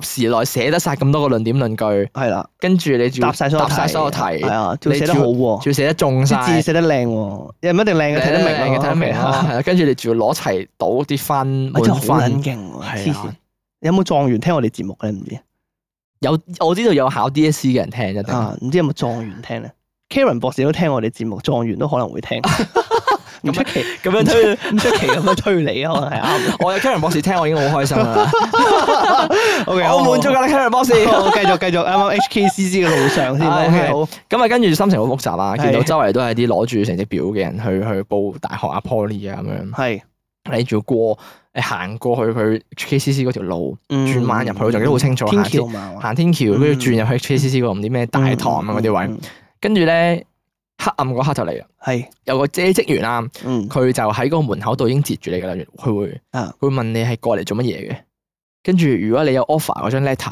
[SPEAKER 1] 及時內寫得晒咁多個論點論據，
[SPEAKER 2] 係啦，
[SPEAKER 1] 跟住你仲要
[SPEAKER 2] 答晒所有
[SPEAKER 1] 答晒所有題，
[SPEAKER 2] 係
[SPEAKER 1] 仲
[SPEAKER 2] 啊，仲要寫得
[SPEAKER 1] 你
[SPEAKER 2] 好
[SPEAKER 1] 仲
[SPEAKER 2] 喎，
[SPEAKER 1] 要寫得中
[SPEAKER 2] 啲字
[SPEAKER 1] 晒，
[SPEAKER 2] 寫得靚喎，又唔一定靚嘅，睇得明啊
[SPEAKER 1] 嘅
[SPEAKER 2] 咯，
[SPEAKER 1] 睇得明啊咯，係啦，跟住你仲要攞齊到啲分
[SPEAKER 2] 我
[SPEAKER 1] 滿
[SPEAKER 2] 真係好撚
[SPEAKER 1] 分，
[SPEAKER 2] 勁喎，黐
[SPEAKER 1] 係
[SPEAKER 2] 線
[SPEAKER 1] 啊！
[SPEAKER 2] 有冇狀元聽我哋節目咧？唔知
[SPEAKER 1] 有我知道有考 DSE 嘅人聽一定，
[SPEAKER 2] 啊，唔知有冇狀元聽咧？Karen 博士都聽我哋節目，狀元都可能 會聽，唔出奇，
[SPEAKER 1] 咁樣推。
[SPEAKER 2] 唔出奇咁樣推理，可能 係啱。
[SPEAKER 1] 我有 Karen 博士聽，我已經好開心 啦！
[SPEAKER 2] O
[SPEAKER 1] 我滿足啊㗎啦，Karen 博士。
[SPEAKER 2] 我繼續繼續，啱啱 HKCC 嘅路上先。
[SPEAKER 1] 係
[SPEAKER 2] O K，
[SPEAKER 1] 係
[SPEAKER 2] 好，
[SPEAKER 1] 咁啊，跟住心情好複雜啊，
[SPEAKER 2] 係
[SPEAKER 1] 見到周圍都係啲攞住成績表嘅人去去報大學啊、poly 啊咁樣。
[SPEAKER 2] 係
[SPEAKER 1] 你仲要過誒行過去佢 KCC 嗰條路，轉
[SPEAKER 2] 轉
[SPEAKER 1] 彎入去我仲記得好清楚
[SPEAKER 2] 天
[SPEAKER 1] 下次
[SPEAKER 2] 橋嘛，
[SPEAKER 1] 行天橋，跟
[SPEAKER 2] 嗯
[SPEAKER 1] 住轉入去 KCC 嗰個唔知咩大堂啊嗰啲位，
[SPEAKER 2] 位
[SPEAKER 1] 跟住咧黑暗嗰刻就嚟啦。
[SPEAKER 2] 嗯係
[SPEAKER 1] 有個遮職員啦，
[SPEAKER 2] 嗯
[SPEAKER 1] 佢就喺個門口度已經截住你噶啦，佢會
[SPEAKER 2] 啊
[SPEAKER 1] 佢會問你係過嚟做乜嘢嘅。跟住如果你有 offer 嗰張 letter，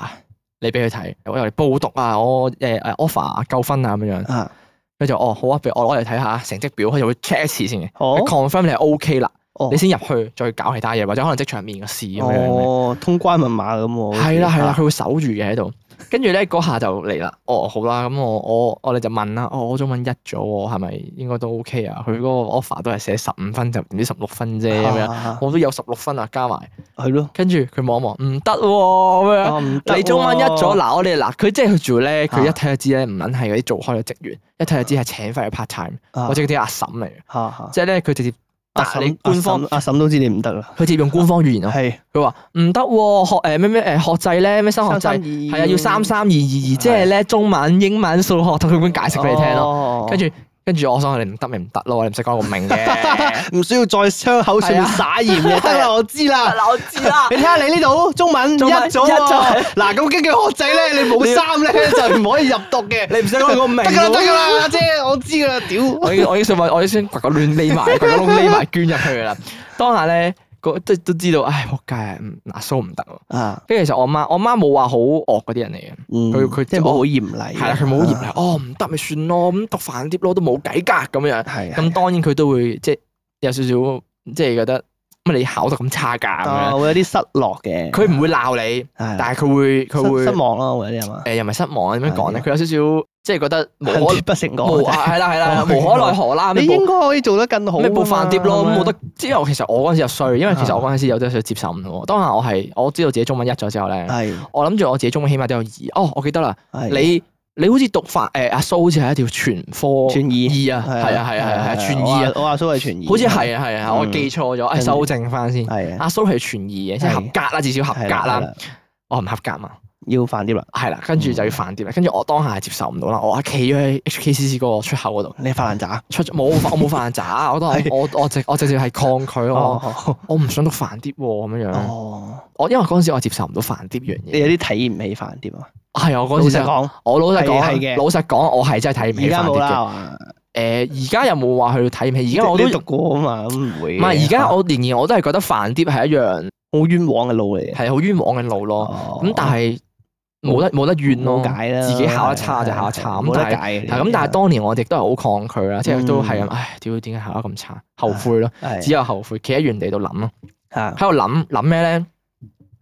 [SPEAKER 1] 你俾佢睇，我又嚟報讀啊，我誒誒 offer 夠分啊咁樣，
[SPEAKER 2] 啊，
[SPEAKER 1] 佢就哦好啊，俾我攞嚟睇下成績表，佢就會 check 一次先嘅
[SPEAKER 2] 好
[SPEAKER 1] 佢，confirm 你係 OK 啦，
[SPEAKER 2] 哦
[SPEAKER 1] 你先入去再搞其他嘢，或者可能即場面嘅事咁樣嘅。
[SPEAKER 2] 哦，通關密碼咁喎，好似
[SPEAKER 1] 係啦係啦，，佢會守住嘅喺度。跟住咧嗰下就嚟啦。哦，好啦，咁我我我哋就問啦。哦，我中文一咗喎，係咪應該都 OK 啊？佢嗰個 offer 都係寫十五分就唔知十六分啫
[SPEAKER 2] 啊
[SPEAKER 1] 咁樣。
[SPEAKER 2] 樣
[SPEAKER 1] 我都有十六分啊，加埋。
[SPEAKER 2] 係咯，
[SPEAKER 1] 跟住佢望一望，唔得喎咁
[SPEAKER 2] 啊唔得
[SPEAKER 1] 樣。
[SPEAKER 2] 喎啊
[SPEAKER 1] 你中文一咗，嗱我哋嗱佢即係佢做咧，佢一睇就知咧，唔撚係嗰啲做開嘅職員，一睇就知係請翻去 part time
[SPEAKER 2] 啊
[SPEAKER 1] 或者嗰啲阿嬸嚟嘅。
[SPEAKER 2] 嚇嚇
[SPEAKER 1] 即係咧佢直接
[SPEAKER 2] 阿
[SPEAKER 1] 答你
[SPEAKER 2] 嬸
[SPEAKER 1] 官方，哦
[SPEAKER 2] 阿嬸阿嬸都知你唔得啦，
[SPEAKER 1] 佢直接用官方語言咯。
[SPEAKER 2] 係
[SPEAKER 1] 佢話唔得喎，學誒咩咩誒學制咧咩新學制。
[SPEAKER 2] 係
[SPEAKER 1] 係啊，要三三二二二，即係咧中文、英文、數學，同佢咁解釋俾你聽咯。
[SPEAKER 2] 咯
[SPEAKER 1] 跟住跟住，我想話你唔得咪唔得咯，你唔識講咁明嘅。
[SPEAKER 2] 唔需要再傷口上面撒鹽嘅，得 啦，我知啦。
[SPEAKER 1] 嗱，我知啊啦
[SPEAKER 2] 你。睇下你呢度中文一
[SPEAKER 1] 中文
[SPEAKER 2] 咗
[SPEAKER 1] 一
[SPEAKER 2] 喎
[SPEAKER 1] 咗，
[SPEAKER 2] 嗱咁根據學制咧，你冇三 咧就唔可以入讀嘅。啊
[SPEAKER 1] 你唔使講咁明
[SPEAKER 2] 得
[SPEAKER 1] 喎
[SPEAKER 2] 噶啦，得噶啦，阿姐，我知噶啦，屌。
[SPEAKER 1] 我已經我已經想話，我已經掘個亂匿埋，掘個窿匿埋捐入去㗎啦。當下咧，個即係都知道，唉，仆街啊，嗯嗱蘇唔得喎。
[SPEAKER 2] 啊，嗯
[SPEAKER 1] 跟住其實我媽，我媽冇話好惡嗰啲人嚟嘅，佢佢
[SPEAKER 2] 即係冇好嚴厲，啊
[SPEAKER 1] 係啦，佢冇好嚴厲，哦唔得咪算咯，咁讀飯碟咯都冇計㗎咁樣。
[SPEAKER 2] 係
[SPEAKER 1] 咁當然佢都會即係有少少即係覺得乜你考得咁差㗎咁
[SPEAKER 2] 啊，
[SPEAKER 1] 樣，
[SPEAKER 2] 會有啲失落嘅。
[SPEAKER 1] 佢唔會鬧你，
[SPEAKER 2] 但
[SPEAKER 1] 但係佢會佢會
[SPEAKER 2] 啊失望咯，會有啲係嘛？
[SPEAKER 1] 誒又唔係失望啊點樣講咧？
[SPEAKER 2] 係
[SPEAKER 1] 佢有少少即係覺得無
[SPEAKER 2] 恨鐵
[SPEAKER 1] 可
[SPEAKER 2] 不成
[SPEAKER 1] 無
[SPEAKER 2] 鋼
[SPEAKER 1] 啊
[SPEAKER 2] 啊。
[SPEAKER 1] 係啦係
[SPEAKER 2] 我
[SPEAKER 1] 啦，
[SPEAKER 2] 明
[SPEAKER 1] 無可奈何啦。
[SPEAKER 2] 啊你
[SPEAKER 1] 咩
[SPEAKER 2] 應
[SPEAKER 1] 部
[SPEAKER 2] 該可以做得更好。啊
[SPEAKER 1] 咩部飯碟咯，咁冇得
[SPEAKER 2] 係咪。。
[SPEAKER 1] 之後其實我嗰陣時又衰，因為其實我嗰陣時有啲少接受唔到喎。當下我係我知道自己中文一咗之後咧，
[SPEAKER 2] 啊係
[SPEAKER 1] 我諗住我自己中文起碼都有二。哦，我記得啦，
[SPEAKER 2] 係
[SPEAKER 1] 你你好似讀法誒阿蘇好似係一條全科
[SPEAKER 2] 傳意
[SPEAKER 1] 二啊，係啊係啊係啊係啊全
[SPEAKER 2] 我
[SPEAKER 1] 二啊
[SPEAKER 2] 話，我阿蘇係傳意，
[SPEAKER 1] 好似係啊係啊，我
[SPEAKER 2] 嗯
[SPEAKER 1] 記錯咗，誒
[SPEAKER 2] 跟住
[SPEAKER 1] 修正翻先。
[SPEAKER 2] 係啊，
[SPEAKER 1] 阿蘇係全二嘅，即係
[SPEAKER 2] 係
[SPEAKER 1] 合格啦，至少合格
[SPEAKER 2] 係啦，係
[SPEAKER 1] 啦。
[SPEAKER 2] 啦
[SPEAKER 1] 我唔合格嘛，
[SPEAKER 2] 要飯碟啦，
[SPEAKER 1] 係啦，
[SPEAKER 2] 嗯
[SPEAKER 1] 跟住就要飯碟啦。跟住我當下係接受唔到啦，我企咗喺 HKCC 嗰個出口嗰度，
[SPEAKER 2] 你發爛渣，
[SPEAKER 1] 出咗冇我 冇飯渣，我當
[SPEAKER 2] 係
[SPEAKER 1] 我我直我直接係抗拒我，
[SPEAKER 2] 哦
[SPEAKER 1] 我唔想讀飯碟喎咁樣樣。
[SPEAKER 2] 哦，
[SPEAKER 1] 我因為嗰陣時我接受唔到飯碟樣
[SPEAKER 2] 你
[SPEAKER 1] 嘢，
[SPEAKER 2] 有啲睇唔起飯碟啊？
[SPEAKER 1] 係啊，我
[SPEAKER 2] 老
[SPEAKER 1] 嗰陣時
[SPEAKER 2] 實
[SPEAKER 1] 真係
[SPEAKER 2] 講，
[SPEAKER 1] 我老實
[SPEAKER 2] 係係
[SPEAKER 1] 講，
[SPEAKER 2] 嘅
[SPEAKER 1] 老實講，我係真係睇唔
[SPEAKER 2] 而
[SPEAKER 1] 起
[SPEAKER 2] 家
[SPEAKER 1] 飯
[SPEAKER 2] 冇
[SPEAKER 1] 碟
[SPEAKER 2] 啦係
[SPEAKER 1] 嘅。
[SPEAKER 2] 嘛，
[SPEAKER 1] 誒，而家有冇話去睇唔起？而
[SPEAKER 2] 因
[SPEAKER 1] 家
[SPEAKER 2] 為
[SPEAKER 1] 我
[SPEAKER 2] 我
[SPEAKER 1] 都
[SPEAKER 2] 都
[SPEAKER 1] 唔
[SPEAKER 2] 讀啊過啊嘛，咁唔會嘅。
[SPEAKER 1] 係，而家我仍然我都係覺得飯碟係一樣
[SPEAKER 2] 好冤枉嘅路嚟嘅。
[SPEAKER 1] 係好冤枉嘅路咯。
[SPEAKER 2] 哦
[SPEAKER 1] 咁但係冇得冇得怨咯
[SPEAKER 2] 冇，解啦，
[SPEAKER 1] 自己考得差就考得差
[SPEAKER 2] 係
[SPEAKER 1] 咁
[SPEAKER 2] 冇
[SPEAKER 1] 但係
[SPEAKER 2] 得解嘅。啊
[SPEAKER 1] 係咁。但係當年我哋都係好抗拒啦，即係都係咁，
[SPEAKER 2] 嗯啊
[SPEAKER 1] 唉，屌點解考得咁差？後悔咯，
[SPEAKER 2] 係
[SPEAKER 1] 只有後悔，企喺原地度諗咯，
[SPEAKER 2] 啊
[SPEAKER 1] 喺度諗諗咩咧？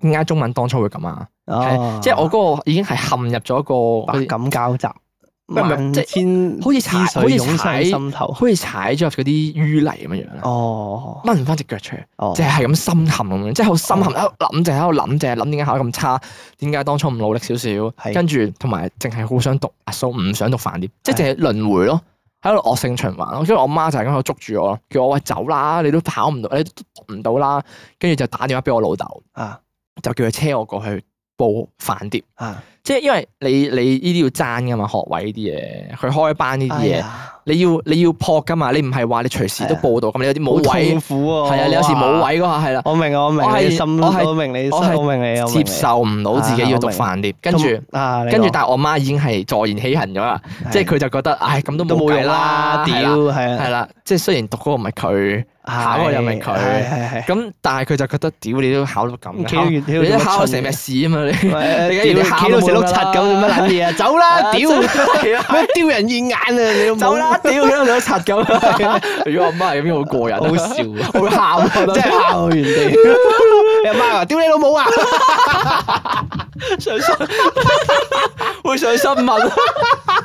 [SPEAKER 1] 點解中文當初會咁啊？
[SPEAKER 2] 哦
[SPEAKER 1] 即係我嗰個已經係陷入咗一個
[SPEAKER 2] 百感交集，
[SPEAKER 1] 唔係唔係
[SPEAKER 2] 萬
[SPEAKER 1] 即係
[SPEAKER 2] 千
[SPEAKER 1] 好似踩
[SPEAKER 2] 思緒湧上心頭。
[SPEAKER 1] 好似踩咗入嗰啲淤泥咁樣樣啦，
[SPEAKER 2] 哦
[SPEAKER 1] 掹唔翻只腳出嚟。
[SPEAKER 2] 哦，
[SPEAKER 1] 即係係咁深陷咁樣，即係好深陷喺度諗，就係喺度諗，就係諗點解考得咁差，點解當初唔努力少少，
[SPEAKER 2] 係
[SPEAKER 1] 跟住同埋淨係好想讀阿蘇，唔想讀飯店，即係淨係輪迴咯，喺度惡性循環咯。跟住我媽就係咁喺度捉住我咯，叫我喂走啦，你都跑唔到，你都讀唔到啦，跟住就打電話俾我老豆，
[SPEAKER 2] 啊
[SPEAKER 1] 就叫佢車我過去報飯店。
[SPEAKER 2] 啊
[SPEAKER 1] 即係因為你你呢啲要爭噶嘛，學位呢啲嘢，佢開班呢啲
[SPEAKER 2] 哎
[SPEAKER 1] 嘢，
[SPEAKER 2] 呀
[SPEAKER 1] 你要你要撲噶嘛，你唔係話你隨時都
[SPEAKER 2] 係啊
[SPEAKER 1] 報到，咁你有啲
[SPEAKER 2] 好
[SPEAKER 1] 冇位
[SPEAKER 2] 痛，苦喎。
[SPEAKER 1] 係啊，你有時冇
[SPEAKER 2] 哇。
[SPEAKER 1] 位嗰下係啦。
[SPEAKER 2] 我明啊，我明
[SPEAKER 1] 我係
[SPEAKER 2] 你心，
[SPEAKER 1] 我係
[SPEAKER 2] 我明你，
[SPEAKER 1] 我
[SPEAKER 2] 我
[SPEAKER 1] 係
[SPEAKER 2] 明你，我明
[SPEAKER 1] 接
[SPEAKER 2] 你
[SPEAKER 1] 受唔到自己要讀飯碟，跟住
[SPEAKER 2] 啊，你
[SPEAKER 1] 跟住，
[SPEAKER 2] 講
[SPEAKER 1] 但係我媽已經係坐言起行咗啦，即係佢就覺得，唉，咁都
[SPEAKER 2] 都
[SPEAKER 1] 冇
[SPEAKER 2] 冇
[SPEAKER 1] 計
[SPEAKER 2] 用啦，屌，
[SPEAKER 1] 係啦
[SPEAKER 2] 係
[SPEAKER 1] 係
[SPEAKER 2] 啊，
[SPEAKER 1] 啦，即係雖然讀嗰個唔係佢，考嗰個又唔係佢
[SPEAKER 2] 係係係
[SPEAKER 1] 咁但係佢就覺得，屌你都考到咁，考
[SPEAKER 2] 幾個月
[SPEAKER 1] 你都考到成咩屎啊嘛，你
[SPEAKER 2] 喂
[SPEAKER 1] 你而家
[SPEAKER 2] 屌
[SPEAKER 1] 考
[SPEAKER 2] 企
[SPEAKER 1] 都冇
[SPEAKER 2] 到成
[SPEAKER 1] 用
[SPEAKER 2] 碌
[SPEAKER 1] 啦
[SPEAKER 2] 柒咁，做乜撚嘢啊？走啦，屌！
[SPEAKER 1] 係啊
[SPEAKER 2] 咩丟人現眼啊？你都冇
[SPEAKER 1] 走啦，，屌你都柒咁， 如果我媽係咁樣好過癮，
[SPEAKER 2] 啊好笑啊！
[SPEAKER 1] 我會喊啊，
[SPEAKER 2] 真係校園 地，你阿媽話：屌你老母啊！
[SPEAKER 1] 真係上新，會上新聞，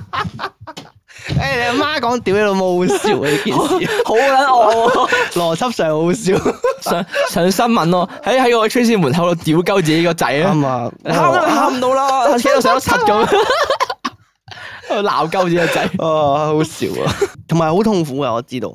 [SPEAKER 2] 誒，你阿媽講屌你老母好笑 啊！呢件事
[SPEAKER 1] 好撚惡喎。
[SPEAKER 2] 邏輯上好笑，
[SPEAKER 1] 上上新聞咯，喺喺個 train 門口度屌鳩自己個仔啊！
[SPEAKER 2] 啊！
[SPEAKER 1] 喊都
[SPEAKER 2] 啊
[SPEAKER 1] 喊唔到啦，企到上咗柒咁，喺度鬧鳩自己個仔。
[SPEAKER 2] 好笑啊！同埋好痛苦啊！我知道，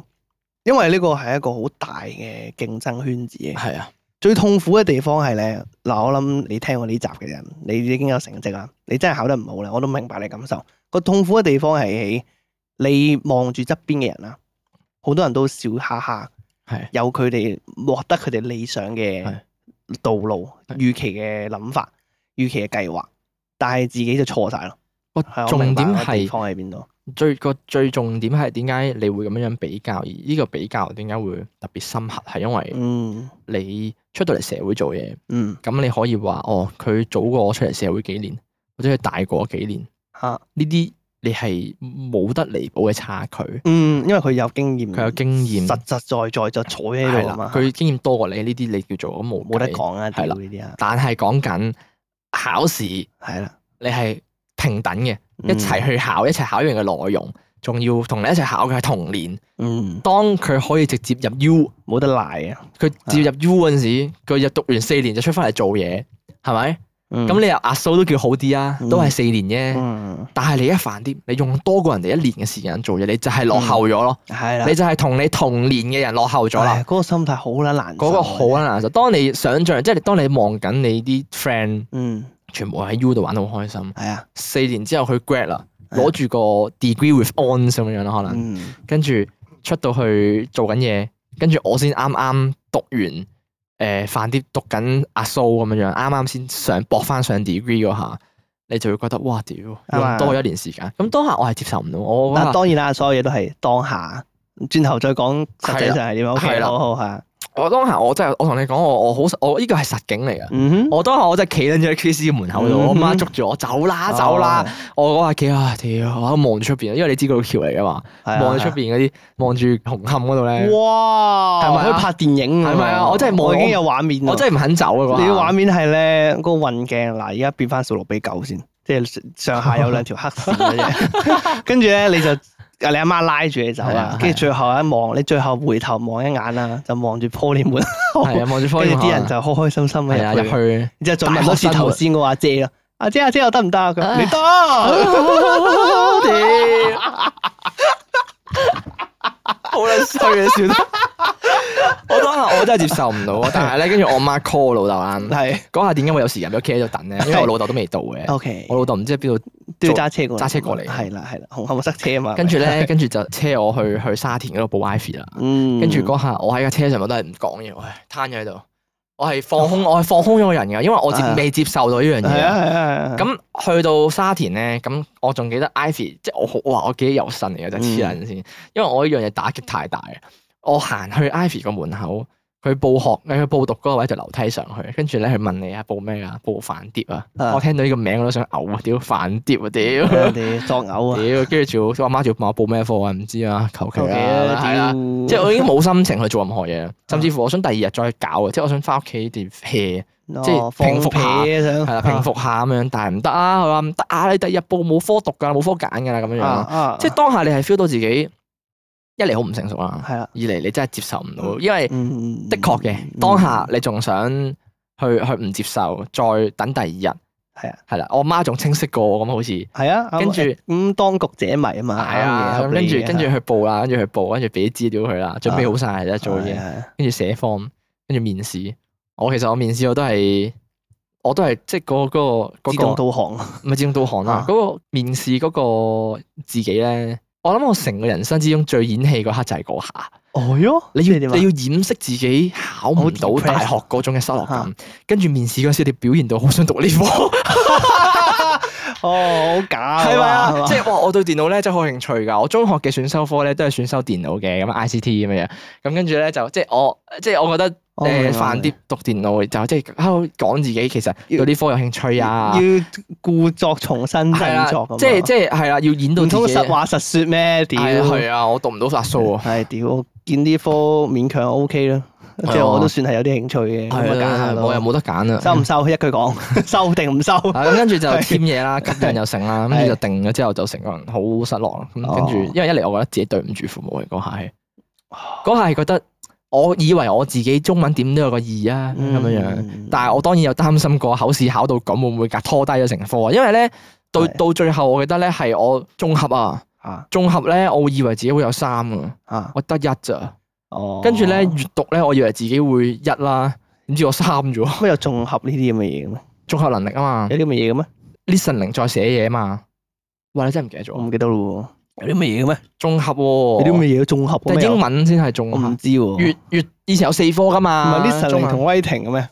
[SPEAKER 2] 因為呢個係一個好大嘅競爭圈子。
[SPEAKER 1] 係啊，
[SPEAKER 2] 最痛苦嘅地方係咧，嗱，我諗你聽我呢集嘅人，你已經有成績啦，你真係考得唔好咧，我都明白你感受。個痛苦嘅地方係喺你望住側邊嘅人啦，好多人都笑哈哈，
[SPEAKER 1] 係
[SPEAKER 2] 有佢哋獲得佢哋理想嘅
[SPEAKER 1] 係
[SPEAKER 2] 道路、
[SPEAKER 1] 係
[SPEAKER 2] 預期嘅諗法、預期嘅計劃，但係自己就錯晒咯。
[SPEAKER 1] 個
[SPEAKER 2] 係啊我
[SPEAKER 1] 重
[SPEAKER 2] 明白
[SPEAKER 1] 點
[SPEAKER 2] 個地
[SPEAKER 1] 係
[SPEAKER 2] 方喺邊度？
[SPEAKER 1] 最個最重點係點解你會咁樣樣比較？而呢個比較點解會特別深刻？係因為
[SPEAKER 2] 嗯
[SPEAKER 1] 你出到嚟社會做嘢，
[SPEAKER 2] 嗯
[SPEAKER 1] 咁你可以話哦，佢早過我出嚟社會幾年，或者佢大過我幾年，
[SPEAKER 2] 嚇
[SPEAKER 1] 呢啲你係冇得彌補嘅差距。
[SPEAKER 2] 嗯，因為佢有經驗，
[SPEAKER 1] 佢有經驗，
[SPEAKER 2] 實實在在就坐喺
[SPEAKER 1] 係
[SPEAKER 2] 度啊
[SPEAKER 1] 啦
[SPEAKER 2] 嘛，，
[SPEAKER 1] 佢經驗多過你，呢啲你叫做咁冇
[SPEAKER 2] 冇得
[SPEAKER 1] 計
[SPEAKER 2] 講啊，
[SPEAKER 1] 係
[SPEAKER 2] 屌
[SPEAKER 1] 啦
[SPEAKER 2] 呢啲啊，
[SPEAKER 1] 但係講緊考試，
[SPEAKER 2] 係啦。
[SPEAKER 1] 你係平等嘅，一齊
[SPEAKER 2] 嗯
[SPEAKER 1] 去考，一齊考一樣嘅內容，仲要同你一齊考嘅係同年。
[SPEAKER 2] 嗯，
[SPEAKER 1] 當佢可以直接入 U，
[SPEAKER 2] 冇得賴啊。
[SPEAKER 1] 佢直接入 U 嗰陣時，佢入讀完四年就出翻嚟做嘢，係咪？
[SPEAKER 2] 咁
[SPEAKER 1] 咁你入阿數都叫好啲啊，
[SPEAKER 2] 嗯
[SPEAKER 1] 都係四年啫。
[SPEAKER 2] 嗯
[SPEAKER 1] 但係你一煩啲，你用多過人哋一年嘅時間做嘢，你就係落後咗咯。
[SPEAKER 2] 係啦，
[SPEAKER 1] 你就係同你同年嘅人落後咗
[SPEAKER 2] 唉
[SPEAKER 1] 啦。
[SPEAKER 2] 嗰個心態好撚難，啊
[SPEAKER 1] 嗰個好，撚難受。當你想像，即係當你望緊你啲 friend
[SPEAKER 2] 嗯，
[SPEAKER 1] 全部喺 U 度玩得好開心。
[SPEAKER 2] 係啊，
[SPEAKER 1] 四年之後佢 grad 啦，
[SPEAKER 2] 係啊
[SPEAKER 1] 攞住個 degree with ons 咁樣樣啦，可能
[SPEAKER 2] 嗯，
[SPEAKER 1] 跟住出到去做緊嘢，跟住我先啱啱讀完誒、呃、飯碟讀緊阿蘇咁樣樣，啱啱先上搏翻上 degree 嗰下，你就會覺得哇屌，用
[SPEAKER 2] 啊
[SPEAKER 1] 多咗一年時間。咁當下我係接受唔到，我
[SPEAKER 2] 但
[SPEAKER 1] 嗰下
[SPEAKER 2] 當然啦，所有嘢都係當下，轉頭再講實際上係點
[SPEAKER 1] 係
[SPEAKER 2] 樣，OK，
[SPEAKER 1] 啦
[SPEAKER 2] 好好係啊，
[SPEAKER 1] 我當下我真係我同你講，我我好我呢個係實景嚟嘅。
[SPEAKER 2] 嗯哼，
[SPEAKER 1] 我當下我真係企撚咗喺 KC 門口度，
[SPEAKER 2] 嗯
[SPEAKER 1] 我媽捉住我走啦走啦，
[SPEAKER 2] 哦，
[SPEAKER 1] 我嗰下企啊屌，我喺度望住出邊，因為你知嗰條橋嚟噶嘛。
[SPEAKER 2] 係啊
[SPEAKER 1] 望住出，邊嗰啲，望住紅磡嗰度
[SPEAKER 2] 係啊
[SPEAKER 1] 咧，
[SPEAKER 2] 哇，
[SPEAKER 1] 係咪啊
[SPEAKER 2] 可以拍電影喎
[SPEAKER 1] 係咪啊我真係望
[SPEAKER 2] 我已經有畫面喎，
[SPEAKER 1] 我真係唔肯走啊！
[SPEAKER 2] 你嘅畫
[SPEAKER 1] 玩
[SPEAKER 2] 面係咧嗰個運鏡嗱，而家變翻數六比九先，即係上下有兩條黑線嘅啫。 跟住咧你就啊你阿媽拉住你走
[SPEAKER 1] 係啊
[SPEAKER 2] 啦，跟住最後一望，你最後回頭望一眼啦，就望住 Poly 門口，
[SPEAKER 1] 係啊，望住科
[SPEAKER 2] 跟住啲人
[SPEAKER 1] 就
[SPEAKER 2] 就開開心心
[SPEAKER 1] 係啊
[SPEAKER 2] 嘅
[SPEAKER 1] 入
[SPEAKER 2] 入去，
[SPEAKER 1] 去，
[SPEAKER 2] 然之後再問多次頭先嗰個阿姐啦，阿姐阿姐我得唔得啊？佢話
[SPEAKER 3] 唉
[SPEAKER 2] 你 得，
[SPEAKER 1] 屌，好撚衰啊！笑得，我當下我真係接受唔到 啊！但係咧，跟住我媽 call 我老豆啦，
[SPEAKER 2] 係
[SPEAKER 1] 嗰下點解會有時入咗屋企喺度等咧？因為我老豆都未到嘅，
[SPEAKER 2] OK，
[SPEAKER 1] 我老豆唔知喺邊度，
[SPEAKER 2] 都要揸車過嚟，
[SPEAKER 1] 揸車過嚟
[SPEAKER 2] 係啦係啦，紅磡塞車啊嘛，
[SPEAKER 1] 跟住咧，跟住就車我去去沙田嗰度報 ivy 啦。
[SPEAKER 2] 嗯，
[SPEAKER 1] 跟住嗰下我喺架車上面都係唔講嘢，我係攤咗喺度，我係放空，我係放空咗個人㗎，因為我接
[SPEAKER 2] 哦係啊
[SPEAKER 1] 未接受到呢樣
[SPEAKER 2] 係
[SPEAKER 1] 嘢
[SPEAKER 2] 啊。係啊係啊，
[SPEAKER 1] 咁去到沙田咧，咁我仲記得 Ivy，即係我好哇，我記憶猶新嚟嘅，真係黐撚
[SPEAKER 2] 嗯
[SPEAKER 1] 先。因為我呢樣嘢打擊太大啊！我行去 Ivy 個門口，佢報學，佢報讀嗰個位就樓梯上去，跟住咧佢問你啊，報咩啊？報飯碟啊！
[SPEAKER 2] 啊
[SPEAKER 1] 我聽到呢個名我都想嘔啊！屌飯碟啊！屌
[SPEAKER 2] 人哋作嘔啊，
[SPEAKER 1] 屌，跟住仲要我媽仲要問我報咩科啊？唔知啊，求其
[SPEAKER 2] 求其
[SPEAKER 1] 啊，係啦。
[SPEAKER 2] 屌，
[SPEAKER 1] 即係我已經冇心情去做任何嘢，甚至乎我想第二日再搞啊！即係我想翻屋企啲 hea。即係
[SPEAKER 2] 哦
[SPEAKER 1] 平復
[SPEAKER 2] 放
[SPEAKER 1] 下
[SPEAKER 2] 屁啊想
[SPEAKER 1] 係啦，平復下咁樣，但係唔得啊！佢話唔得啊，你第二日報冇科讀㗎，冇科揀㗎啦，咁樣
[SPEAKER 2] 啊
[SPEAKER 1] 樣。
[SPEAKER 2] 啊，
[SPEAKER 1] 即係當下你係 feel 到自己一嚟好唔成熟啦，
[SPEAKER 2] 係啦，
[SPEAKER 1] 二嚟你真係接受唔到，因為
[SPEAKER 2] 嗯
[SPEAKER 1] 的確嘅當下你仲想去去唔接受，再等第二日
[SPEAKER 2] 係啊
[SPEAKER 1] 係啦。我媽仲清晰過我咁好似。
[SPEAKER 2] 係啊，啱
[SPEAKER 1] 跟住
[SPEAKER 2] 咁當局者迷啊嘛，
[SPEAKER 1] 係啊，
[SPEAKER 2] 啱嘅啊
[SPEAKER 1] 咁跟住跟住，
[SPEAKER 2] 合理嘅
[SPEAKER 1] 去報啦，跟住去報，跟住俾啲資料佢啦，準備好晒啦，做
[SPEAKER 2] 係
[SPEAKER 1] 嘢，
[SPEAKER 2] 係
[SPEAKER 1] 跟住寫 form，跟住面試。我其實我面試我都係，我都係即係嗰個嗰個
[SPEAKER 2] 自
[SPEAKER 1] 嗰個
[SPEAKER 2] 動導航
[SPEAKER 1] 唔係自動導航啦
[SPEAKER 2] 啊，
[SPEAKER 1] 嗰、個面試嗰個自己咧，我諗我成個人生之中最演戲嗰刻就係嗰下，
[SPEAKER 2] 哦喲，
[SPEAKER 1] 你
[SPEAKER 2] 即
[SPEAKER 1] 要你
[SPEAKER 2] 係點啊
[SPEAKER 1] 要掩飾自己考唔到
[SPEAKER 2] 好 depressed
[SPEAKER 1] 大學嗰種嘅失落感
[SPEAKER 2] 啊，
[SPEAKER 1] 跟住面試嗰時你表現到好想讀呢科，
[SPEAKER 2] 哦，好假
[SPEAKER 1] 係咪啊？即
[SPEAKER 2] 係
[SPEAKER 1] 係哇，我對電腦咧真係好興趣㗎，我中學嘅選修科咧都係選修電腦嘅，咁 I C T 咁樣，咁跟住咧就即係我即係我覺得。
[SPEAKER 2] 我哦明
[SPEAKER 1] 誒
[SPEAKER 2] 我
[SPEAKER 1] 飯碟讀電腦就即係喺度講自己其實對呢科有興趣啊，
[SPEAKER 2] 要故作重新
[SPEAKER 1] 係
[SPEAKER 2] 振
[SPEAKER 1] 啦
[SPEAKER 2] 作咁啊，，
[SPEAKER 1] 即係即係係啦，要演到
[SPEAKER 2] 唔
[SPEAKER 1] 自
[SPEAKER 2] 通
[SPEAKER 1] 己
[SPEAKER 2] 實話實說咩？屌，
[SPEAKER 1] 係啊係啊，我讀唔到法數啊。
[SPEAKER 2] 係屌，我見呢科勉強 OK 啦，即
[SPEAKER 1] 啊
[SPEAKER 2] 係我都算係有啲興趣嘅，咁咪
[SPEAKER 1] 係
[SPEAKER 2] 揀下
[SPEAKER 1] 啊，
[SPEAKER 2] 咯
[SPEAKER 1] 我又冇得揀啦。
[SPEAKER 2] 收唔收？一句 講收定唔收？
[SPEAKER 1] 啊咁跟住就簽嘢啦，吸引又成啦，跟住就定咗之後就成個人好失落啦。咁
[SPEAKER 2] 哦
[SPEAKER 1] 跟住，因為一嚟我覺得自己對唔住父母嘅嗰下係，嗰下係覺得我以為我自己中文點都有個二啊咁樣樣，
[SPEAKER 2] 嗯
[SPEAKER 1] 但係我當然有擔心過考試考到咁會唔會拖低咗成科啊？因為咧到
[SPEAKER 2] 係
[SPEAKER 1] 到最後，我記得咧係我綜合啊，
[SPEAKER 2] 啊
[SPEAKER 1] 綜合咧我會以為自己會有三啊，
[SPEAKER 2] 啊
[SPEAKER 1] 我得一咋。
[SPEAKER 2] 哦，
[SPEAKER 1] 跟住咧閱讀咧，我以為自己會一啦，點知我三咗喎，
[SPEAKER 2] 乜有綜合呢啲咁嘅嘢嘅咩？
[SPEAKER 1] 綜合能力啊嘛。
[SPEAKER 2] 有啲咁嘅嘢嘅咩？
[SPEAKER 1] listening 再寫嘢嘛。哇！你真係唔記得
[SPEAKER 2] 我
[SPEAKER 1] 咗啊
[SPEAKER 2] 唔記得咯喎。有哦啲乜嘢嘅咩？
[SPEAKER 1] 綜合
[SPEAKER 2] 有啲
[SPEAKER 1] 喎、
[SPEAKER 2] 乜嘢綜合嘅
[SPEAKER 1] 但係
[SPEAKER 2] 咩？
[SPEAKER 1] 英文先係綜
[SPEAKER 2] 我
[SPEAKER 1] 合
[SPEAKER 2] 唔。知喎。
[SPEAKER 1] 粵粵以前有四科噶
[SPEAKER 2] 唔
[SPEAKER 1] 嘛？
[SPEAKER 2] 係 listening 同
[SPEAKER 1] 文
[SPEAKER 2] writing 嘅咩？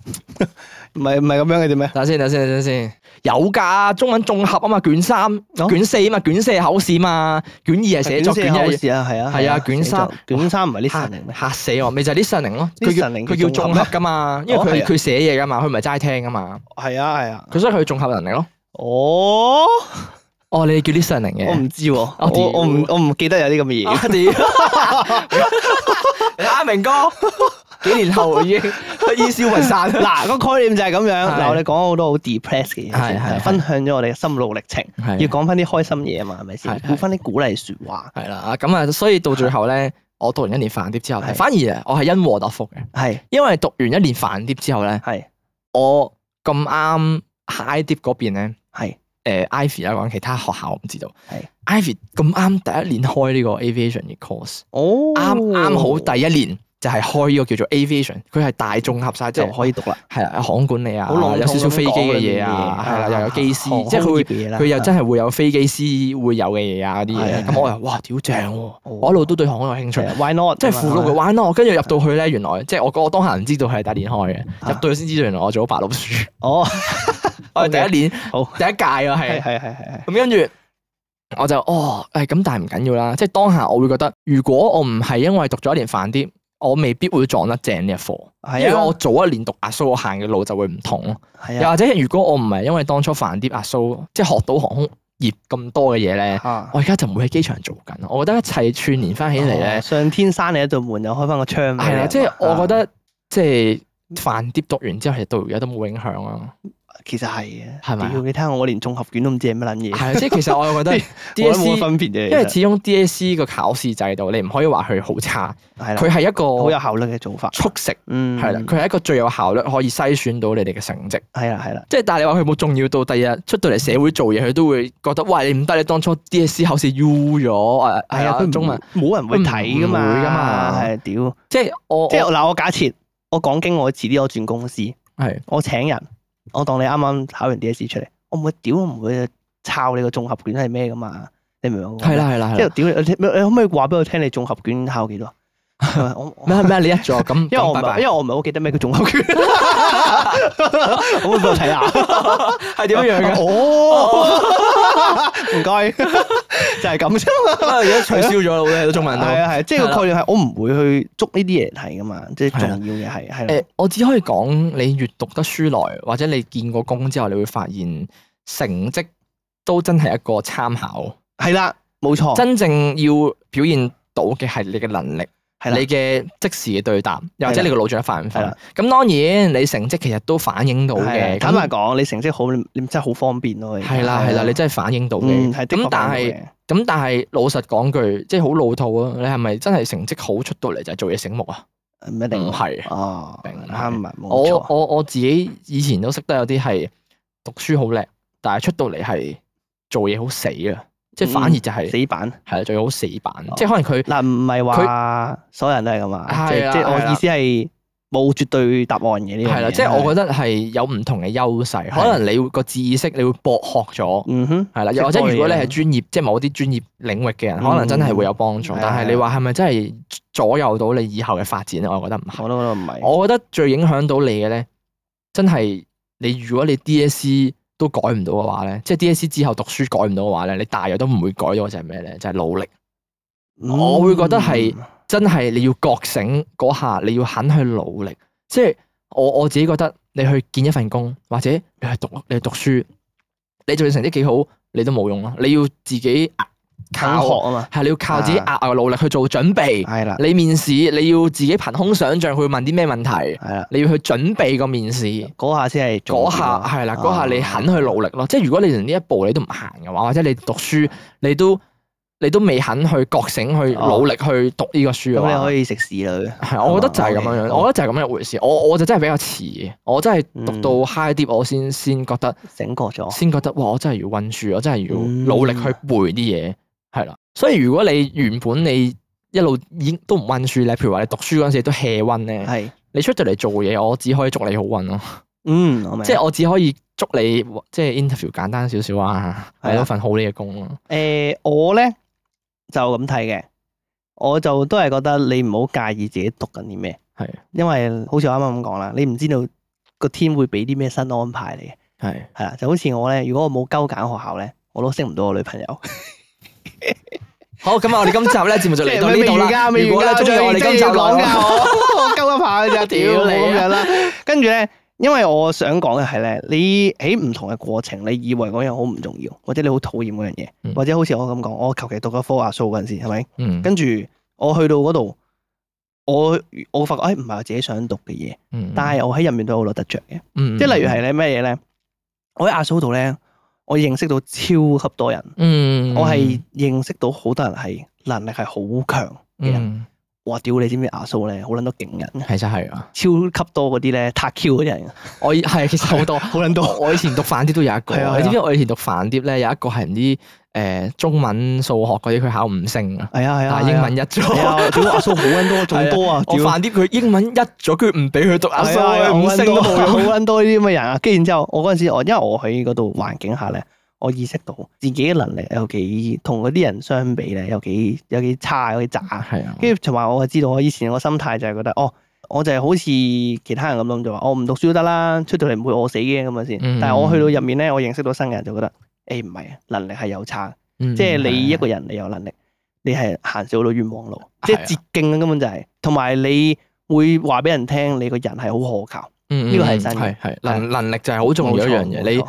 [SPEAKER 2] 唔係唔係咁樣嘅啫咩？
[SPEAKER 1] 等下先，等下先，等下先。有㗎，中文綜合啊嘛，卷三、
[SPEAKER 2] 哦
[SPEAKER 1] 卷四啊嘛，卷四係口試嘛，卷二係寫作，卷一係
[SPEAKER 2] 試啊，係啊，
[SPEAKER 1] 係啊卷
[SPEAKER 2] 寫作
[SPEAKER 1] 三
[SPEAKER 2] 卷三唔啊係
[SPEAKER 1] 嚇
[SPEAKER 2] listening 咩？
[SPEAKER 1] 嚇死我，咪就係 listening 咯。佢叫
[SPEAKER 2] listening
[SPEAKER 1] 佢叫綜
[SPEAKER 2] 咩
[SPEAKER 1] 合？㗎嘛，因為
[SPEAKER 2] 哦係
[SPEAKER 1] 佢
[SPEAKER 2] 啊
[SPEAKER 1] 佢寫嘢㗎嘛，佢唔係齋聽㗎嘛，
[SPEAKER 2] 係啊係啊。
[SPEAKER 1] 佢所以佢綜合能力咯。
[SPEAKER 2] 哦，
[SPEAKER 1] 哦，你叫 listening 嘅。
[SPEAKER 2] 我唔知喎，我
[SPEAKER 1] 屌
[SPEAKER 2] 我唔我唔記得有啲咁嘅嘢。
[SPEAKER 1] 啊屌！ 阿明哥，幾年後 已經煙消雲 散啦。
[SPEAKER 2] 嗱， 個概念就係咁樣。
[SPEAKER 1] 係
[SPEAKER 2] 嗱，我哋講咗好多好 depress 嘅嘢
[SPEAKER 1] 係
[SPEAKER 2] 先，
[SPEAKER 1] 係係
[SPEAKER 2] 分享咗我哋嘅心路歷程，
[SPEAKER 1] 係
[SPEAKER 2] 要講翻啲開心嘢啊嘛，係咪
[SPEAKER 1] 係
[SPEAKER 2] 先？
[SPEAKER 1] 係
[SPEAKER 2] 講翻啲鼓勵説話，
[SPEAKER 1] 係啦，咁啊，所以到最後咧，我讀完一年飯碟之後咧，
[SPEAKER 2] 係
[SPEAKER 1] 反而呃我係因禍得福嘅，
[SPEAKER 2] 係
[SPEAKER 1] 因為讀完一年飯碟之後咧，
[SPEAKER 2] 係
[SPEAKER 1] 我咁啱 high 碟嗰邊咧，
[SPEAKER 2] 係
[SPEAKER 1] 誒 Ivy 啦講其他學校我唔知道
[SPEAKER 2] 係
[SPEAKER 1] ，Ivy 咁啱第一年開呢個 aviation 嘅 course，
[SPEAKER 2] 哦，
[SPEAKER 1] 啱啱好第一年就係開呢個叫做 aviation，佢係大綜合晒即
[SPEAKER 2] 就
[SPEAKER 1] 係
[SPEAKER 2] 可以讀啦。
[SPEAKER 1] 係啦，航空管理啊，
[SPEAKER 2] 好籠統
[SPEAKER 1] 有少少
[SPEAKER 2] 咁
[SPEAKER 1] 飛機
[SPEAKER 2] 講
[SPEAKER 1] 嘅
[SPEAKER 2] 裏
[SPEAKER 1] 嘢
[SPEAKER 2] 面
[SPEAKER 1] 啊，
[SPEAKER 2] 嘅嘢
[SPEAKER 1] 係啦，又有機
[SPEAKER 2] 航
[SPEAKER 1] 師，
[SPEAKER 2] 空
[SPEAKER 1] 即係佢會
[SPEAKER 2] 業嘅嘢啦啊
[SPEAKER 1] 佢又真係會有飛機師會有嘅嘢啊嗰啲嘢，
[SPEAKER 2] 係
[SPEAKER 1] 咁
[SPEAKER 2] 係
[SPEAKER 1] 我又哇屌正喎，我一路都對航空有興趣
[SPEAKER 2] 係。啊哦 why not？
[SPEAKER 1] 即係附錄嘅
[SPEAKER 2] 係嘛
[SPEAKER 1] 玩咯，跟住入到去咧，原來即係我我當下唔知道佢係第一年開嘅，入到去先知道原來我做咗白老 鼠，
[SPEAKER 2] 啊哦，
[SPEAKER 1] 我係第一年
[SPEAKER 2] 好
[SPEAKER 1] 第一屆啊，係
[SPEAKER 2] 係係係係係
[SPEAKER 1] 咁跟住我就哦，誒咁但係唔緊要啦，即係當下我會覺得，如果我唔係因為讀咗一年飯啲，我未必會撞得正呢一科，
[SPEAKER 2] 係啊
[SPEAKER 1] 因為我早一年讀阿蘇，我行嘅路就會唔同咯。
[SPEAKER 2] 係
[SPEAKER 1] 又
[SPEAKER 2] 啊
[SPEAKER 1] 或者如果我唔係因為當初飯碟壓蘇，即係學到航空業咁多嘅嘢咧，
[SPEAKER 2] 嚇
[SPEAKER 1] 我而家就唔會喺機場做緊。我覺得一切串連翻起嚟
[SPEAKER 2] 哦
[SPEAKER 1] 咧，
[SPEAKER 2] 上天閂你一道門，又開翻個窗俾你。
[SPEAKER 1] 係啦、即係
[SPEAKER 2] 嘛
[SPEAKER 1] 我覺得即係飯碟讀完之後，其實到而家都冇影響啊。
[SPEAKER 2] 其實係啊，
[SPEAKER 1] 係咪啊
[SPEAKER 2] 屌你睇下我連綜合卷都唔知係乜撚嘢，
[SPEAKER 1] 係啊，即係其實我又覺 得
[SPEAKER 2] 我都冇乜
[SPEAKER 1] DSE，
[SPEAKER 2] 分別嘅。
[SPEAKER 1] 因為
[SPEAKER 2] 其實
[SPEAKER 1] 始終 DSE 個考試制度，你唔可以話佢好差，
[SPEAKER 2] 係啦，
[SPEAKER 1] 佢係一
[SPEAKER 2] 好有
[SPEAKER 1] 個
[SPEAKER 2] 效率嘅做法。
[SPEAKER 1] 速食，
[SPEAKER 2] 嗯，
[SPEAKER 1] 係啦，佢係一個最有效率可以篩選到你哋嘅成績。
[SPEAKER 2] 係啦，係啦，
[SPEAKER 1] 即係但係你話佢冇重要到第二日出到嚟社會做嘢，佢都會覺得喂你唔得，你當初 DSE 考試 U 咗誒，
[SPEAKER 2] 係
[SPEAKER 1] 係
[SPEAKER 2] 啊，佢
[SPEAKER 1] 啊
[SPEAKER 2] 唔
[SPEAKER 1] 中文，
[SPEAKER 2] 冇人會睇噶嘛，
[SPEAKER 1] 唔會㗎嘛
[SPEAKER 2] 係屌，
[SPEAKER 1] 即係我
[SPEAKER 2] 即係
[SPEAKER 1] 我
[SPEAKER 2] 嗱，我假設我講經，我遲啲我轉公司，
[SPEAKER 1] 係
[SPEAKER 2] 我請人，我當你啱啱考完 DSE 出嚟，我唔會屌，我唔會抄你個綜合卷係咩噶嘛，你明唔明我講咩？
[SPEAKER 1] 係啦係啦係
[SPEAKER 2] 即係
[SPEAKER 1] 啦，
[SPEAKER 2] 屌你，你你可唔可以話俾我聽你綜合卷考幾多啊？我 我
[SPEAKER 1] 咩啊咩你一咗咁，
[SPEAKER 2] 因為我唔
[SPEAKER 1] 咁拜
[SPEAKER 2] 係
[SPEAKER 1] 拜
[SPEAKER 2] 因為我唔係好記得咩叫綜合卷，可唔可以俾 我睇啊下？
[SPEAKER 1] 係 點樣樣啊嘅？
[SPEAKER 2] 哦， 唔該， 就係咁啫嘛。
[SPEAKER 1] 而家取消咗啦，好多嘢都中文都。
[SPEAKER 2] 係啊係啊，即係
[SPEAKER 1] 係
[SPEAKER 2] 個
[SPEAKER 1] 啦
[SPEAKER 2] 概念係我唔會去捉呢啲嘢嚟睇噶嘛，即係
[SPEAKER 1] 係
[SPEAKER 2] 重
[SPEAKER 1] 啦
[SPEAKER 2] 要嘅係係
[SPEAKER 1] 誒
[SPEAKER 2] 啦，
[SPEAKER 1] 我只可以講你閱讀得書耐，或者你見過工之後，你會發現成績都真係一個參考。
[SPEAKER 2] 係啦，冇錯，
[SPEAKER 1] 真正要表現到嘅係你嘅能力。
[SPEAKER 2] 係
[SPEAKER 1] 你
[SPEAKER 2] 啦，
[SPEAKER 1] 嘅即時嘅對答，又或者
[SPEAKER 2] 係啦
[SPEAKER 1] 你個腦轉得快唔
[SPEAKER 2] 係
[SPEAKER 1] 快
[SPEAKER 2] 啦？
[SPEAKER 1] 咁當然你成績其實都反映到
[SPEAKER 2] 係啦
[SPEAKER 1] 嘅。
[SPEAKER 2] 坦白
[SPEAKER 1] 咁
[SPEAKER 2] 講，你成績好，你你真係好方便咯。
[SPEAKER 1] 係啦係啦，你真係反映到嘅。
[SPEAKER 2] 係的確
[SPEAKER 1] 咁但
[SPEAKER 2] 方
[SPEAKER 1] 係
[SPEAKER 2] 便
[SPEAKER 1] 咁但係老實講句，即係好老套啊！你係咪真係成績好出到嚟就係做嘢醒目啊？
[SPEAKER 2] 嘅唔一定
[SPEAKER 1] 唔係，
[SPEAKER 2] 哦，
[SPEAKER 1] 並唔係
[SPEAKER 2] 啱啊，
[SPEAKER 1] 我
[SPEAKER 2] 冇錯，
[SPEAKER 1] 我我自己以前都識得有啲係讀書好叻，但係出到嚟係做嘢好死啊！即係反而就係
[SPEAKER 2] 死板。
[SPEAKER 1] 係啦，做嘢好死板
[SPEAKER 2] 哦，
[SPEAKER 1] 即係可能佢
[SPEAKER 2] 嗱，唔係話所有人都係咁啊，即
[SPEAKER 1] 係
[SPEAKER 2] 係
[SPEAKER 1] 啦
[SPEAKER 2] 即係我
[SPEAKER 1] 係啦
[SPEAKER 2] 意思係冇絕對答案嘅呢樣嘢。
[SPEAKER 1] 係啦，即係我覺得係有唔同嘅優勢，可能你會個知識你會博學咗。
[SPEAKER 2] 嗯哼，
[SPEAKER 1] 係啦，又或者如果你係專業，即係某啲專業領域嘅人，可能真係會有幫助
[SPEAKER 2] 嗯。
[SPEAKER 1] 但
[SPEAKER 2] 係啊
[SPEAKER 1] 係你話係咪真係左右到你以後嘅發展啊咧？我覺得唔係。
[SPEAKER 2] 我都覺得唔係。
[SPEAKER 1] 我覺得最影響到你嘅咧，真係你如果你 DSE 都改唔到嘅話咧，即係 DSE 之後讀書改唔到嘅話咧，你大約都唔會改到嘅就係咩咧？就係努力。我會覺得係
[SPEAKER 2] 嗯
[SPEAKER 1] 真係你要覺醒嗰下，你要肯去努力。即係我我自己覺得，你去見一份工，或者你去讀你去讀書，你就算成績幾好，你都冇用咯。你要自己
[SPEAKER 2] 肯
[SPEAKER 1] 靠
[SPEAKER 2] 學啊啊嘛，
[SPEAKER 1] 係你要靠自己額外努力去做準備。
[SPEAKER 2] 係啦，
[SPEAKER 1] 你面試你要自己憑空想像去問啲咩問題，
[SPEAKER 2] 係啦，
[SPEAKER 1] 你要去準備個面試。
[SPEAKER 2] 嗰下先係重
[SPEAKER 1] 嗰
[SPEAKER 2] 點
[SPEAKER 1] 下
[SPEAKER 2] 啊
[SPEAKER 1] 係啦，嗰下你肯
[SPEAKER 2] 啊
[SPEAKER 1] 去努力咯。即係如果你連呢一步你都唔行嘅
[SPEAKER 2] 嗯
[SPEAKER 1] 話，或者你讀書你都你都未肯去覺醒去
[SPEAKER 2] 哦
[SPEAKER 1] 努力去讀呢個書嘅
[SPEAKER 2] 咁你
[SPEAKER 1] 話
[SPEAKER 2] 可，以食屎啦。
[SPEAKER 1] 係我覺得就係咁樣
[SPEAKER 2] 哦
[SPEAKER 1] 樣，
[SPEAKER 2] ，OK，
[SPEAKER 1] 我覺得就係咁樣一回事。我我就真係比較遲嘅，我真係
[SPEAKER 2] 嗯
[SPEAKER 1] 讀到 high 啲，我先先覺得
[SPEAKER 2] 醒覺咗，
[SPEAKER 1] 先覺得哇！我真係要温書，我真係要
[SPEAKER 2] 哦嗯
[SPEAKER 1] 努力去背啲嘢，係啦。所以如果你原本你一路已經都唔温書咧，譬如話你讀書嗰陣時都 hea 温咧，
[SPEAKER 2] 係，
[SPEAKER 1] 你出到嚟做嘢，我只可以祝你好運咯。
[SPEAKER 2] 嗯，我明。
[SPEAKER 1] 即係我只可以祝你即係 interview 簡單少少啊，
[SPEAKER 2] 係啊
[SPEAKER 1] 揾到份好啲嘅工啊咯。
[SPEAKER 2] 誒，我咧就咁睇嘅，我就都係覺得你唔好介意自己讀緊啲咩，
[SPEAKER 1] 係
[SPEAKER 2] 因為好似我啱啱咁講啦，你唔知道個天會俾啲咩新安排你嘅，
[SPEAKER 1] 係
[SPEAKER 2] 係啦，就好似我咧，如果我冇鳩揀學校咧，我都識唔到我女朋友。
[SPEAKER 1] 好，咁啊，我哋今集咧節目就嚟到呢度啦。如果咧中意我哋今集
[SPEAKER 2] 講
[SPEAKER 1] 講
[SPEAKER 2] 噶，我我鳩一下佢咋，屌
[SPEAKER 1] 屌
[SPEAKER 2] 你
[SPEAKER 1] 你
[SPEAKER 2] 咁
[SPEAKER 1] 啊
[SPEAKER 2] 樣啦。跟住咧，因為我想講嘅係咧，你喺唔同嘅過程，你以為嗰樣好唔重要，或者你好討厭嗰樣嘢，
[SPEAKER 1] 嗯
[SPEAKER 2] 或者好似我咁講，我求其讀咗科啊數嗰陣時，係咪？
[SPEAKER 1] 嗯
[SPEAKER 2] 跟住我去到嗰度，我我發覺，哎誒唔係我自己想讀嘅嘢，
[SPEAKER 1] 嗯
[SPEAKER 2] 但係我喺入面都有好多得着嘅。
[SPEAKER 1] 嗯
[SPEAKER 2] 即係例如係咧咩嘢咧？我喺阿蘇度咧，我認識到超級多人，
[SPEAKER 1] 嗯，
[SPEAKER 2] 我係認識到好多人係能力係好強嘅人。
[SPEAKER 1] 嗯，
[SPEAKER 2] 哇！屌你知唔知阿蘇咧，好撚多勁人，
[SPEAKER 1] 其實係啊，
[SPEAKER 2] 超級多嗰啲咧，塔 Q 嗰啲人，
[SPEAKER 1] 我 以係其實好多。
[SPEAKER 2] 好撚多。
[SPEAKER 1] 我以前讀飯碟都有一個，
[SPEAKER 2] 係啊係啊
[SPEAKER 1] 你知唔知我以前讀飯碟咧有一個係唔知誒中文、數學嗰啲佢考五星啊，
[SPEAKER 2] 係啊係啊，
[SPEAKER 1] 但係英文一咗
[SPEAKER 2] 係。啊，屌阿蘇好撚多，仲 多啊！
[SPEAKER 1] 我
[SPEAKER 2] 屌
[SPEAKER 1] 飯碟佢英文一咗，佢唔俾佢讀阿
[SPEAKER 2] 係
[SPEAKER 1] 數，
[SPEAKER 2] 啊係啊
[SPEAKER 1] 佢五
[SPEAKER 2] 好
[SPEAKER 1] 星
[SPEAKER 2] 撚
[SPEAKER 1] 都
[SPEAKER 2] 多，
[SPEAKER 1] 冇
[SPEAKER 2] 好
[SPEAKER 1] 用。
[SPEAKER 2] 撚多呢啲咁嘅人啊！跟住然之後，我嗰陣時我因為我喺嗰度環境下咧，我意識到自己嘅能力有幾同嗰啲人相比咧，有幾有幾差，有幾渣。
[SPEAKER 1] 係啊，
[SPEAKER 2] 跟住同埋我係知道，我以前個心態就係覺得，哦，我就係好似其他人咁諗，就話我唔讀書都得啦，出到嚟唔會餓死嘅咁樣先。
[SPEAKER 1] 嗯
[SPEAKER 2] 但係我去到入面咧，我認識到新嘅人就覺得，誒唔係啊，能力係有差嘅。
[SPEAKER 1] 嗯
[SPEAKER 2] 即係你一個人你有能力，你係行少好多冤枉路，即
[SPEAKER 1] 係
[SPEAKER 2] 係
[SPEAKER 1] 啊
[SPEAKER 2] 捷徑啊根本就係、同埋你會話俾人聽，你個人係好可靠，呢
[SPEAKER 1] 呢
[SPEAKER 2] 個係真嘅
[SPEAKER 1] 嗯係係能能力就係好重要一樣嘢。
[SPEAKER 2] 冇錯冇
[SPEAKER 1] 你
[SPEAKER 2] 錯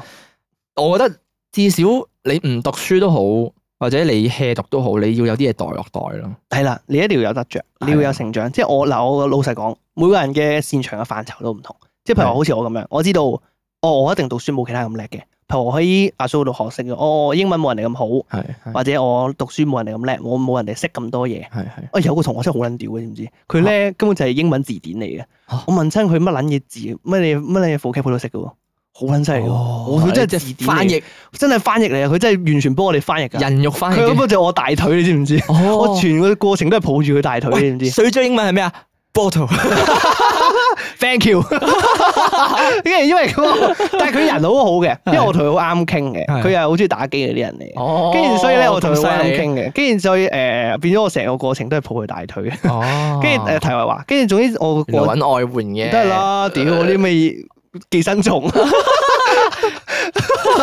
[SPEAKER 1] 我覺得至少你唔讀書都好，或者你 hea 讀都好，你要有啲嘢袋落袋咯。
[SPEAKER 2] 係啦，你一定要有得着，
[SPEAKER 1] 啊
[SPEAKER 2] 你要有成長。即係我嗱，我老實講，每個人嘅擅長嘅範疇都唔同。即係譬如話
[SPEAKER 1] 係
[SPEAKER 2] 好似我咁樣，我知道我哦，我一定讀書冇其他人咁叻嘅，譬如我喺阿蘇度學識咗，哦，我英文冇人哋咁好，
[SPEAKER 1] 係係
[SPEAKER 2] 或者我讀書冇人哋咁叻，我冇人哋識咁多嘢。
[SPEAKER 1] 係係
[SPEAKER 2] 啊，有個同學真係好撚屌嘅，知唔知？佢咧根本就係英文字典嚟嘅。我問親佢乜撚嘢字，乜嘢乜撚嘢副 c a 佢都識嘅喎，好撚犀利喎！
[SPEAKER 1] 哦
[SPEAKER 2] 佢真係
[SPEAKER 1] 即
[SPEAKER 2] 字
[SPEAKER 1] 係
[SPEAKER 2] 典嚟
[SPEAKER 1] 翻譯
[SPEAKER 2] 真係翻譯嚟啊！佢真係完全幫我哋翻譯㗎。
[SPEAKER 1] 人肉翻
[SPEAKER 2] 佢嗰
[SPEAKER 1] 譯嘅。
[SPEAKER 2] 個就我大腿，你知唔知？
[SPEAKER 1] 哦
[SPEAKER 2] 我全個過程都係抱住佢大腿，你知唔知？
[SPEAKER 1] 水晶英文係咩啊？Bottle。
[SPEAKER 2] Thank you。因為因為嗰個但係佢人好好嘅，因為我同佢好啱傾嘅，
[SPEAKER 1] 係
[SPEAKER 2] 佢又係好中意打機嗰啲人嚟。
[SPEAKER 1] 哦
[SPEAKER 2] 跟住所以咧，我同佢
[SPEAKER 1] 咁
[SPEAKER 2] 好
[SPEAKER 1] 犀
[SPEAKER 2] 啱
[SPEAKER 1] 利
[SPEAKER 2] 傾嘅。跟住所以誒，變咗我成個過程都係抱佢大腿。
[SPEAKER 1] 哦
[SPEAKER 2] 跟住誒題外話，跟住總之我
[SPEAKER 1] 原來呃
[SPEAKER 2] 過
[SPEAKER 1] 揾外援嘅，
[SPEAKER 2] 得啦，屌嗰啲咩寄 生蟲。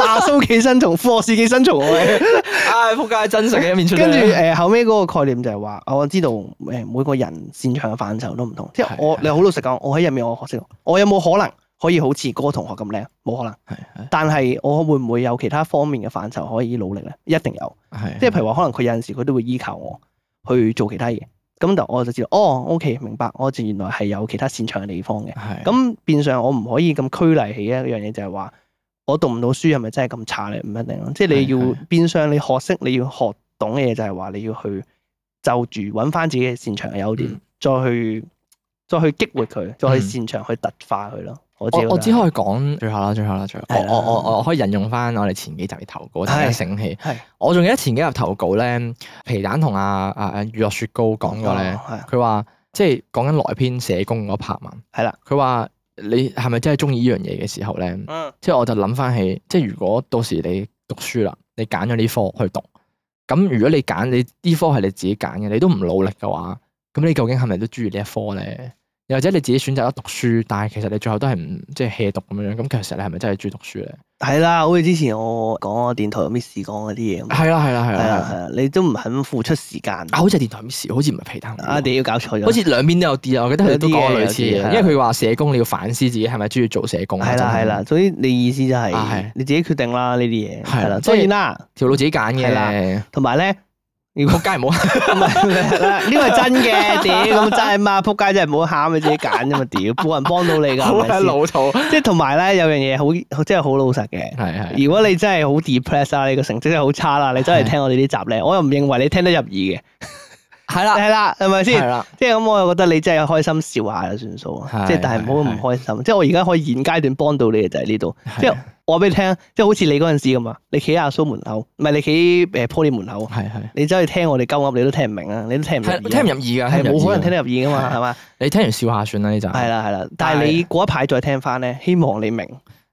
[SPEAKER 2] 阿蘇寄生蟲，科士寄生蟲我哋
[SPEAKER 1] 唉，仆街真實嘅一 面出嚟。
[SPEAKER 2] 跟住誒後尾嗰個概念就係話，哦我知道誒每個人擅長嘅範疇都唔同，即係我
[SPEAKER 1] 係係
[SPEAKER 2] 你好老實講，我喺入面我學識到，我有冇可能可以好似嗰個同學咁靚？冇可能。
[SPEAKER 1] 係係
[SPEAKER 2] 但係我會唔會有其他方面嘅範疇可以努力咧？一定有。
[SPEAKER 1] 係，啊
[SPEAKER 2] 即係譬如話，可能佢有陣時佢都會依靠我去做其他嘢。咁就我就知道，哦，OK，明白，我就原來係有其他擅長嘅地方嘅。
[SPEAKER 1] 係
[SPEAKER 2] 咁變相我唔可以咁拘泥起一樣嘢，就係話我讀唔到書係咪真係咁差咧？唔一定咯，即係你
[SPEAKER 1] 係
[SPEAKER 2] 要
[SPEAKER 1] 係
[SPEAKER 2] 變相你學識你要學懂嘅嘢，就係話你要去就住揾翻自己嘅擅長嘅優點，
[SPEAKER 1] 嗯
[SPEAKER 2] 再去再去激活佢，再去
[SPEAKER 1] 嗯
[SPEAKER 2] 擅長去突化佢咯。我自己
[SPEAKER 1] 我我只
[SPEAKER 2] 覺得
[SPEAKER 1] 可以講最後啦，最後啦，最後。我
[SPEAKER 2] 係啦
[SPEAKER 1] 我我我可以引用翻我哋前幾集嘅投稿，大家
[SPEAKER 2] 係
[SPEAKER 1] 醒起。
[SPEAKER 2] 係
[SPEAKER 1] 我仲記得前幾集投稿咧，皮蛋同阿阿阿娛樂雪糕講過咧，
[SPEAKER 2] 哦係
[SPEAKER 1] 佢話即係講緊萊編社工嗰 part 嘛。
[SPEAKER 2] 係啦。
[SPEAKER 1] 佢話你係咪真係中意呢樣嘢嘅時候咧？
[SPEAKER 2] 嗯
[SPEAKER 1] 即係我就諗翻起，即係如果到時你讀書啦，你揀咗呢科去讀，咁如果你揀你呢科係你自己揀嘅，你都唔努力嘅話，咁你究竟係咪都中意呢一科咧？又或者你自己選擇咗讀書，但係其實你最後都係唔即係 hea 讀咁樣，咁其實你係咪真係中意讀書咧？
[SPEAKER 2] 係啦，好似之前我講我電台 Miss 講嗰啲嘢咁，
[SPEAKER 1] 係啦係啦係
[SPEAKER 2] 嗯係啦係啊
[SPEAKER 1] 啦，
[SPEAKER 2] 啦，你都唔肯付出時間
[SPEAKER 1] 啊，好似係電台 miss，好似唔係皮蛋，
[SPEAKER 2] 啊！你要搞錯咗，
[SPEAKER 1] 好似兩邊都有啲啊，我覺得佢哋都講過類似嘅
[SPEAKER 2] 有
[SPEAKER 1] 嘢，
[SPEAKER 2] 啲嘅
[SPEAKER 1] 因為佢話社工你要反思自己係咪中意做社工啊，
[SPEAKER 2] 係啦
[SPEAKER 1] 真
[SPEAKER 2] 係啦，，所以你意思就係、
[SPEAKER 1] 啊係
[SPEAKER 2] 你自己決定啦呢啲嘢，
[SPEAKER 1] 係啦
[SPEAKER 2] 係啦，
[SPEAKER 1] 即
[SPEAKER 2] 當
[SPEAKER 1] 係
[SPEAKER 2] 然啦，
[SPEAKER 1] 條路自己揀
[SPEAKER 2] 係啦
[SPEAKER 1] 嘅，
[SPEAKER 2] 同埋咧。如果
[SPEAKER 1] 仆街唔好，
[SPEAKER 2] 唔係呢個係真 嘅，屌咁真係嘛，仆街真係唔好喊，你自己揀啫嘛，屌冇人幫到 你㗎，
[SPEAKER 1] 好
[SPEAKER 2] 係
[SPEAKER 1] 係
[SPEAKER 2] 咪先
[SPEAKER 1] 老土，係
[SPEAKER 2] 即係同埋咧有樣嘢好好真係好老實嘅。
[SPEAKER 1] 係
[SPEAKER 2] 如果你真係好 depressed 啦，你個成績真係好差啦，你真係聽我哋啲集咧，我又唔認為你聽得入耳嘅，
[SPEAKER 1] 係啦
[SPEAKER 2] 係啦，係咪
[SPEAKER 1] 係
[SPEAKER 2] 先？
[SPEAKER 1] 啦。
[SPEAKER 2] 即係咁，我又覺得你真係開心笑下就算數啊，
[SPEAKER 1] 係
[SPEAKER 2] 即係但係唔好
[SPEAKER 1] 係
[SPEAKER 2] 唔開心。即係我而家可以現階段幫到你嘅就係呢度，即係
[SPEAKER 1] 係
[SPEAKER 2] 我話俾你聽，即係好似你嗰陣時咁啊，你企喺阿蘇門口，唔係你企誒 Poly 門口，
[SPEAKER 1] 係係
[SPEAKER 2] 你走去聽我哋鳩噏，你都聽唔明啊，你都聽唔入耳
[SPEAKER 1] 係
[SPEAKER 2] 啊，
[SPEAKER 1] 聽唔入耳噶，
[SPEAKER 2] 係冇可能聽
[SPEAKER 1] 得。
[SPEAKER 2] 得入耳噶嘛，係嘛？
[SPEAKER 1] 你聽完笑下算啦，呢集
[SPEAKER 2] 係啦係啦，但係你嗰一排再聽翻咧，希望你明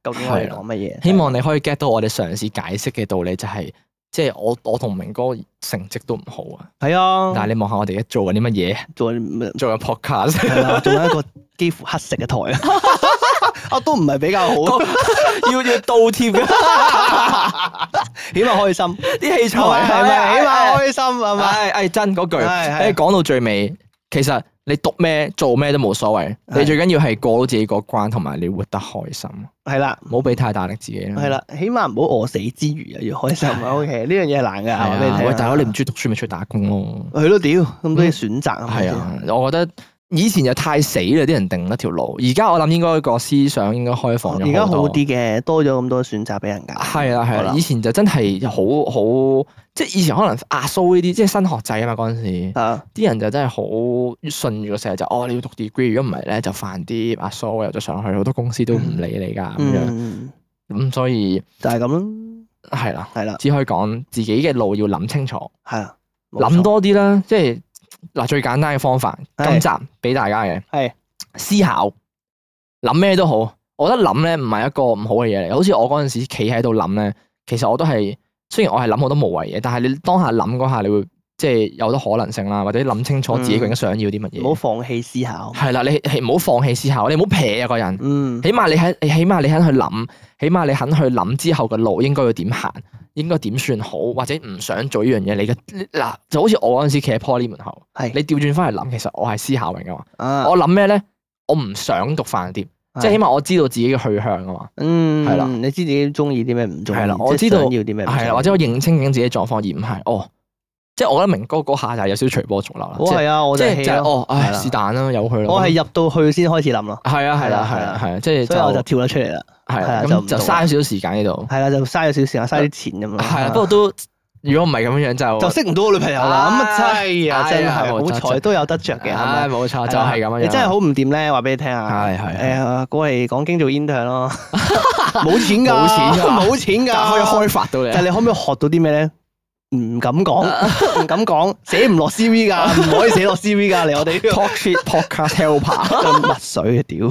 [SPEAKER 2] 究竟我哋
[SPEAKER 1] 係啦啊
[SPEAKER 2] 講乜嘢。
[SPEAKER 1] 希望你可以 get 到我哋嘗試解釋嘅道理，就係即係我我同明哥成績都唔好啊，
[SPEAKER 2] 係
[SPEAKER 1] 但係
[SPEAKER 2] 啊，
[SPEAKER 1] 你望下我哋而家做緊啲乜嘢？
[SPEAKER 2] 做係
[SPEAKER 1] 做緊 podcast，
[SPEAKER 2] 啦，啊仲有一個幾乎黑色嘅台啊， 啊都唔係比較好，
[SPEAKER 1] 要要倒貼嘅
[SPEAKER 2] 起碼開心，
[SPEAKER 1] 啲器 材
[SPEAKER 2] 係咪？啊係咪起碼
[SPEAKER 1] 開
[SPEAKER 2] 開心係咪？
[SPEAKER 1] 咪？係真嗰句，
[SPEAKER 2] 係
[SPEAKER 1] 誒
[SPEAKER 2] 係
[SPEAKER 1] 講到最尾，其實你讀咩做咩都冇所謂，
[SPEAKER 2] 係
[SPEAKER 1] 你最緊要係過到自己嗰關，同埋你活得開心，
[SPEAKER 2] 係啦。
[SPEAKER 1] 唔好俾太大壓力自己啦。
[SPEAKER 2] 係啦，起碼唔好餓死之餘又要開心 啊！O K，呢樣嘢係難
[SPEAKER 1] 係
[SPEAKER 2] 㗎，話俾你
[SPEAKER 1] 啊，
[SPEAKER 2] 聽。
[SPEAKER 1] 喂大佬，你唔中意讀書咪出去打工咯。
[SPEAKER 2] 係咯，屌咁多嘢選擇啊嘛！
[SPEAKER 1] 係啊，我覺得以前就太死啦，啲人定一條路。而家我諗應該個思想應該開放咗
[SPEAKER 2] 哦而家好
[SPEAKER 1] 多。
[SPEAKER 2] 啲嘅，多咗咁多選擇俾人㗎。
[SPEAKER 1] 係啦係
[SPEAKER 2] 我
[SPEAKER 1] 啦，
[SPEAKER 2] 諗
[SPEAKER 1] 以前就真係好好，即係以前可能阿蘇呢啲，即係新學制啊嘛嗰陣時，
[SPEAKER 2] 啊，
[SPEAKER 1] 啲人就真係好順住個社就哦，你要讀 degree，如果唔係咧就犯啲阿蘇又咗上去，好多公司都唔理你㗎咁樣。
[SPEAKER 2] 嗯，
[SPEAKER 1] 咁所以
[SPEAKER 2] 就係咁咯，
[SPEAKER 1] 係啦，
[SPEAKER 2] 係啦，
[SPEAKER 1] 只可以講自己嘅路要諗清楚，
[SPEAKER 2] 係啊，冇錯
[SPEAKER 1] 諗多啲啦。即係嗱，最簡單嘅方法，
[SPEAKER 2] 係
[SPEAKER 1] 今集俾大家嘅。
[SPEAKER 2] 係
[SPEAKER 1] 思考，諗咩都好，我覺得諗咧唔係一個唔好嘅嘢嚟。好似我嗰陣時企喺度諗咧，其實我都係雖然我係諗好多無謂嘢，但係你當下諗嗰下，你會即係有好多可能性啦，或者諗清楚自己究竟想要啲乜
[SPEAKER 2] 唔好
[SPEAKER 1] 嘢。
[SPEAKER 2] 放棄思考。
[SPEAKER 1] 係啦，你係唔好放棄思考，你唔好撇啊個人。
[SPEAKER 2] 嗯，
[SPEAKER 1] 起碼你喺，起碼你肯去諗，起碼你肯去諗之後嘅路應該要點行，應該點算好，或者唔想做呢樣嘢，你嘅嗱就好似我嗰陣時企喺 Poly 門口，
[SPEAKER 2] 係
[SPEAKER 1] 你調轉翻嚟諗，其實我係思考緊噶嘛。
[SPEAKER 2] 啊，
[SPEAKER 1] 我諗咩咧？我唔想讀飯店，即係起碼我知道自己嘅去向啊嘛。
[SPEAKER 2] 嗯
[SPEAKER 1] 係啦
[SPEAKER 2] 你知自己中意啲咩唔中意，
[SPEAKER 1] 係啦
[SPEAKER 2] 即係
[SPEAKER 1] 我知道
[SPEAKER 2] 想要啲咩唔中意，
[SPEAKER 1] 係啦，啊或者我認清緊自己狀況，而唔係哦，即係我覺得明哥嗰下就係有少少隨波逐流啦。
[SPEAKER 2] 我係啊，我
[SPEAKER 1] 即
[SPEAKER 2] 就
[SPEAKER 1] 係就係
[SPEAKER 2] 係
[SPEAKER 1] 哦，唉
[SPEAKER 2] 係啦
[SPEAKER 1] 是但啦，由佢啦。
[SPEAKER 2] 我係入到去先開始諗咯，
[SPEAKER 1] 係啊係
[SPEAKER 2] 係
[SPEAKER 1] 啦
[SPEAKER 2] 啦
[SPEAKER 1] 係
[SPEAKER 2] 係
[SPEAKER 1] 啦
[SPEAKER 2] 啦
[SPEAKER 1] 係啊，即係
[SPEAKER 2] 所以我就
[SPEAKER 1] 就
[SPEAKER 2] 跳咗出嚟啦。
[SPEAKER 1] 係
[SPEAKER 2] 係
[SPEAKER 1] 啦
[SPEAKER 2] 啊就
[SPEAKER 1] 咁
[SPEAKER 2] 唔
[SPEAKER 1] 就
[SPEAKER 2] 到
[SPEAKER 1] 嘥
[SPEAKER 2] 啦
[SPEAKER 1] 少少時間呢度。
[SPEAKER 2] 係啦，就嘥咗少少時間，嘥啲錢咁樣。啊
[SPEAKER 1] 係啦，不啊過都如果唔係咁樣樣就
[SPEAKER 2] 就識唔到個女朋友
[SPEAKER 1] 哎
[SPEAKER 2] 啦，咁啊
[SPEAKER 1] 唉
[SPEAKER 2] 真係啊，
[SPEAKER 1] 唉
[SPEAKER 2] 真係
[SPEAKER 1] 冇錯
[SPEAKER 2] 好彩都有得着嘅，係
[SPEAKER 1] 唉
[SPEAKER 2] 咪？
[SPEAKER 1] 冇錯，就係咁樣樣。
[SPEAKER 2] 你真係好唔掂咧，話俾你聽啊！
[SPEAKER 1] 係係係
[SPEAKER 2] 誒，過嚟講經做 intern 咯，冇錢㗎，
[SPEAKER 1] 冇錢㗎
[SPEAKER 2] 冇錢㗎，
[SPEAKER 1] 但可以 開發到你啊
[SPEAKER 2] 但。係你可唔可以學到啲咩咧？唔敢 講，唔敢講，寫唔落 CV 㗎，唔可以寫落 CV 㗎，嚟我 哋呢
[SPEAKER 1] Talk shit podcast helper，
[SPEAKER 2] 度墨水啊屌！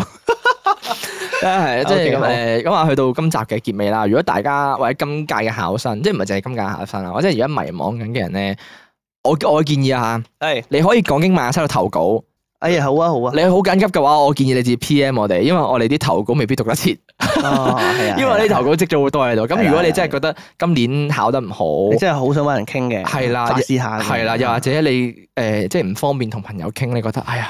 [SPEAKER 1] 係即係
[SPEAKER 2] OK，好
[SPEAKER 1] 誒咁啊，去到今集嘅結尾啦。如果大家或者今屆嘅考生，即係唔係淨係今屆嘅考生啊，或者而家迷茫緊嘅人咧，我我建議啊，
[SPEAKER 2] 係，
[SPEAKER 1] 你可以講經萬應室度投稿。
[SPEAKER 2] 哎呀，好啊，好啊，
[SPEAKER 1] 你好緊急嘅話，我建議你直接 P.M 我哋，因為我哋啲投稿未必讀得切，
[SPEAKER 2] 啊係啊，
[SPEAKER 1] 因為
[SPEAKER 2] 係
[SPEAKER 1] 呢
[SPEAKER 2] 啊
[SPEAKER 1] 投稿積咗好多喺度。咁
[SPEAKER 2] 係啊
[SPEAKER 1] 如果你
[SPEAKER 2] 係啊
[SPEAKER 1] 真係覺得今年考得唔
[SPEAKER 2] 你
[SPEAKER 1] 好，
[SPEAKER 2] 真係好想揾人傾嘅，
[SPEAKER 1] 係啦
[SPEAKER 2] 試下嘅
[SPEAKER 1] 係啦，又或者你誒、呃即係唔方便同朋友傾，你覺得哎呀，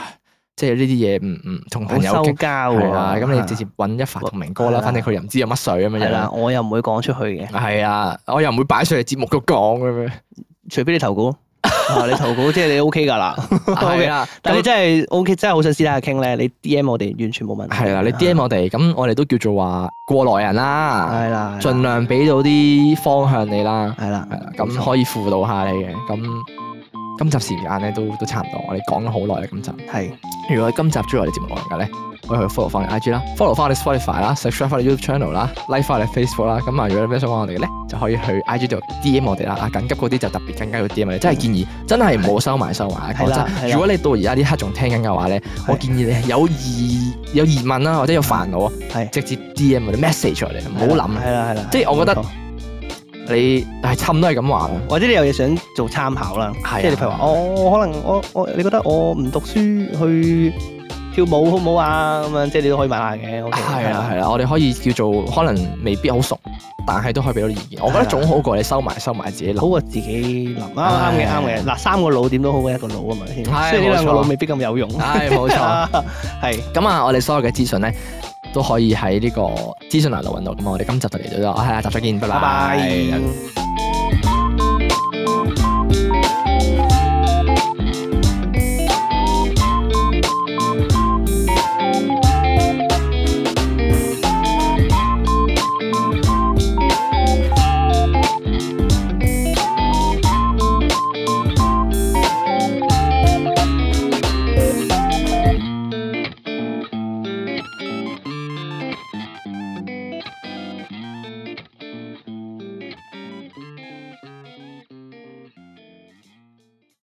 [SPEAKER 1] 即係呢啲嘢唔唔同
[SPEAKER 2] 好
[SPEAKER 1] 朋友
[SPEAKER 2] 收
[SPEAKER 1] 傾，
[SPEAKER 2] 交
[SPEAKER 1] 係
[SPEAKER 2] 喎，
[SPEAKER 1] 啦，咁你直接揾一發同明哥啦，
[SPEAKER 2] 係啦
[SPEAKER 1] 反正佢又唔知有乜水咁樣
[SPEAKER 2] 係啦，
[SPEAKER 1] 樣。
[SPEAKER 2] 我又唔會講出去嘅。
[SPEAKER 1] 係啊，我又唔會擺上嚟節目度講咁樣。
[SPEAKER 2] 除非你投 稿，啊你投稿即係你 O K 㗎啦。
[SPEAKER 1] 係啦，
[SPEAKER 2] 但 你
[SPEAKER 1] 咁
[SPEAKER 2] 真 係 O K，真係好想私底下傾咧，你 D M 我哋完全冇問題。
[SPEAKER 1] 係啦，你 D.M 我哋，咁我哋都叫做話過來人啦，
[SPEAKER 2] 啊係啦，
[SPEAKER 1] 盡量俾到啲方向你啦。
[SPEAKER 2] 係啦
[SPEAKER 1] 系啦，，
[SPEAKER 2] 冇
[SPEAKER 1] 咁
[SPEAKER 2] 錯
[SPEAKER 1] 可以輔導下你嘅。咁今集時間咧都都差唔多，我哋講咗好耐啦。今集，
[SPEAKER 2] 係
[SPEAKER 1] 如果今集中意我哋節目內容嘅咧，可以去 follow 翻我哋 IG 啦，follow 翻我哋 Spotify 啦，subscribe 翻我哋 YouTube channel 啦，like 翻我哋 Facebook 啦。咁啊，如果有咩想揾我哋嘅咧，就可以去 IG 度 DM 我哋啦。啊，緊急嗰啲就特別更加要 DM 我哋。真係建議，真係唔好收埋收埋。
[SPEAKER 2] 係
[SPEAKER 1] 講
[SPEAKER 2] 啦係
[SPEAKER 1] 真，
[SPEAKER 2] 啦
[SPEAKER 1] 如果你到而家呢刻仲聽緊嘅話咧，我建議你有疑有疑問啊啦，或者有煩惱，
[SPEAKER 2] 係
[SPEAKER 1] 直接 DM 我哋 message 我哋，唔好諗。
[SPEAKER 2] 係啦係啦，
[SPEAKER 1] 即係我覺得
[SPEAKER 2] 冇錯
[SPEAKER 1] 你係侵都係咁話啦。
[SPEAKER 2] 或者你有嘢想做參考啦，
[SPEAKER 1] 係啊
[SPEAKER 2] 即係你譬如話，我可能我我你覺得我唔讀書去跳舞好唔好啊？咁樣即係你都可以問下嘅。O K，
[SPEAKER 1] 係啊啦係啦，我哋可以叫做可能未必好熟，但係都可以俾到啲意見。我覺得
[SPEAKER 2] 係啦
[SPEAKER 1] 總好過你收埋收埋自己
[SPEAKER 2] 好
[SPEAKER 1] 諗。
[SPEAKER 2] 過自己諗，啱啱
[SPEAKER 1] 唉
[SPEAKER 2] 嘅啱嘅。嗱，三個腦點都好過一個腦啊嘛，雖
[SPEAKER 1] 係
[SPEAKER 2] 然呢兩個
[SPEAKER 1] 冇錯
[SPEAKER 2] 腦未必咁有用。
[SPEAKER 1] 唉，冇錯。
[SPEAKER 2] 係。
[SPEAKER 1] 咁啊，我哋所有嘅資訊咧，啊都可以喺呢個資訊欄度揾到。咁我哋今集就嚟到啦，我哋下集再見，拜
[SPEAKER 2] 拜
[SPEAKER 1] 拜。
[SPEAKER 2] 拜。